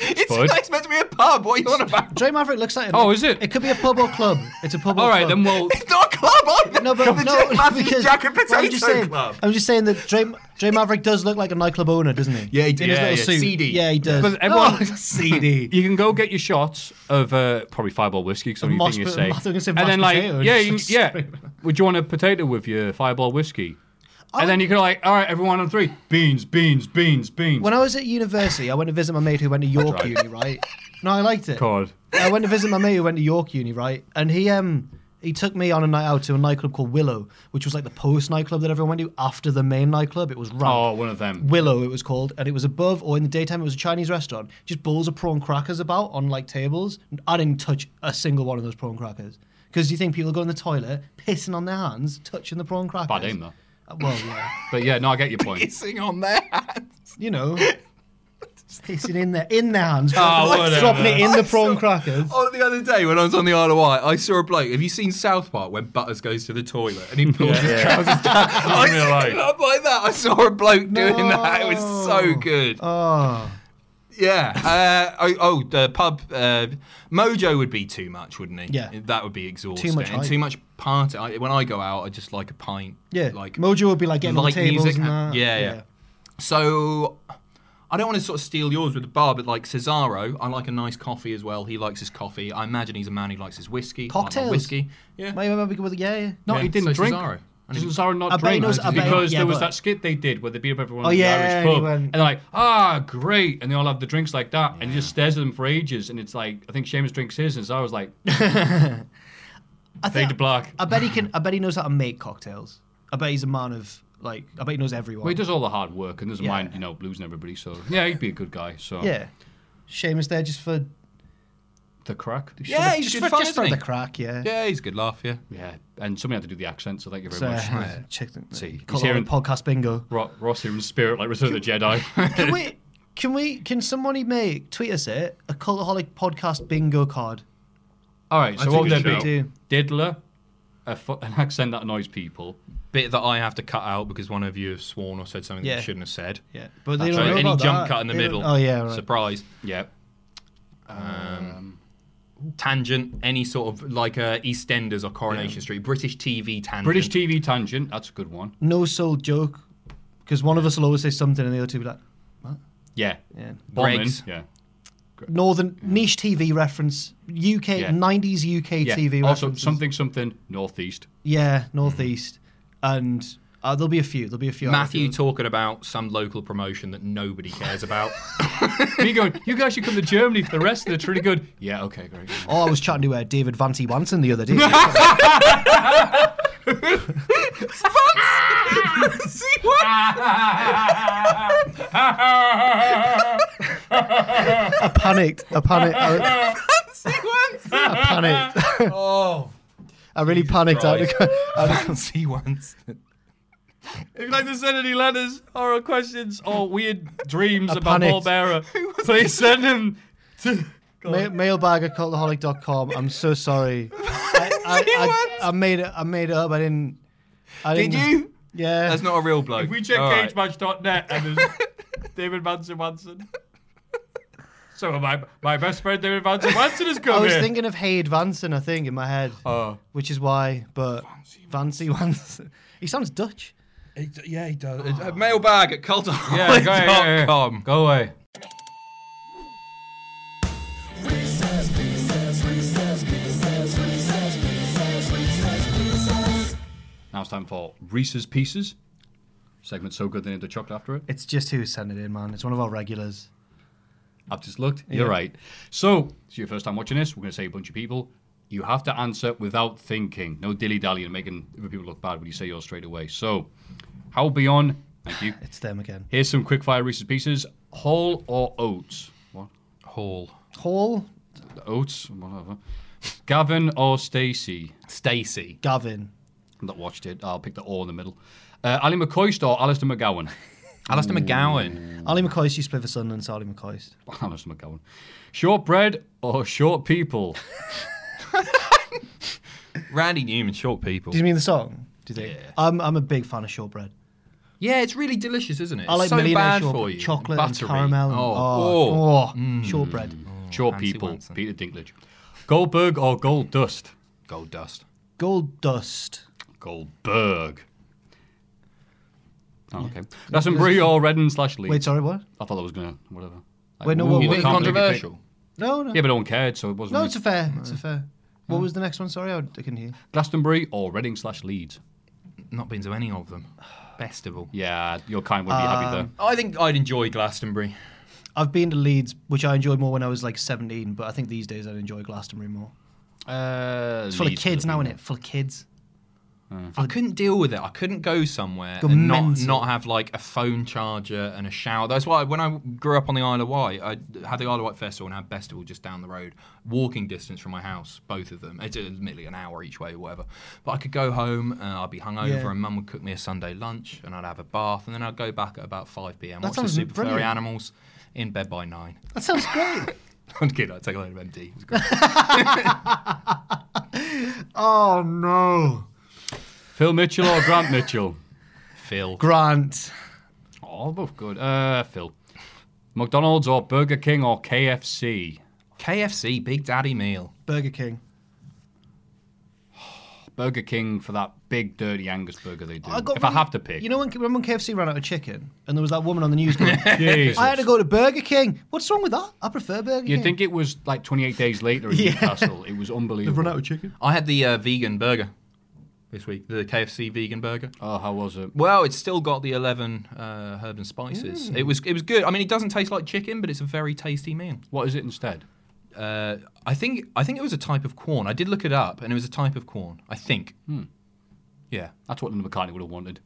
Speaker 3: It's
Speaker 2: Spud.
Speaker 3: not supposed to be a pub. What are you on about?
Speaker 4: Dre Maverick looks like.
Speaker 2: Oh, is it?
Speaker 4: It could be a pub or club. It's a pub.
Speaker 2: All
Speaker 4: or
Speaker 2: right, then
Speaker 4: club.
Speaker 2: we'll.
Speaker 3: It's not a club. I'm
Speaker 4: No, but
Speaker 3: the
Speaker 4: no,
Speaker 3: Jack Matthews
Speaker 4: because
Speaker 3: Jack and
Speaker 4: well, I'm just
Speaker 3: Potato
Speaker 4: saying.
Speaker 3: Club.
Speaker 4: I'm just saying that Dre, Dre Maverick does look like a nightclub owner, doesn't he?
Speaker 3: Yeah, he
Speaker 4: In
Speaker 3: did.
Speaker 4: his
Speaker 3: Yeah,
Speaker 4: little
Speaker 3: yeah,
Speaker 4: suit.
Speaker 3: CD.
Speaker 4: Yeah, he does.
Speaker 2: Because everyone,
Speaker 5: Oh.
Speaker 4: CD.
Speaker 2: you can go get your shots of uh, probably Fireball whiskey. 'cause
Speaker 4: Of
Speaker 2: Something you
Speaker 4: mashed
Speaker 2: think you
Speaker 4: po-
Speaker 2: say,
Speaker 4: I thought you were gonna say
Speaker 2: and then
Speaker 4: mashed
Speaker 2: like,
Speaker 4: potato.
Speaker 2: yeah, you,
Speaker 4: Just
Speaker 2: yeah.
Speaker 4: straight-
Speaker 2: Would you want a potato with your Fireball whiskey? And then you can like, all right, everyone on three, beans, beans, beans, beans.
Speaker 4: When I was at university, I went to visit my mate who went to York
Speaker 2: right.
Speaker 4: Uni, right? No, I liked it.
Speaker 2: God.
Speaker 4: I went to visit my mate who went to York Uni, right? And he um he took me on a night out to a nightclub called Willow, which was like the post nightclub that everyone went to after the main nightclub. It was ramp.
Speaker 2: Oh, one of them.
Speaker 4: Willow, it was called, and it was above, or in the daytime, it was a Chinese restaurant. Just bowls of prawn crackers about on like tables. I didn't touch a single one of those prawn crackers because you think people go in the toilet, pissing on their hands, touching the prawn crackers.
Speaker 2: Bad aim though.
Speaker 4: Uh, Well, yeah,
Speaker 2: But yeah, no, I get your point.
Speaker 3: Pissing on there.
Speaker 4: you know, pissing in their in their hands,
Speaker 3: Oh,
Speaker 4: dropping,
Speaker 3: whatever.
Speaker 4: dropping it in the prawn crackers.
Speaker 3: Oh, the other day when I was on the Isle of Wight, I saw a bloke. Have you seen South Park when Butters goes to the toilet and he pulls his trousers down? I
Speaker 2: Leave me alone.
Speaker 3: saw up like that. I saw a bloke doing that. It was so
Speaker 4: No.
Speaker 3: good.
Speaker 4: Oh,
Speaker 3: Yeah. Uh, oh, oh, the pub uh, Mojo would be too much, wouldn't he?
Speaker 4: Yeah.
Speaker 3: That would be exhausting.
Speaker 4: Too much
Speaker 3: and
Speaker 4: hype.
Speaker 3: too much party. I, when I go out, I just like a pint.
Speaker 4: yeah.
Speaker 3: Like
Speaker 4: Like Mojo would be like getting on the
Speaker 3: light
Speaker 4: tables
Speaker 3: music.
Speaker 4: and
Speaker 3: and-
Speaker 4: that.
Speaker 3: yeah, yeah, So I don't want to sort of steal yours with the bar, but like Cesaro, I like a nice coffee as well. He likes his coffee. I imagine he's a man who likes his whiskey. I like my
Speaker 4: Cocktails.
Speaker 3: whiskey. Yeah.
Speaker 4: Might even be good with yeah, yeah.
Speaker 2: No,
Speaker 3: Yeah,
Speaker 2: he didn't
Speaker 3: so
Speaker 2: drink.
Speaker 3: Cesaro. And
Speaker 2: Doesn't
Speaker 3: he-
Speaker 2: Cesaro not
Speaker 4: I bet he
Speaker 2: drink?
Speaker 4: knows- I bet-
Speaker 2: because
Speaker 4: yeah,
Speaker 2: there was
Speaker 4: but-
Speaker 2: that skit they did where they beat up everyone
Speaker 4: Oh,
Speaker 2: in the
Speaker 4: yeah,
Speaker 2: Irish
Speaker 4: and
Speaker 2: pub.
Speaker 4: he went-
Speaker 2: And they're like, ah, great. And they all have the drinks like that. And he just stares at them for ages. And it's like, I think Seamus drinks his. And Cesaro's like,
Speaker 4: I
Speaker 2: fade to black.
Speaker 4: I bet he can. I bet he knows how to make cocktails. I bet he's a man of like. I bet he knows everyone.
Speaker 2: well, he does all the hard work and doesn't
Speaker 4: Yeah.
Speaker 2: mind, you know, losing everybody. So, yeah, he'd be a good guy. So,
Speaker 4: Yeah, Seamus there just for
Speaker 2: the crack.
Speaker 3: Yeah, he's
Speaker 4: just
Speaker 3: good
Speaker 4: for,
Speaker 3: fun,
Speaker 4: just for
Speaker 3: isn't he?
Speaker 4: the crack. Yeah.
Speaker 3: Yeah, he's a good laugh, yeah.
Speaker 2: Yeah. And somebody had to do the accent. So, thank you very
Speaker 4: So,
Speaker 2: much.
Speaker 4: uh, check the,
Speaker 2: See, he's
Speaker 4: call it
Speaker 2: hearing-
Speaker 4: podcast bingo.
Speaker 2: Ro- Ross here in spirit, like Return of the Jedi.
Speaker 4: Can we? Can we? Can somebody make tweet us it a cultaholic podcast bingo card?
Speaker 2: all right, so what would
Speaker 4: think
Speaker 2: that
Speaker 4: we
Speaker 2: be?
Speaker 4: should
Speaker 2: Diddler, a fu- an accent that annoys people.
Speaker 3: Bit that I have to cut out because one of you have sworn or said something that
Speaker 4: Yeah.
Speaker 3: you shouldn't have said.
Speaker 4: Yeah, but they
Speaker 3: So
Speaker 4: don't know
Speaker 3: any
Speaker 4: about
Speaker 3: jump
Speaker 4: that.
Speaker 3: cut in the
Speaker 4: They don't-
Speaker 3: middle.
Speaker 4: Oh yeah, right.
Speaker 3: Surprise.
Speaker 2: Yeah.
Speaker 3: Tangent, any sort of like uh, EastEnders or Coronation Street, British TV tangent.
Speaker 2: British TV tangent, that's a good one.
Speaker 4: No soul joke, because one of us will always say something and the other two will be like
Speaker 2: Yeah.
Speaker 4: Yeah.
Speaker 2: Bombing.
Speaker 3: Greg's.
Speaker 2: Yeah.
Speaker 4: northern niche TV reference, UK
Speaker 2: Yeah.
Speaker 4: nineties UK
Speaker 2: yeah.
Speaker 4: TV
Speaker 2: also,
Speaker 4: references.
Speaker 2: something, something, northeast.
Speaker 4: Yeah, northeast, and uh, there'll be a few. There'll be a few.
Speaker 3: Matthew talking about some local promotion that nobody cares about.
Speaker 2: Me going, you guys should come to Germany for the rest of the really good. Yeah, okay, great.
Speaker 4: Oh, I was chatting to uh, David Vanty Wanson the other day. I panicked. I panicked. I, I panicked.
Speaker 3: oh,
Speaker 4: I really panicked. Out of,
Speaker 3: fancy ones.
Speaker 2: If you'd like to send any letters or questions or weird dreams about
Speaker 4: panicked.
Speaker 2: Paul Bearer, please send them to.
Speaker 4: Ma- mailbag at cultaholic.com. I'm so sorry. I, I, I, I made it. I made it up. I didn't. I
Speaker 3: Did
Speaker 4: didn't
Speaker 3: you?
Speaker 4: Yeah.
Speaker 3: That's not a real bloke.
Speaker 2: If we check
Speaker 3: All right.
Speaker 2: cagematch.net and there's David Manson Manson. So my my best friend David Manson Manson is
Speaker 4: I
Speaker 2: coming.
Speaker 4: was thinking of Hade Vanson, I think, in my head,
Speaker 3: Oh.
Speaker 4: which is why. But Vancy Vanson, he sounds Dutch.
Speaker 3: He- yeah, he does. Uh, mailbag at cultaholic.com.
Speaker 2: Yeah, go, yeah, yeah. go away. Now it's time for Reese's Pieces. Segment so good they named a chocolate after it.
Speaker 4: It's just who sent it in, man. It's one of our regulars.
Speaker 2: I've just looked. You're
Speaker 4: Yeah.
Speaker 2: right. So, it's your first time watching this. We're going to say a bunch of people. You have to answer without thinking. No dilly dally and making other people look bad when you say yours straight away. So, how beyond? Thank you.
Speaker 4: It's them again.
Speaker 2: Here's some quick fire Reese's Pieces. Hall or oats? What?
Speaker 3: Hall.
Speaker 4: Hall,
Speaker 2: Oats? Whatever. Gavin or Stacy?
Speaker 3: Stacy.
Speaker 4: Gavin,
Speaker 2: that watched it. I'll pick the O in the middle. Uh, Ali McCoist or Alistair McGowan? Alistair McGowan.
Speaker 4: Ali McCoist used to play for Sunderland, so Ali McCoist.
Speaker 2: Alistair McGowan. Shortbread or short people?
Speaker 4: Mm.
Speaker 3: Randy Newman, short people.
Speaker 4: Do you mean the song? Do you think? I'm, I'm a big fan of shortbread.
Speaker 3: Yeah, it's really delicious, isn't it?
Speaker 4: I like
Speaker 3: it's so
Speaker 4: millionaire
Speaker 3: bad
Speaker 4: short-
Speaker 3: for you.
Speaker 4: chocolate and
Speaker 3: Buttery.
Speaker 4: caramel. and-
Speaker 3: Oh,
Speaker 4: oh,
Speaker 2: oh.
Speaker 4: oh,
Speaker 2: Mm.
Speaker 4: shortbread.
Speaker 2: Short
Speaker 4: Fancy
Speaker 2: people.
Speaker 4: Wanson.
Speaker 2: Peter Dinklage. Goldberg or Gold Dust? Gold Dust.
Speaker 4: Gold dust.
Speaker 2: Goldberg. Oh, okay. Glastonbury or Redden slash Lee?
Speaker 4: Wait, sorry, what?
Speaker 2: I thought that was gonna whatever.
Speaker 4: Wait, no,
Speaker 2: ooh,
Speaker 4: what-
Speaker 2: I can't
Speaker 4: what-
Speaker 2: believe you
Speaker 4: Controversial.
Speaker 2: picked-
Speaker 4: No, no.
Speaker 2: Yeah, but no one cared, so it wasn't.
Speaker 4: No,
Speaker 2: really-
Speaker 4: it's a fair. It's a fair. What was the next one? Sorry, I, I couldn't hear.
Speaker 2: Glastonbury or Reading slash Leeds.
Speaker 3: Not been to any of them. Best of all.
Speaker 2: Yeah, your kind would be happy there.
Speaker 4: Um,
Speaker 3: I think I'd enjoy Glastonbury.
Speaker 4: I've been to Leeds, which I enjoyed more when I was like 17, but I think these days I'd enjoy Glastonbury more.
Speaker 2: Uh,
Speaker 4: It's full of
Speaker 3: Leeds
Speaker 4: kids
Speaker 3: would have
Speaker 4: now,
Speaker 3: been
Speaker 4: isn't it? Full of kids.
Speaker 3: I couldn't deal with it. I couldn't go somewhere
Speaker 4: Go
Speaker 3: and not,
Speaker 4: Mm. mental.
Speaker 3: not have like a phone charger and a shower. That's why when I grew up on the Isle of Wight, I had the Isle of Wight Festival and had Festival just down the road, walking distance from my house, both of them. It's admittedly an hour each way or whatever. But I could go home, uh, I'd be hungover,
Speaker 4: Yeah.
Speaker 3: and mum would cook me a Sunday lunch and I'd have a bath and then I'd go back at about 5 pm,
Speaker 4: That
Speaker 3: watch the
Speaker 4: sounds
Speaker 3: Super Furry
Speaker 4: brilliant.
Speaker 3: Animals, in bed by 9.
Speaker 4: That sounds great.
Speaker 3: I'm kidding, I'd take a load of MD. It was great.
Speaker 4: oh, no.
Speaker 2: Phil Mitchell or Grant Mitchell?
Speaker 3: Phil.
Speaker 4: Grant.
Speaker 2: All both good. Uh, Phil. McDonald's or Burger King or KFC?
Speaker 3: KFC, Big Daddy meal.
Speaker 4: Burger King.
Speaker 2: Burger King for that big dirty Angus burger they do.
Speaker 4: I got
Speaker 2: if I
Speaker 4: really-
Speaker 2: have to pick,
Speaker 4: You know when, remember when KFC ran out of chicken and there was that woman on the news going,
Speaker 2: Jesus.
Speaker 4: I had to go to Burger King. What's wrong with that? I prefer Burger King.
Speaker 2: you'd think it was like 28 days later in
Speaker 4: Yeah.
Speaker 2: Newcastle. It was unbelievable.
Speaker 4: of chicken.
Speaker 3: I had the uh, vegan burger this week, the KFC vegan burger.
Speaker 2: Oh, how was it?
Speaker 3: Well, it's still got the eleven uh, herbs and spices.
Speaker 4: Mm.
Speaker 3: It was it was good. I mean, it doesn't taste like chicken, but it's a very tasty meal.
Speaker 2: What is it instead?
Speaker 3: Uh, I think I think it was a type of corn. I did look it up, and it was a type of corn. I think.
Speaker 4: Hmm.
Speaker 3: Yeah,
Speaker 2: That's what Linda McCartney would have wanted.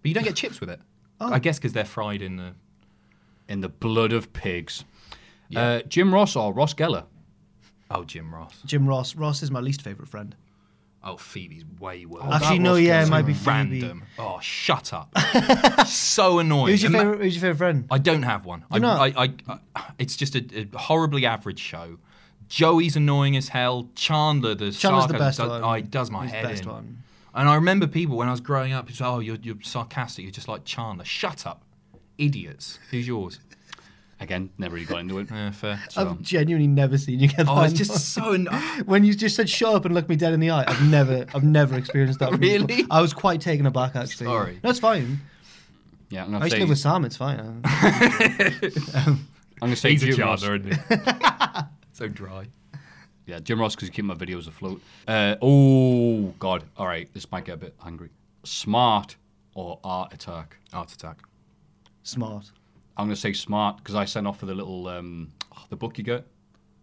Speaker 3: but you don't get chips with it.
Speaker 4: Oh.
Speaker 3: I guess because they're fried in the.
Speaker 2: In the blood of pigs. Uh, Jim Ross or Ross Geller?
Speaker 3: Oh, Jim Ross.
Speaker 4: Jim Ross. Ross is my least favourite friend.
Speaker 3: Oh, Phoebe's way worse.
Speaker 4: Actually, no,
Speaker 3: Ross
Speaker 4: yeah, it
Speaker 3: Geller's
Speaker 4: might be Phoebe.
Speaker 3: random. Oh, shut up. so annoying.
Speaker 4: Who's your
Speaker 3: Ima-
Speaker 4: favourite Who's your favourite friend?
Speaker 3: I don't have one. I,
Speaker 4: You're not?
Speaker 3: I, I, I, it's just a, a horribly average show. Joey's annoying as hell. Chandler, the
Speaker 4: Chandler's
Speaker 3: sarcasm
Speaker 4: the best
Speaker 3: does,
Speaker 4: one.
Speaker 3: I, does my
Speaker 4: He's the
Speaker 3: head
Speaker 4: best
Speaker 3: in.
Speaker 4: one.
Speaker 3: And I remember people when I was growing up, who said, "Oh, you're, you're sarcastic. You're just like Chandler. Shut up, idiots. Who's yours?"
Speaker 2: Again, never really got into it.
Speaker 3: Yeah, fair.
Speaker 2: Oh.
Speaker 4: I've genuinely never seen you get that.
Speaker 3: Oh, it's
Speaker 4: annoyed.
Speaker 3: just so. Uh, anno-
Speaker 4: when you just said "shut up" and look me dead in the eye. I've never, I've never experienced that. from
Speaker 3: Really?
Speaker 4: people. I was quite taken aback actually.
Speaker 3: Sorry.
Speaker 4: that's fine.
Speaker 2: Yeah, I'm gonna
Speaker 4: I used to
Speaker 2: say,
Speaker 4: live with Sam. It's fine.
Speaker 2: I'm gonna say Jim Ross.
Speaker 3: isn't he? so dry.
Speaker 2: Yeah, Jim Ross because he keep my videos afloat. Uh, oh God! All right, this might get a bit angry. Smart or Art Attack?
Speaker 3: Heart attack.
Speaker 4: Smart.
Speaker 2: I'm gonna say smart because I sent off for the little um, oh, the book you get,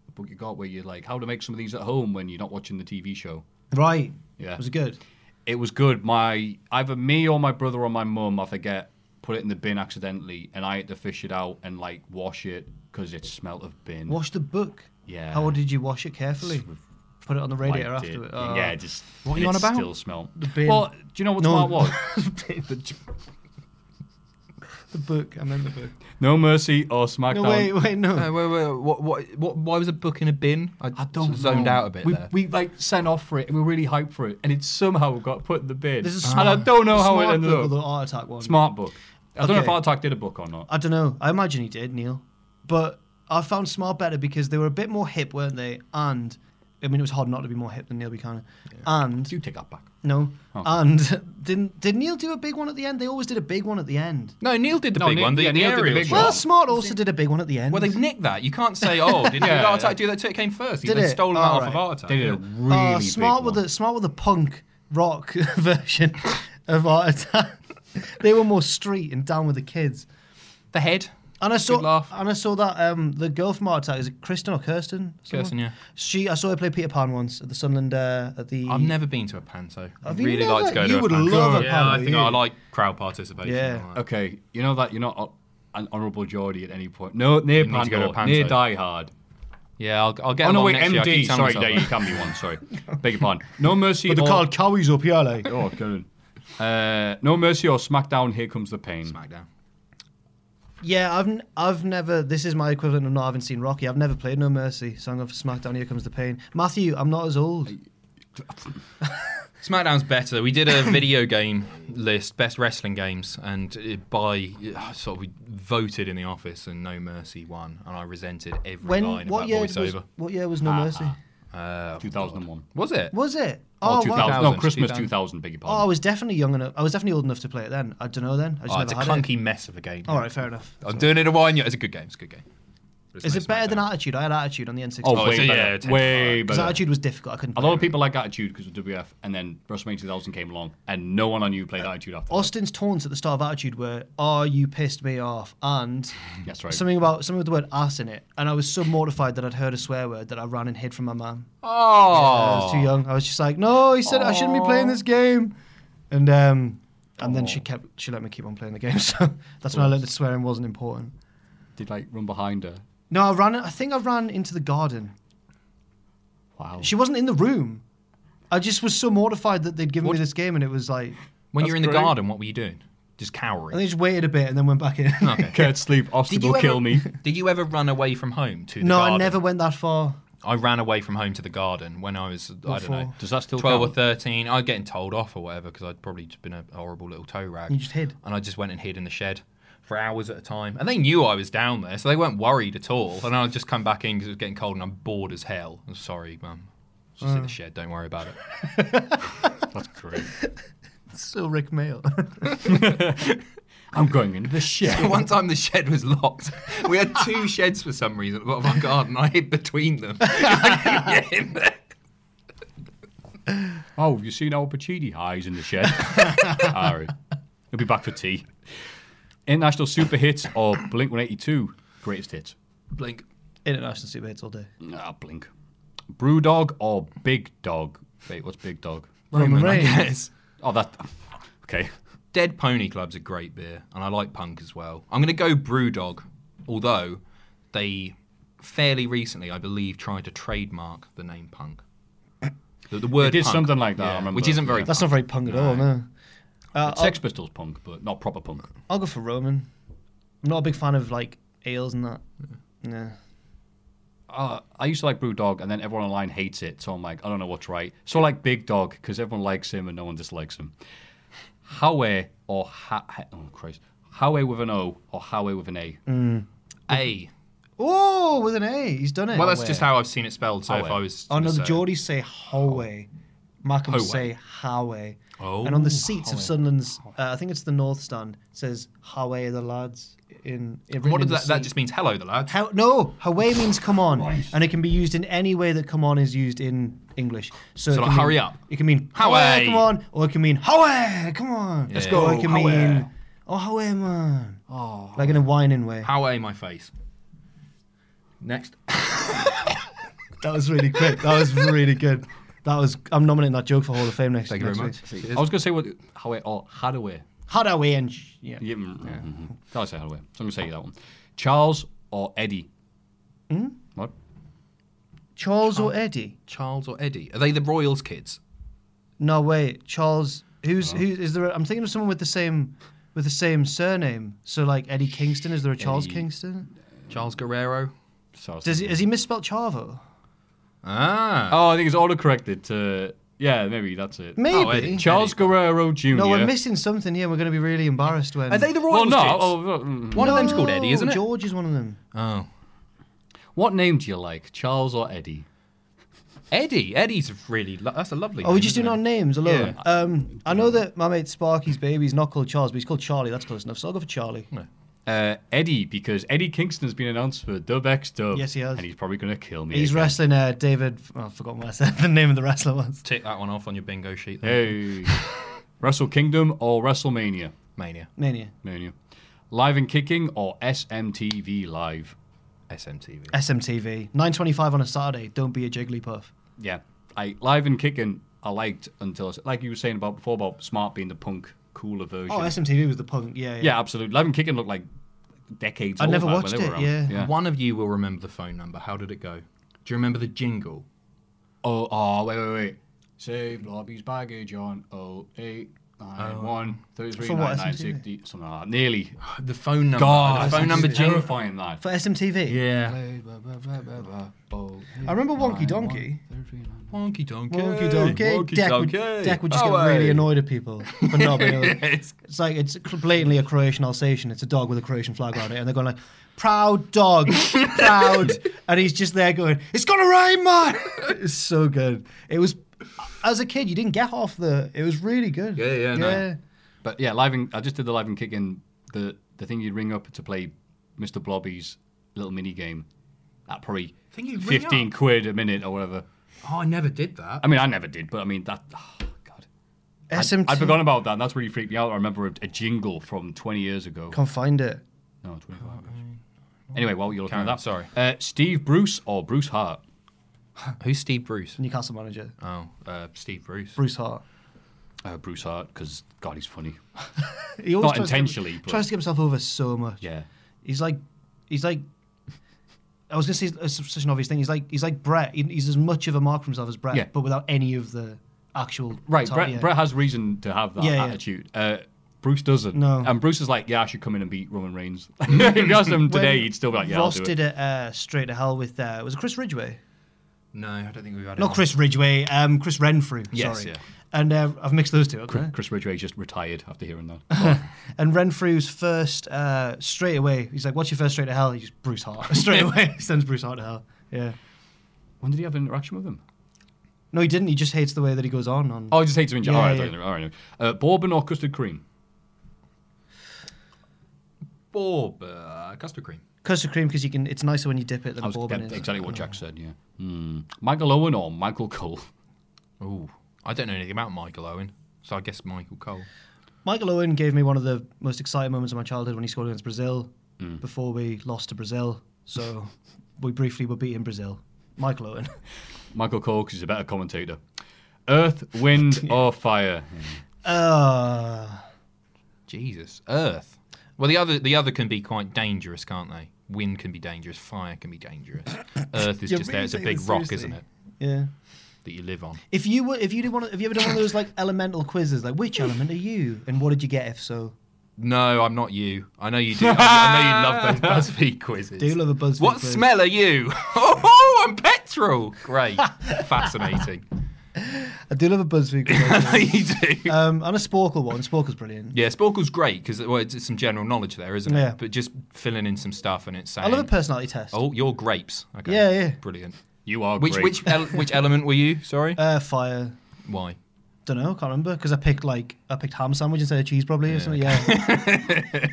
Speaker 2: the book you got where you're like how to make some of these at home when you're not watching the TV show.
Speaker 4: Right.
Speaker 2: Yeah.
Speaker 4: Was it good?
Speaker 2: It was good. My either me or my brother or my mum, I forget, put it in the bin accidentally, and I had to fish it out and like wash it because it smelt of bin.
Speaker 4: Wash the book.
Speaker 2: Yeah.
Speaker 4: How did you wash it carefully? Put it Oh. on the radiator
Speaker 2: Wiped it.
Speaker 4: afterward.
Speaker 2: Yeah, just
Speaker 3: What are
Speaker 2: and
Speaker 3: you on
Speaker 2: it
Speaker 3: about?
Speaker 2: Still smell.
Speaker 4: The bin.
Speaker 2: Well, do you know what
Speaker 4: No.
Speaker 2: smart was?
Speaker 4: the book. I remember the book.
Speaker 2: No mercy or SmackDown.
Speaker 4: No, wait, wait, no.
Speaker 3: Uh, wait, wait, what, what, what, why was a book in a bin? I,
Speaker 2: I don't
Speaker 3: zoned
Speaker 2: know.
Speaker 3: out a bit
Speaker 2: We,
Speaker 3: there.
Speaker 2: we like sent off for it and we were really hyped for it, and it somehow got put in the bin.
Speaker 4: This is
Speaker 2: and I
Speaker 4: smart-
Speaker 2: don't know how it
Speaker 4: smart
Speaker 2: ended
Speaker 4: book or
Speaker 2: up.
Speaker 4: the heart attack one.
Speaker 2: Smart book. I don't know if
Speaker 4: Okay.
Speaker 2: Art Attack did a book or not.
Speaker 4: I don't know. I imagine he did, Neil. But I found Smart better because they were a bit more hip, weren't they? And I mean, it was hard not to be more hip than Neil Buchanan. And
Speaker 2: Do take that back.
Speaker 4: no,
Speaker 2: Oh.
Speaker 4: and didn't did Neil do a big one at the end? They always did a big one at the end.
Speaker 3: no, Neil did the
Speaker 2: No,
Speaker 3: big
Speaker 2: Neil-
Speaker 3: one. The,
Speaker 2: yeah,
Speaker 3: the
Speaker 2: Neil did the
Speaker 3: aerial
Speaker 2: big
Speaker 3: shot.
Speaker 2: one.
Speaker 4: Well, Smart also did a big one at the end.
Speaker 3: Well, they've nicked that. You can't say, oh, did
Speaker 2: Yeah,
Speaker 3: Art Attack
Speaker 2: yeah.
Speaker 3: do that? It came first.
Speaker 4: Did
Speaker 3: They've
Speaker 4: it?
Speaker 3: stolen that
Speaker 4: All
Speaker 3: off
Speaker 4: right.
Speaker 3: of Art Attack.
Speaker 2: They did a
Speaker 3: yeah.
Speaker 2: really
Speaker 4: Uh,
Speaker 2: big
Speaker 4: smart
Speaker 2: one.
Speaker 4: with the smart with the punk rock version of Art Attack. they were more street and down with the kids.
Speaker 3: The head.
Speaker 4: And I saw
Speaker 3: Good laugh.
Speaker 4: and I saw that um, the girl from Art Attack is it Kristen or Kirsten? Someone?
Speaker 3: Kirsten, yeah.
Speaker 4: She I saw her play Peter Pan once at the Sunderland uh, at the.
Speaker 3: I've never been to a panto. I'd
Speaker 4: you
Speaker 3: really like to go
Speaker 4: never? You
Speaker 3: to
Speaker 4: would
Speaker 3: a panto.
Speaker 4: love a
Speaker 3: yeah,
Speaker 4: panto,
Speaker 3: I think
Speaker 4: you.
Speaker 3: I like crowd participation.
Speaker 4: Yeah.
Speaker 3: Like-
Speaker 2: Okay, you know that you're not uh, an honourable Geordie at any point. No, near
Speaker 3: You need to go to a
Speaker 2: Panto,
Speaker 3: panto.
Speaker 2: near Die Hard.
Speaker 3: Yeah, I'll, I'll get.
Speaker 2: Oh, no,
Speaker 3: along
Speaker 2: wait,
Speaker 3: next year. I
Speaker 2: MD.
Speaker 3: keep
Speaker 2: Sorry,
Speaker 3: telling myself
Speaker 2: there
Speaker 3: that.
Speaker 2: you can be one. Sorry. Beg your pardon. No mercy.
Speaker 4: But they're
Speaker 2: or-
Speaker 4: called cowies up here, like.
Speaker 2: Oh, good. Uh, no mercy or SmackDown. Here comes the pain. SmackDown.
Speaker 4: Yeah, I've n- I've never. This is my equivalent of not having seen Rocky. I've never played No Mercy, so I'm going for SmackDown. Here comes the pain. Matthew, I'm not as old.
Speaker 3: SmackDown's better. We did a video game list, best wrestling games, and it, by uh, sort of we voted in the office, and No Mercy won, and I resented every
Speaker 4: When
Speaker 3: line
Speaker 4: what
Speaker 3: about
Speaker 4: year was
Speaker 3: voiceover. Ah.
Speaker 4: what year was No Mercy?
Speaker 3: Uh,
Speaker 2: 2001.
Speaker 3: Was it?
Speaker 4: Was it?
Speaker 2: Oh,
Speaker 4: wow.
Speaker 2: 2000. No, Christmas 2000. Beg your
Speaker 4: Oh,
Speaker 2: pardon.
Speaker 4: I was definitely young enough. I was definitely old enough to play it then. I don't know then. I just
Speaker 3: Oh,
Speaker 4: never
Speaker 3: it's a
Speaker 4: had
Speaker 3: clunky
Speaker 4: it.
Speaker 3: mess of a game.
Speaker 4: All right, fair enough.
Speaker 3: I'm doing it a while. It's a good game. It's a good game.
Speaker 4: Is it better than Attitude? I had Attitude on the N64.
Speaker 2: Oh, way better. way
Speaker 4: Because
Speaker 2: better.
Speaker 4: Attitude was difficult. I couldn't.
Speaker 2: A
Speaker 4: play
Speaker 2: lot
Speaker 4: it.
Speaker 2: of people like Attitude because of WF, and then WrestleMania 2000 came along, and no one I knew played Attitude after.
Speaker 4: Austin's taunts at the start of Attitude were, "Are you pissed me off?" and
Speaker 2: That's right.
Speaker 4: something about something with the word "ass" in it. And I was so mortified that I'd heard a swear word that I ran and hid from my mum.
Speaker 2: Oh.
Speaker 4: I was too young. I was just like, "No," he said, "I shouldn't be playing this game," and um, and then she kept she let me keep on playing the game. So that's when I learned that swearing wasn't important.
Speaker 2: Did like run behind her.
Speaker 4: No, I ran. I think I ran into the garden.
Speaker 2: Wow.
Speaker 4: She wasn't in the room. I just was so mortified that they'd given me this game, and it was like
Speaker 3: When you were in the garden, what were you doing? Just cowering.
Speaker 4: And they just waited a bit and then went back in.
Speaker 2: Can't sleep. Austin will kill me.
Speaker 3: Did you ever run away from home to the
Speaker 4: no,
Speaker 3: garden?
Speaker 4: I never went that far.
Speaker 3: I ran away from home to the garden when I was I
Speaker 4: What
Speaker 3: don't
Speaker 4: for?
Speaker 3: know.
Speaker 2: Does that still
Speaker 3: twelve
Speaker 2: count?
Speaker 3: or thirteen? I was getting told off or whatever because I'd probably just been a horrible little toe rag.
Speaker 4: You just hid.
Speaker 3: and I just went and hid in the shed for hours at a time. And they knew I was down there, so they weren't worried at all. And I'd just come back in because it was getting cold and I'm bored as hell. I'm sorry, mum. It's Just in
Speaker 4: Uh.
Speaker 3: the shed. Don't worry about it.
Speaker 2: That's great.
Speaker 4: So Rick Mail.
Speaker 2: I'm going into the shed.
Speaker 3: So one time the shed was locked. We had two sheds for some reason at the bottom of our garden. I hid between them. I couldn't get in there.
Speaker 2: Oh, have you seen our Pacini? Ah, he's in the shed. All right. He'll be back for tea. International super hits or Blink 182? Greatest hits.
Speaker 3: Blink.
Speaker 4: International super hits all day.
Speaker 2: Ah, Blink. Brewdog or Big Dog? Wait, what's Big Dog?
Speaker 4: Roman Roman Reigns.
Speaker 3: Reigns.
Speaker 2: Oh, that. Okay.
Speaker 3: Dead Pony Club's a great beer, and I like punk as well. I'm going to go Brewdog, although they fairly recently, I believe, tried to trademark the name punk. The, the word
Speaker 2: They did
Speaker 3: punk,
Speaker 2: something like that, I
Speaker 3: yeah,
Speaker 2: remember.
Speaker 3: which isn't very.
Speaker 4: That's
Speaker 3: punk.
Speaker 4: not very punk at all, no. Uh, I'll,
Speaker 2: Sex Pistols punk, but not proper punk.
Speaker 4: I'll go for Roman. I'm not a big fan of like ales and that. Yeah.
Speaker 2: uh, I used to like Brew Dog, and then everyone online hates it. So I'm like, I don't know what's right. So I like Big Dog because everyone likes him and no one dislikes him. Howe or ha- ha- oh Christ, Howe with an O or Howe with an A.
Speaker 3: A.
Speaker 4: Oh, with an A, he's done it.
Speaker 3: Well, that's just how I've seen it spelled. So if
Speaker 2: Howe.
Speaker 3: I was.
Speaker 4: Oh no,
Speaker 3: to
Speaker 4: the
Speaker 3: say-
Speaker 4: Geordies say Howe. Markham
Speaker 3: Howe.
Speaker 4: say Howe.
Speaker 3: Oh,
Speaker 4: and on the seats
Speaker 3: Howe.
Speaker 4: of Sunderland's, uh, I think it's the North Stand, it says Howe the lads in. written
Speaker 3: What
Speaker 4: in
Speaker 3: does
Speaker 4: the
Speaker 3: that? That
Speaker 4: seat.
Speaker 3: just means hello, the lads.
Speaker 4: How, no, Hawe means come on, and it can be used in any way that come on is used in English. So, it
Speaker 3: So, like,
Speaker 4: can mean-
Speaker 3: hurry up.
Speaker 4: It can mean
Speaker 3: Hawe.
Speaker 4: Hawe, come on, or it can mean Hawe, come on.
Speaker 3: Let's
Speaker 4: Or
Speaker 3: go,
Speaker 4: it can
Speaker 3: Hawe.
Speaker 4: mean oh Hawe man, oh, like in a whining way.
Speaker 3: How a my face. Next.
Speaker 4: That was really quick. That was really good. That was. I'm nominating that joke for Hall of Fame next.
Speaker 3: Thank you
Speaker 4: next
Speaker 3: very
Speaker 4: week.
Speaker 3: much.
Speaker 2: I was gonna say what Howe or Hadaway.
Speaker 4: Hadaway and sh- yeah.
Speaker 2: Yeah, mm, mhm. I say Hadaway. So I'm gonna say that one. Charles or Eddie.
Speaker 4: Hmm?
Speaker 2: What?
Speaker 4: Charles or Eddie?
Speaker 3: Charles or Eddie? Are they the Royals kids?
Speaker 4: No wait, Charles. Who's who? Is there? A, I'm thinking of someone with the same with the same surname. So like Eddie Kingston. Is there a Charles Kingston?
Speaker 3: Charles Guerrero.
Speaker 2: So I was
Speaker 4: Does he,
Speaker 2: thinking-
Speaker 4: has he misspelled Chavo?
Speaker 3: Ah.
Speaker 2: Oh, I think it's autocorrected to. Yeah, maybe that's it.
Speaker 4: Oh, Maybe.
Speaker 3: Oh, Eddie.
Speaker 2: Charles Guerrero Jr.
Speaker 4: No, we're missing something here. We're going to be really embarrassed when.
Speaker 3: Are they the
Speaker 2: Well,
Speaker 3: Royals
Speaker 2: no.
Speaker 3: kids?
Speaker 2: oh, mm.
Speaker 3: One of them's called Eddie,
Speaker 4: No,
Speaker 3: isn't it?
Speaker 4: George is one of them.
Speaker 3: Oh.
Speaker 2: What name do you like, Charles or Eddie?
Speaker 3: Eddie. Eddie's really. Lo- that's a lovely.
Speaker 4: Oh, we
Speaker 3: name,
Speaker 4: just
Speaker 3: isn't
Speaker 4: doing our
Speaker 3: it?
Speaker 4: names alone. Um, I know that my mate Sparky's baby's not called Charles, but he's called Charlie. That's close enough. So I'll go for Charlie.
Speaker 2: uh, Eddie because Eddie Kingston has been announced for Dub X Dub.
Speaker 4: Yes, he has.
Speaker 2: And he's probably going to kill me.
Speaker 4: He's
Speaker 2: again.
Speaker 4: wrestling uh, David. Oh, I've forgotten what I said. The name of the wrestler was.
Speaker 3: Tick that one off on your bingo sheet. There.
Speaker 2: Hey. Wrestle Kingdom or WrestleMania?
Speaker 3: Mania.
Speaker 4: Mania.
Speaker 2: Mania. Live and Kicking or SMTV Live?
Speaker 3: SMTV.
Speaker 4: SMTV. 9.25 on a Saturday. Don't be a Jigglypuff.
Speaker 2: Yeah. I Live and Kicking I liked until, like you were saying about before about Smart being the punk, cooler version.
Speaker 4: Oh, SMTV was the punk. Yeah, yeah.
Speaker 2: yeah, absolutely. Live and Kicking looked like decades
Speaker 4: I
Speaker 2: old
Speaker 4: never
Speaker 2: back
Speaker 4: watched
Speaker 2: when they
Speaker 4: it,
Speaker 2: were around.
Speaker 4: yeah.
Speaker 3: One of you will remember the phone number. How did it go? Do you remember the jingle?
Speaker 2: Oh, oh, wait, wait, wait. Save Blobby's baggage on 0891
Speaker 4: For what,
Speaker 2: 33 something like that. Nearly.
Speaker 3: The phone number.
Speaker 2: God,
Speaker 3: the phone
Speaker 2: that's
Speaker 3: number jingle.
Speaker 2: terrifying that.
Speaker 4: For SMTV?
Speaker 3: Yeah.
Speaker 2: Oh,
Speaker 4: I remember Wonky Donkey.
Speaker 3: Wonky Donkey.
Speaker 4: Wonky Donkey. Deck, Would, Deck would just
Speaker 3: Oh,
Speaker 4: get really annoyed at people for not being able
Speaker 3: Yes.
Speaker 4: It's like it's blatantly a Croatian Alsatian. It's a dog with a Croatian flag on it, and they're going like, "Proud dog, proud," and he's just there going, "It's gonna rain, man." it's so good. It was as a kid, you didn't get off the. It was really good.
Speaker 2: yeah, no. But yeah, live and I just did the live and kick in the the thing you'd ring up to play Mr. Blobby's little mini game. That probably
Speaker 3: Thing you'd ring
Speaker 2: fifteen
Speaker 3: up?
Speaker 2: quid a minute or whatever.
Speaker 3: Oh, I never did that.
Speaker 2: I mean, I never did, but I mean that. Oh, God. I'd-
Speaker 4: SMT.
Speaker 2: I'd forgotten about that. And that's really freaked me out. I remember a, a jingle from 20 years ago.
Speaker 4: Can't find it.
Speaker 2: No, 25. Anyway, while you're looking
Speaker 3: Karen,
Speaker 2: at that,
Speaker 3: sorry.
Speaker 2: Uh, Steve Bruce or Bruce Hart?
Speaker 3: Who's Steve Bruce?
Speaker 4: Newcastle manager
Speaker 3: Oh, uh, Steve Bruce.
Speaker 4: Bruce Hart.
Speaker 2: Uh, Bruce Hart, because God, he's funny.
Speaker 4: He
Speaker 2: Not
Speaker 4: tries to-
Speaker 2: intentionally, but-
Speaker 4: tries to get himself over so much.
Speaker 2: Yeah.
Speaker 4: He's like, he's like. I was gonna say it's such an obvious thing. He's like, he's like Brett. He- He's as much of a mark for himself as Brett,
Speaker 2: Yeah.
Speaker 4: but without any of the actual.
Speaker 2: Right,
Speaker 4: tar-
Speaker 2: Brett,
Speaker 4: yeah.
Speaker 2: Brett has reason to have that
Speaker 4: Yeah, yeah.
Speaker 2: attitude. Uh, Bruce doesn't.
Speaker 4: No.
Speaker 2: And Bruce is like, yeah, I should come in and beat Roman Reigns. if you asked him today,
Speaker 4: When
Speaker 2: he'd still be like, yeah,
Speaker 4: Ross
Speaker 2: I'll do it.
Speaker 4: did it uh, straight to hell with uh, was it Chris Ridgway?
Speaker 3: No, I don't think we've had
Speaker 4: Not
Speaker 3: him.
Speaker 4: Chris Ridgway, um, Chris Renfrew.
Speaker 2: Yes,
Speaker 4: sorry.
Speaker 2: yeah.
Speaker 4: And uh, I've mixed those two up.
Speaker 2: Chris,
Speaker 4: there.
Speaker 2: Chris Ridgway just retired after hearing that.
Speaker 4: And Renfrew's first uh, straight away. He's like, "What's your first straight to hell?" He's just Bruce Hart straight away. he sends Bruce Hart to hell. Yeah.
Speaker 2: when did he have an interaction with him?
Speaker 4: No, he didn't. He just hates the way that he goes on. On
Speaker 2: Oh, he just hates him in
Speaker 4: Yeah,
Speaker 2: all right,
Speaker 4: yeah.
Speaker 2: I don't know, all right. Uh, bourbon or custard cream?
Speaker 3: Bob uh, custard cream.
Speaker 4: custard cream because you can. It's nicer when you dip it than
Speaker 2: I was
Speaker 4: bourbon.
Speaker 2: that's
Speaker 4: is.
Speaker 2: exactly what Jack said, yeah. Hmm. Michael Owen or Michael Cole?
Speaker 3: Oh, I don't know anything about Michael Owen, so I guess Michael Cole.
Speaker 4: Michael Owen gave me one of the most exciting moments of my childhood when he scored against Brazil before we lost to Brazil. So we briefly were beating Brazil. Michael Owen.
Speaker 2: Michael Cole, because he's a better commentator. Earth, wind, or fire?
Speaker 4: Uh,
Speaker 3: Jesus, Earth. Well, the other the other can be quite dangerous, can't they? Wind can be dangerous. Fire can be dangerous. Earth is
Speaker 4: You're
Speaker 3: just there.
Speaker 4: really
Speaker 3: It's a
Speaker 4: taking
Speaker 3: big
Speaker 4: this
Speaker 3: rock,
Speaker 4: seriously.
Speaker 3: isn't it?
Speaker 4: yeah.
Speaker 3: That you live on.
Speaker 4: If you were, if you did one, of- have you ever done one of those like elemental quizzes? Like, which element are you, and what did you get if so?
Speaker 3: No, I'm not you. I know you do. I, I know you love those BuzzFeed quizzes.
Speaker 4: Do you love a BuzzFeed
Speaker 3: What
Speaker 4: quiz?
Speaker 3: smell are you? Oh, I'm petrol. Great. Fascinating.
Speaker 4: I do love a BuzzFeed quiz.
Speaker 3: you do.
Speaker 4: um, and a Sporkle one. Sporkle's brilliant.
Speaker 3: Yeah, Sporkle's great because well, it's it's some general knowledge there, isn't it?
Speaker 4: Yeah.
Speaker 3: But just filling in some stuff and it's saying.
Speaker 4: I love a personality test.
Speaker 3: Oh, you're grapes. Okay.
Speaker 4: Yeah, yeah.
Speaker 3: Brilliant.
Speaker 2: You are
Speaker 3: Which
Speaker 2: great.
Speaker 3: which ele- which element were you? Sorry.
Speaker 4: Uh, fire.
Speaker 3: Why?
Speaker 4: Don't know. Can't remember because I picked like I picked ham sandwich instead of cheese probably or something. Yeah.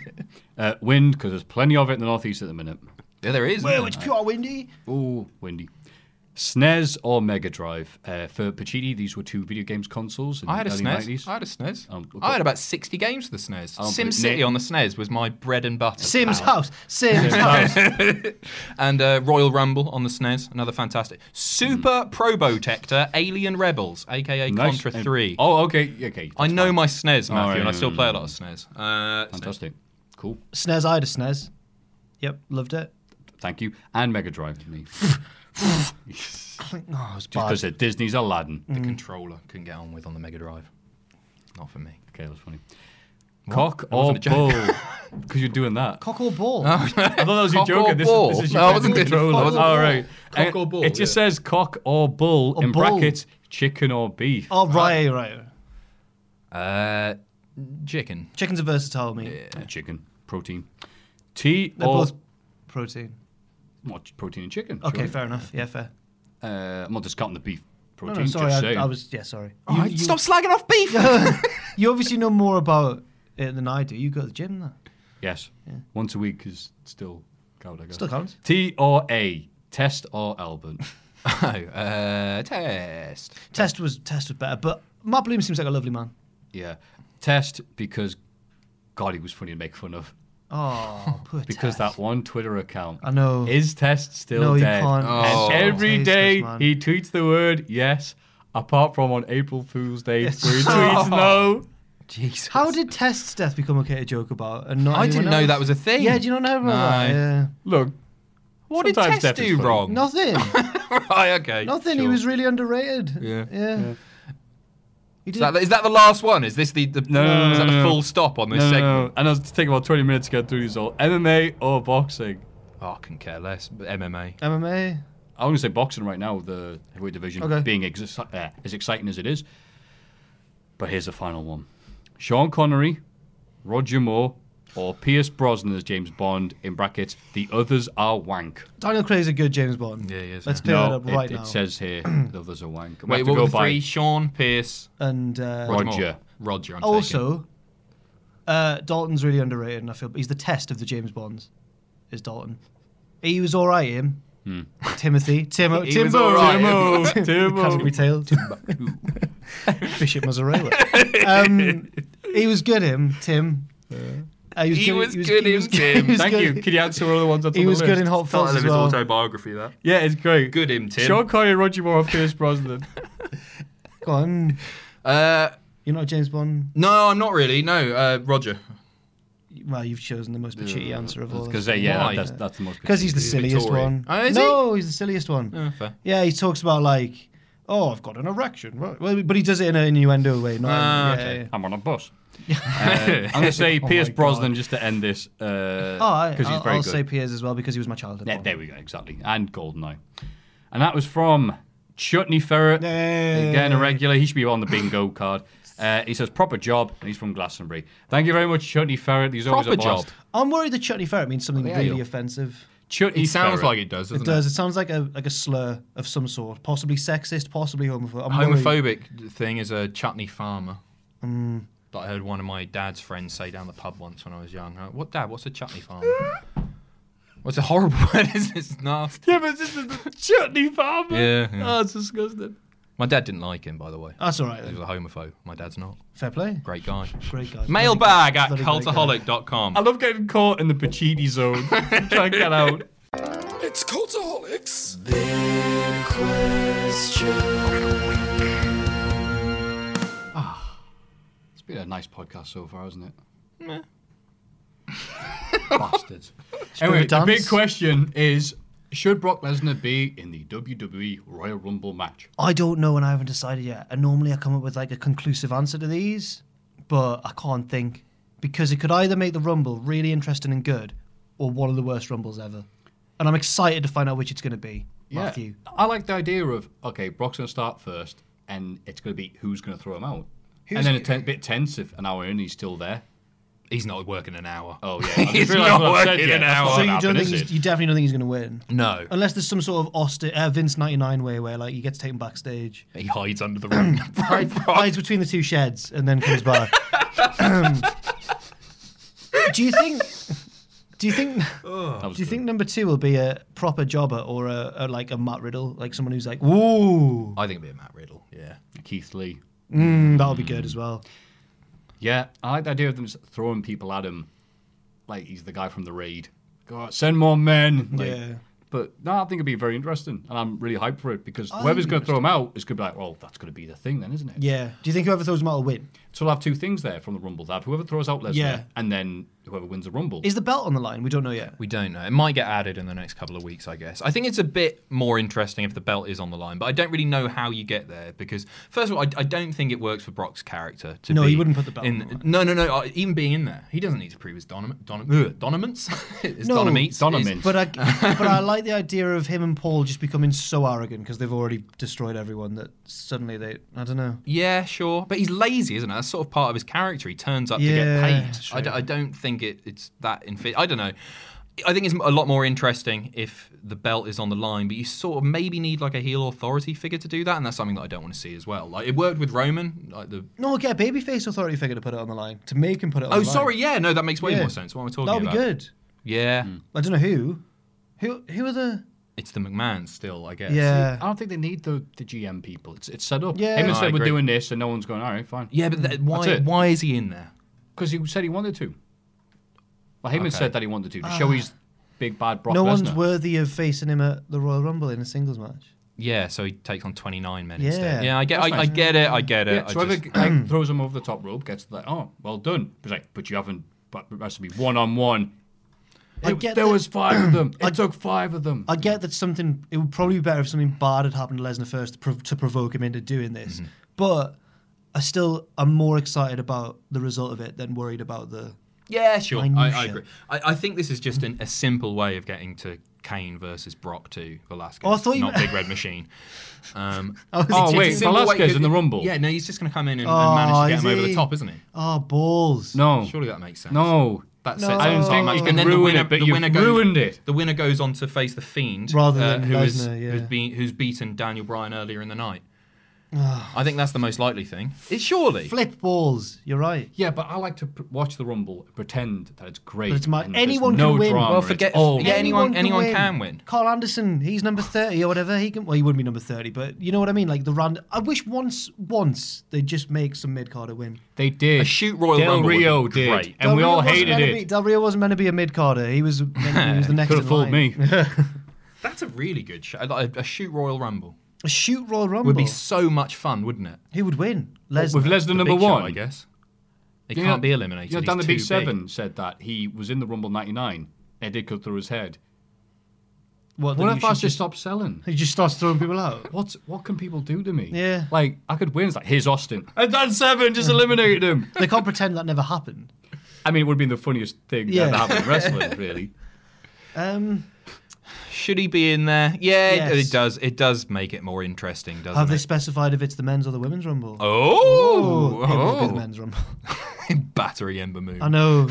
Speaker 2: Uh, wind, because there's plenty of it in the northeast at the minute.
Speaker 3: Yeah, there is.
Speaker 4: well,
Speaker 3: isn't
Speaker 4: it's
Speaker 3: there?
Speaker 4: pure windy.
Speaker 2: Ooh, windy. SNES or Mega Drive? Uh, for Pacini, these were two video games consoles. In
Speaker 3: I had a
Speaker 2: the early
Speaker 3: SNES.
Speaker 2: 90s.
Speaker 3: I had a SNES.
Speaker 2: Um,
Speaker 3: I had about 60 games for the SNES.
Speaker 2: don't
Speaker 3: Sim
Speaker 2: believe-
Speaker 3: City
Speaker 2: Nick-
Speaker 3: on the SNES was my bread and butter.
Speaker 4: Sims
Speaker 3: pal.
Speaker 4: house. Sims house.
Speaker 3: and uh, Royal Rumble on the SNES, another fantastic. Super Probotector Alien Rebels, aka
Speaker 2: Nice.
Speaker 3: Contra
Speaker 2: And-
Speaker 3: 3.
Speaker 2: Oh, okay, okay.
Speaker 3: I
Speaker 2: that's
Speaker 3: know
Speaker 2: fine.
Speaker 3: my SNES, Matthew,
Speaker 2: Alright,
Speaker 3: and I still
Speaker 2: mm,
Speaker 3: play a lot of SNES. Uh,
Speaker 2: Fantastic. Cool.
Speaker 4: SNES. I had a SNES. Yep, loved it.
Speaker 2: Thank you. And Mega Drive. Me.
Speaker 4: Like, oh, it was bad.
Speaker 2: Because Disney's Aladdin.
Speaker 3: SNES, The controller couldn't get on with on the Mega Drive. Not for me.
Speaker 2: Okay, that was funny. Cock
Speaker 3: That wasn't
Speaker 2: or
Speaker 3: a joke.
Speaker 2: bull? Because you're doing that.
Speaker 4: Cock or ball.
Speaker 2: I thought that was your
Speaker 3: Cock
Speaker 2: joke.
Speaker 3: or
Speaker 2: and This, is- this
Speaker 3: ball?
Speaker 2: is
Speaker 3: No,
Speaker 2: your
Speaker 3: I wasn't doing- I wasn't-
Speaker 2: All right.
Speaker 3: Cock
Speaker 2: And
Speaker 3: or ball,
Speaker 2: It just
Speaker 3: yeah.
Speaker 2: says cock or bull
Speaker 4: Or
Speaker 2: in
Speaker 4: bull.
Speaker 2: brackets chicken or beef.
Speaker 4: Oh right, right.
Speaker 3: Uh, chicken.
Speaker 4: Chickens are versatile, meat.
Speaker 2: Uh, Chicken protein. Tea
Speaker 4: They're
Speaker 2: or
Speaker 4: both protein.
Speaker 2: what, protein and chicken.
Speaker 4: Okay,
Speaker 2: surely.
Speaker 4: fair enough. Yeah, fair.
Speaker 2: Uh, I'm not discounting the beef
Speaker 4: No,
Speaker 2: protein.
Speaker 4: no, sorry.
Speaker 2: just
Speaker 4: I,
Speaker 2: saying.
Speaker 4: I was yeah, sorry.
Speaker 3: Oh, Stop slagging off beef!
Speaker 4: You obviously know more about it than I do. You go to the gym, though.
Speaker 2: Yes. Once a week is still count. I guess.
Speaker 4: Still counts.
Speaker 2: T or A. Test or Albert.
Speaker 3: oh, uh, test.
Speaker 4: Test was test was better, but Matt Bloom seems like a lovely man.
Speaker 2: yeah. Test because God, he was funny to make fun of.
Speaker 4: Oh, poor
Speaker 2: Because
Speaker 4: Test.
Speaker 2: that one Twitter account.
Speaker 4: I know.
Speaker 2: Is Test still
Speaker 4: No, you
Speaker 2: dead?
Speaker 4: can't.
Speaker 3: Oh.
Speaker 2: And every
Speaker 4: Tasteless,
Speaker 2: day
Speaker 4: man.
Speaker 2: he tweets the word yes, apart from on April Fool's Day where he tweets no.
Speaker 3: Jesus.
Speaker 4: How did Test's death become okay to joke about? And not
Speaker 3: I
Speaker 4: anyone
Speaker 3: didn't know
Speaker 4: else?
Speaker 3: that was a thing.
Speaker 4: Yeah, do you not know about
Speaker 3: No.
Speaker 4: that? Yeah.
Speaker 2: Look,
Speaker 3: What did
Speaker 4: Sometimes
Speaker 3: Tess
Speaker 4: death is
Speaker 3: do
Speaker 4: funny.
Speaker 3: wrong?
Speaker 4: Nothing.
Speaker 3: right, okay.
Speaker 4: Nothing. He
Speaker 3: sure.
Speaker 4: was really underrated.
Speaker 3: Yeah.
Speaker 4: Yeah. He
Speaker 3: Is
Speaker 4: did.
Speaker 3: that, the- is that the last one? Is this the, the
Speaker 2: No,
Speaker 3: is that
Speaker 2: no, no.
Speaker 3: the full stop on this
Speaker 2: No, no, no.
Speaker 3: segment?
Speaker 2: And it was taking about 20 minutes to get through these all. MMA or boxing?
Speaker 3: Oh, I can care less. But MMA.
Speaker 4: MMA.
Speaker 2: I'm going to say boxing right now, with the heavyweight division
Speaker 4: Okay.
Speaker 2: being ex- uh, as exciting as it is. But here's the final one Sean Connery, Roger Moore, or Pierce Brosnan as James Bond, in brackets, the others are wank.
Speaker 4: Daniel Craig's a good James Bond. Yeah, he is.
Speaker 2: no,
Speaker 4: Let's clear that up
Speaker 2: it,
Speaker 4: right
Speaker 2: it
Speaker 4: now.
Speaker 2: says here, the others are wank. We
Speaker 3: Wait,
Speaker 2: have to
Speaker 3: what
Speaker 2: go
Speaker 3: were the
Speaker 2: by-
Speaker 3: three? Sean, Pierce,
Speaker 4: and uh,
Speaker 2: Roger Moore.
Speaker 3: Roger. I'm taking.
Speaker 4: also, uh, Dalton's really underrated, and I feel he's the test of the James Bonds. Is Dalton? He was all right, him.
Speaker 2: Hmm.
Speaker 4: Timothy, Timo,
Speaker 2: He was
Speaker 4: Timbo,
Speaker 2: all right, him.
Speaker 4: Tim-
Speaker 2: Timbo.
Speaker 4: Canterbury Tale, Timbuktu. Bishop Mozzarella. Um, he was good, him, Tim. Uh,
Speaker 3: He was good,
Speaker 4: he
Speaker 3: him,
Speaker 4: was-
Speaker 3: Tim.
Speaker 4: he was
Speaker 3: Thank
Speaker 4: good-
Speaker 3: you.
Speaker 2: Can you answer all the ones that's
Speaker 4: He
Speaker 2: on the
Speaker 4: was good
Speaker 2: list?
Speaker 4: in Hot
Speaker 3: Title
Speaker 4: Fuzz
Speaker 3: of
Speaker 4: as
Speaker 3: his
Speaker 4: well.
Speaker 3: autobiography. That.
Speaker 2: Yeah, it's great.
Speaker 3: Good him, Tim.
Speaker 2: Sean Connery, Roger Moore, and Pierce Brosnan.
Speaker 4: Go on.
Speaker 3: Uh,
Speaker 4: You're not a James Bond.
Speaker 3: No, I'm not really. No, uh, Roger.
Speaker 4: Well, you've chosen the most patchy answer of all.
Speaker 2: Because yeah, that's, that's the most.
Speaker 4: Because he's the
Speaker 2: He's a
Speaker 4: silliest
Speaker 2: Tory.
Speaker 4: one.
Speaker 2: Oh, is he?
Speaker 4: no, he's the silliest one.
Speaker 2: Oh, fair.
Speaker 4: Yeah, he talks about like, oh, I've got an erection. Well, well, but he does it in an innuendo way. Not
Speaker 2: Ah,
Speaker 4: in, yeah,
Speaker 2: okay.
Speaker 4: yeah.
Speaker 2: I'm on a bus. Uh, I'm going to say
Speaker 4: Oh my
Speaker 2: Pierce
Speaker 4: God.
Speaker 2: Brosnan just to end this. Uh,
Speaker 4: Oh, I,
Speaker 2: 'cause he's
Speaker 4: I'll,
Speaker 2: very
Speaker 4: I'll
Speaker 2: good.
Speaker 4: say Piers as well because he was my childhood.
Speaker 2: Yeah, there we go, exactly. And Goldeneye. And that was from Chutney Ferret. Again, a regular. He should be on the bingo card. Uh, he says, proper job, and he's from Glastonbury. Thank you very much, Chutney Ferret. He's always a
Speaker 4: Proper
Speaker 2: blast.
Speaker 4: job. I'm worried that chutney ferret means something
Speaker 2: Oh, Yeah,
Speaker 4: really
Speaker 2: yeah.
Speaker 4: offensive.
Speaker 2: Chutney It sounds ferret. like it does,
Speaker 4: It
Speaker 2: doesn't
Speaker 4: does.
Speaker 2: it?
Speaker 4: It sounds like a like a slur of some sort, possibly sexist, possibly homophobic. I'm worried.
Speaker 3: Homophobic thing is a chutney farmer.
Speaker 4: Mm.
Speaker 3: That I heard one of my dad's friends say down the pub once when I was young. Uh, What dad? What's a chutney farmer? What's a horrible word? Is this nasty?
Speaker 2: Yeah, but this is the Chutney Farmer.
Speaker 3: Yeah, yeah.
Speaker 2: Oh, it's disgusting.
Speaker 3: My dad didn't like him, by the way.
Speaker 4: That's all right,
Speaker 3: He was a homophobe. My dad's not.
Speaker 4: Fair play.
Speaker 3: Great guy.
Speaker 4: Great guy.
Speaker 3: Mailbag at
Speaker 2: Bloody great guy.
Speaker 3: cultaholic.com.
Speaker 2: I love getting caught in the Pachini zone. Try and get out.
Speaker 11: It's Cultaholics. Big question.
Speaker 2: Ah, It's been a nice podcast so far, hasn't it?
Speaker 3: Meh.
Speaker 2: Bastards.
Speaker 4: been
Speaker 2: anyway,
Speaker 4: a
Speaker 2: the big
Speaker 4: dance.
Speaker 2: question is should Brock Lesnar be in the WWE Royal Rumble match?
Speaker 4: I don't know, and I haven't decided yet. And normally I come up with like a conclusive answer to these, but I can't think because it could either make the rumble really interesting and good, or one of the worst rumbles ever. And I'm excited to find out which it's going to be. Matthew.
Speaker 2: Yeah. I like the idea of, okay, Brock's going to start first, and it's going to be who's going to throw him out.
Speaker 3: Who's-
Speaker 2: and then it's a bit tense if an hour in he's still there.
Speaker 3: He's not working an hour.
Speaker 2: Oh, yeah. I just
Speaker 3: He's
Speaker 2: realised
Speaker 3: not
Speaker 2: what Oh, I've said
Speaker 3: working
Speaker 2: yet.
Speaker 3: an
Speaker 2: That's
Speaker 3: hour.
Speaker 2: not
Speaker 4: So
Speaker 2: gonna
Speaker 4: you
Speaker 2: happen,
Speaker 4: don't think
Speaker 2: is
Speaker 4: he's,
Speaker 2: it?
Speaker 4: you definitely don't think he's going to win?
Speaker 3: No.
Speaker 4: unless there's some sort of Austin uh, Vince '99 way where like you get to take him backstage.
Speaker 3: He hides under the ring.
Speaker 4: hides, hides between the two sheds and then comes back. do you think? Do you think?
Speaker 2: That
Speaker 4: Do
Speaker 2: was
Speaker 4: you think number two will be a proper jobber or a, a like a Matt Riddle, like someone who's like, ooh,
Speaker 3: I think it'd be a Matt Riddle. Yeah.
Speaker 2: Keith Lee.
Speaker 4: mm, that'll be good as well.
Speaker 2: Yeah, I like the idea of them just throwing people at him, like he's the guy from the raid. Go out, send more men. Like,
Speaker 4: Yeah.
Speaker 2: But no, I think it'd be very interesting, and I'm really hyped for it because
Speaker 4: I
Speaker 2: whoever's
Speaker 4: think
Speaker 2: going to throw him out is going to be like, well, that's going to be the thing then, isn't it?
Speaker 4: Yeah. Do you think whoever throws him out will win?
Speaker 2: So we'll have two things there from the Rumble. That whoever throws out Lesnar,
Speaker 4: Yeah.
Speaker 2: and then whoever wins the Rumble.
Speaker 4: Is the belt on the line? We don't know yet.
Speaker 3: We don't know. It might get added in the next couple of weeks, I guess. I think it's a bit more interesting if the belt is on the line, but I don't really know how you get there because, first of all, I, I don't think it works for Brock's character to
Speaker 4: No,
Speaker 3: be
Speaker 4: he wouldn't put the belt
Speaker 3: in.
Speaker 4: on the
Speaker 3: no, no, no. uh, Even being in there, he doesn't need to prove his donam, donam, ugh, donaments. his donaments. His-
Speaker 4: But I, but I like the idea of him and Paul just becoming so arrogant because they've already destroyed everyone that suddenly they, I don't know.
Speaker 3: yeah, sure. But he's lazy, isn't it? That's sort of part of his character. He turns up
Speaker 4: Yeah,
Speaker 3: to get paid.
Speaker 4: true.
Speaker 3: I, d- I don't think it, it's that. Infi- I don't know. I think it's a lot more interesting if the belt is on the line, but you sort of maybe need like a heel authority figure to do that, and that's something that I don't want to see as well. Like it worked with Roman, like the
Speaker 4: No, get a babyface authority figure to put it on the line to make him put it. on
Speaker 3: Oh,
Speaker 4: the line.
Speaker 3: sorry, yeah, no, that makes way
Speaker 4: Yeah.
Speaker 3: more sense. What am I talking
Speaker 4: That'll
Speaker 3: about?
Speaker 4: be good.
Speaker 3: Yeah,
Speaker 2: Hmm.
Speaker 4: I don't know who. Who who are the?
Speaker 3: it's the McMahon still, I guess.
Speaker 4: Yeah.
Speaker 2: I don't think they need the, the GM people. It's it's set up. Him
Speaker 4: Yeah. No,
Speaker 2: and
Speaker 4: I
Speaker 2: said we're
Speaker 4: agree.
Speaker 2: doing this, and no one's going. All right, fine.
Speaker 3: Yeah, but
Speaker 2: Hmm.
Speaker 3: that, why? Why is he in there?
Speaker 2: Because he said he wanted to. Well, Heyman
Speaker 3: Okay.
Speaker 2: said that he wanted to to
Speaker 4: Ah.
Speaker 2: show he's big bad Brock
Speaker 4: no
Speaker 2: Lesnar.
Speaker 4: one's worthy of facing him at the Royal Rumble in a singles match.
Speaker 3: Yeah, so he takes on twenty nine men
Speaker 4: Yeah.
Speaker 3: instead. Yeah, I get, I,
Speaker 2: That's
Speaker 3: I
Speaker 2: nice.
Speaker 3: get it, I get it.
Speaker 2: Yeah,
Speaker 3: I
Speaker 2: so
Speaker 3: just-
Speaker 2: whoever like, throws him over the top rope gets like, oh, well done. But he's like, but you haven't. But it has to be one on one.
Speaker 4: I
Speaker 2: It-
Speaker 4: get
Speaker 2: there
Speaker 4: that-
Speaker 2: was five of them. It
Speaker 4: I-
Speaker 2: took five of them.
Speaker 4: I get that something. It would probably be better if something bad had happened to Lesnar first to, prov- to provoke him into doing this.
Speaker 2: Mm-hmm.
Speaker 4: But I still am more excited about the result of it than worried about the.
Speaker 3: Yeah, sure. I, I,
Speaker 4: minutia.
Speaker 3: agree. I, I think this is just an, a simple way of getting to Kane versus Brock to Velasquez.
Speaker 4: Oh, I thought you
Speaker 3: not
Speaker 4: meant-
Speaker 3: Big Red Machine. Um,
Speaker 4: I was Oh, expecting- wait,
Speaker 3: it's a simple way,
Speaker 2: Velasquez
Speaker 3: 'cause
Speaker 2: in the
Speaker 3: it-
Speaker 2: Rumble.
Speaker 3: Yeah, no, he's just going to come in and,
Speaker 4: Oh,
Speaker 3: and manage to get
Speaker 4: is
Speaker 3: him over
Speaker 4: he?
Speaker 3: the top, isn't he?
Speaker 4: Oh balls!
Speaker 2: No.
Speaker 3: Surely that makes sense.
Speaker 2: No.
Speaker 3: That
Speaker 4: No.
Speaker 3: sets
Speaker 4: I
Speaker 3: him
Speaker 4: don't
Speaker 3: apart.
Speaker 4: think you
Speaker 2: can
Speaker 3: and then the
Speaker 2: ruin
Speaker 3: winner,
Speaker 2: it, but
Speaker 3: the
Speaker 2: you've
Speaker 3: winner goes,
Speaker 2: ruined it.
Speaker 3: The winner goes on to face the Fiend,
Speaker 4: Rather
Speaker 3: uh,
Speaker 4: than
Speaker 3: who is-
Speaker 4: Lesnar, yeah.
Speaker 3: who's been who's beaten Daniel Bryan earlier in the night.
Speaker 4: Ah.
Speaker 3: I think that's the most likely thing. It's surely.
Speaker 4: Flip balls. You're right.
Speaker 2: Yeah, but I like to pr- watch the Rumble, and pretend that it's great.
Speaker 4: But it's my-
Speaker 2: and there's
Speaker 4: anyone
Speaker 2: no
Speaker 4: can win.
Speaker 2: Drama. Oh,
Speaker 4: Well,
Speaker 2: It's
Speaker 3: forget-
Speaker 2: all
Speaker 3: yeah, anyone- anyone
Speaker 4: win.
Speaker 3: can win.
Speaker 4: Carl Anderson, he's number thirty or whatever. He can. Well, he wouldn't be number thirty, but you know what I mean. Like the random. I wish once, once they just make some mid carder win.
Speaker 2: They did.
Speaker 3: A shoot Royal
Speaker 2: Del
Speaker 3: Rumble would be
Speaker 2: Rio did,
Speaker 3: great.
Speaker 2: and we
Speaker 4: Del Rio
Speaker 2: all
Speaker 4: wasn't
Speaker 2: hated
Speaker 4: meant to Be,
Speaker 2: it.
Speaker 4: Del Rio wasn't meant to be a mid carder. He was. meant to be- he was the next.
Speaker 2: Could've
Speaker 4: in
Speaker 2: fooled
Speaker 4: line.
Speaker 2: me.
Speaker 3: That's a really good show. Like a, a shoot Royal Rumble
Speaker 4: A shoot Royal Rumble.
Speaker 3: would be so much fun, wouldn't it?
Speaker 4: Who would win?
Speaker 2: With
Speaker 4: Lesnar.
Speaker 2: Lesnar
Speaker 3: The
Speaker 2: number
Speaker 3: Big Show,
Speaker 2: one,
Speaker 3: I guess. He
Speaker 2: You know-
Speaker 3: can't be eliminated.
Speaker 2: You know,
Speaker 3: He's
Speaker 2: Dan the
Speaker 3: too
Speaker 2: Big
Speaker 3: big.
Speaker 2: Seven said that he was in the Rumble '99 and it did cut through his head.
Speaker 4: What,
Speaker 2: What if I just stop selling?
Speaker 4: He just starts throwing people out.
Speaker 2: What's what can people do to me?
Speaker 4: Yeah.
Speaker 2: like I could win. It's like here's Austin and Dan Seven just eliminated him.
Speaker 4: They can't pretend that never happened.
Speaker 2: I mean, it would have been the funniest thing that
Speaker 4: Yeah.
Speaker 2: ever happened in wrestling, really.
Speaker 4: Um,
Speaker 3: Should he be in there? Yeah, it-
Speaker 4: Yes. Oh,
Speaker 3: it does. It does make it more interesting, doesn't
Speaker 4: have
Speaker 3: it?
Speaker 4: they specified if it's the men's or the women's rumble?
Speaker 3: Oh,
Speaker 4: it will be the
Speaker 3: Oh.
Speaker 4: men's rumble.
Speaker 3: battery Ember Moon.
Speaker 4: I know.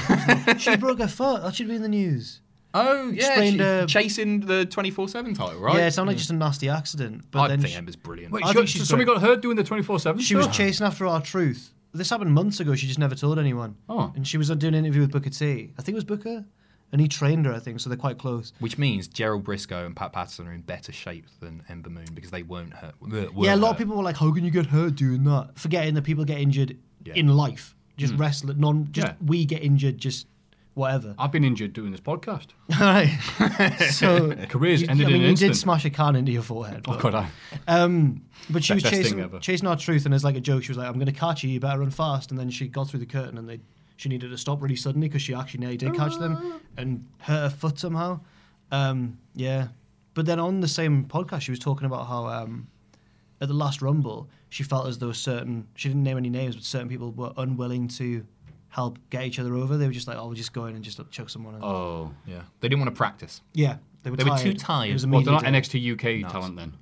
Speaker 4: she broke her foot. That should be in the news.
Speaker 3: Oh yeah,
Speaker 4: Sprained
Speaker 3: she-
Speaker 4: her-
Speaker 3: chasing the twenty four seven title, right?
Speaker 4: uh, Yeah, it sounded like just a nasty accident. But
Speaker 3: I
Speaker 4: then
Speaker 3: think
Speaker 4: she,
Speaker 3: Ember's brilliant.
Speaker 2: Wait,
Speaker 4: I
Speaker 2: should,
Speaker 4: think she's
Speaker 2: somebody
Speaker 4: great.
Speaker 2: got hurt doing the 24/7?
Speaker 4: she was
Speaker 2: stuff?
Speaker 4: chasing after our truth. This happened months ago. She just never told anyone.
Speaker 2: Oh.
Speaker 4: And she was doing an interview with Booker T. I think it was Booker, and he trained her. I think so. They're quite close.
Speaker 3: Which means Gerald Briscoe and Pat Patterson are in better shape than Ember Moon because they won't hurt.
Speaker 4: yeah, a lot of people were like, "How can you get hurt doing that?" Forgetting that people get injured
Speaker 2: Yeah. Mm.
Speaker 4: in life, just wrestling. Non, just
Speaker 2: Yeah.
Speaker 4: we get injured, just whatever.
Speaker 2: I've been injured doing this podcast.
Speaker 4: All right. so
Speaker 2: Careers
Speaker 4: you,
Speaker 2: ended
Speaker 4: I mean,
Speaker 2: in an
Speaker 4: you
Speaker 2: instant.
Speaker 4: did smash a can into your forehead.
Speaker 2: Oh
Speaker 4: but-
Speaker 2: god, I,
Speaker 4: Um, but
Speaker 2: Be-
Speaker 4: she was
Speaker 2: best thing
Speaker 4: chasing,
Speaker 2: ever.
Speaker 4: chasing our truth, and as like a joke, she was like, "I'm going to catch you. You better run fast." And then she got through the curtain, and they she needed to stop really suddenly because she actually nearly did catch them and hurt her foot somehow. Um, yeah, but then on the same podcast, she was talking about how um, at the last Rumble, she felt as though certain she didn't name any names, but certain people were unwilling to help get each other over. They were just like, "Oh, we'll just go in and just chuck someone." In.
Speaker 2: oh,
Speaker 3: Yeah, they didn't want to practice.
Speaker 4: yeah, they were
Speaker 3: They were
Speaker 4: tired.
Speaker 3: too
Speaker 4: It was
Speaker 3: tired.
Speaker 4: a
Speaker 2: well,
Speaker 4: media
Speaker 2: they're not
Speaker 4: day.
Speaker 2: NXT UK talent then.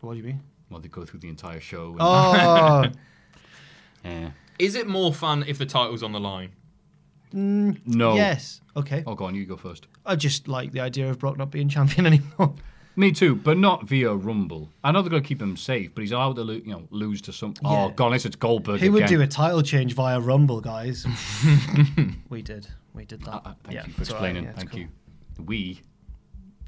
Speaker 4: What do you mean?
Speaker 2: Well, they go through the entire show. And,
Speaker 4: Oh.
Speaker 2: Eh.
Speaker 3: Is it more fun if the title's on the line?
Speaker 2: no.
Speaker 4: Yes. Okay.
Speaker 2: Oh, go on, you go first.
Speaker 4: I just like the idea of Brock not being champion anymore.
Speaker 2: Me too, but not via Rumble. I know they're going to keep him safe, but he's allowed to lo- you know lose to some. Oh
Speaker 4: Yeah.
Speaker 2: god, unless it's Goldberg.
Speaker 4: Who would
Speaker 2: again.
Speaker 4: do a title change via Rumble, guys? we did. We did that.
Speaker 2: Uh, uh, thank
Speaker 4: Yeah,
Speaker 2: you for
Speaker 4: it's all right.
Speaker 2: explaining.
Speaker 4: Yeah, it's
Speaker 2: thank
Speaker 4: cool.
Speaker 2: you. Ah, We.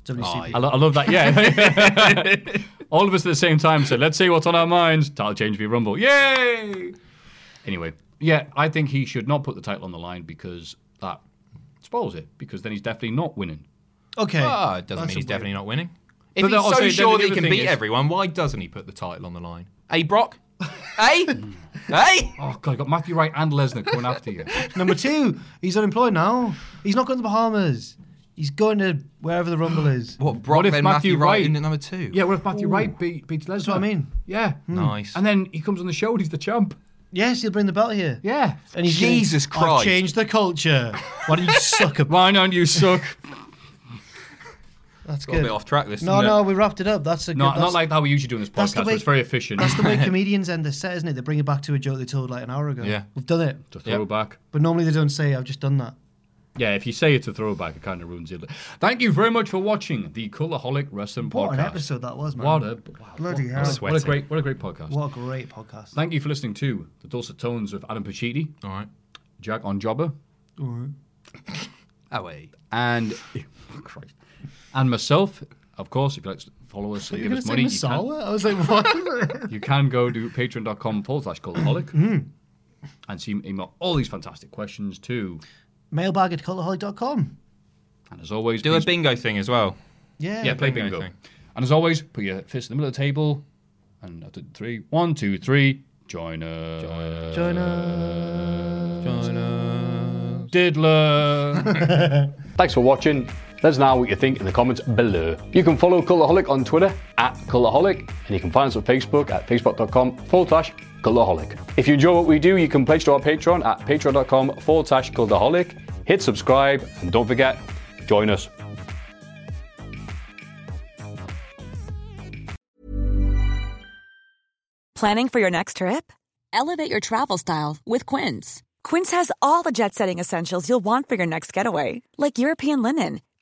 Speaker 4: WCW.
Speaker 2: I, lo- I love that. Yeah. All of us at the same time said, "Let's see what's on our minds." Title change via Rumble. Yay! Anyway, yeah, I think he should not put the title on the line because that spoils it. Because then he's definitely not winning.
Speaker 4: Okay.
Speaker 3: Ah, it doesn't
Speaker 4: That's
Speaker 3: mean
Speaker 4: a
Speaker 3: he's
Speaker 4: weird-
Speaker 3: definitely not winning. If
Speaker 2: But then
Speaker 3: he's
Speaker 2: also,
Speaker 3: so
Speaker 2: then the
Speaker 3: sure that he
Speaker 2: other
Speaker 3: can
Speaker 2: thing
Speaker 3: beat
Speaker 2: is-
Speaker 3: everyone, why doesn't he put the title on the line? Hey, Brock. hey, hey.
Speaker 2: Oh god, I got Matthew Wright and Lesnar coming after you.
Speaker 4: Number two, he's unemployed now. He's not going to the Bahamas. He's going to wherever the Rumble is.
Speaker 3: What Brock
Speaker 2: if
Speaker 3: then
Speaker 2: Matthew
Speaker 3: Matthew, Wright
Speaker 2: Wright-
Speaker 3: in at number two?
Speaker 2: Yeah, what if Matthew Wright beat, beats Lesnar? That's
Speaker 4: what I mean.
Speaker 2: Yeah.
Speaker 3: Nice.
Speaker 2: And then he comes on the show and he's the champ.
Speaker 4: Yes, he'll bring the belt here.
Speaker 2: Yeah.
Speaker 4: And he's gonna-
Speaker 3: Jesus
Speaker 4: I've
Speaker 3: Christ.
Speaker 4: changed the culture. Why don't you suck a...
Speaker 2: Why don't you suck?
Speaker 4: That's
Speaker 3: Got a
Speaker 4: good.
Speaker 3: bit off track this.
Speaker 4: no,
Speaker 3: didn't
Speaker 4: no,
Speaker 3: it?
Speaker 4: we wrapped it up. That's a good...
Speaker 2: not,
Speaker 4: that's-
Speaker 2: not like how we usually do in this
Speaker 4: that's the
Speaker 2: podcast.
Speaker 4: way-
Speaker 2: it's very efficient.
Speaker 4: That's the way comedians end their set, isn't it? They bring it back to a joke they told like an hour ago.
Speaker 3: Yeah.
Speaker 4: We've done it.
Speaker 2: It's a throwback.
Speaker 4: But normally they don't say, I've just done that.
Speaker 2: Yeah, if you say it's a throwback, it kind of ruins it. Thank you very much for watching the Colorholic Wrestling
Speaker 4: What
Speaker 2: Podcast.
Speaker 4: an episode that was, man.
Speaker 2: What a wow,
Speaker 4: Bloody
Speaker 2: what, what a-
Speaker 4: hell.
Speaker 2: What a
Speaker 3: Sweating.
Speaker 2: great, what a great podcast.
Speaker 4: What a great podcast.
Speaker 2: Thank you for listening to the dulcet tones of Adam Pacitti,
Speaker 3: All right.
Speaker 2: Jack on Jobber,
Speaker 3: Away.
Speaker 2: and Christ, and myself. Of course, if you like to follow us, and give us money. You can,
Speaker 4: I was like, what?
Speaker 2: you can go to patreon.com forward slash Colorholic
Speaker 4: Mm.
Speaker 2: and see email all these fantastic questions too.
Speaker 4: Mailbag at cultaholic.com.
Speaker 2: And as always,
Speaker 3: Do a
Speaker 2: please-
Speaker 3: bingo thing as well.
Speaker 4: Yeah.
Speaker 2: Yeah, play
Speaker 3: bingo
Speaker 2: bingo.
Speaker 3: thing.
Speaker 2: And as always, put your fist in the middle of the table. And I did three. One, two, three. Join us.
Speaker 4: Join us.
Speaker 3: Join us.
Speaker 12: knows?
Speaker 2: Diddler. Thanks for watching. Let us know what you think in the comments below. You can follow Colourholic on Twitter at Colourholic, and you can find us on Facebook at facebook.com forward slash Colourholic. If you enjoy what we do, you can pledge to our Patreon at patreon.com forward slash Colourholic. Hit subscribe, and don't forget, join us.
Speaker 13: Planning for your next trip? Elevate your travel style with Quince. Quince has all the jet setting essentials you'll want for your next getaway, like European linen,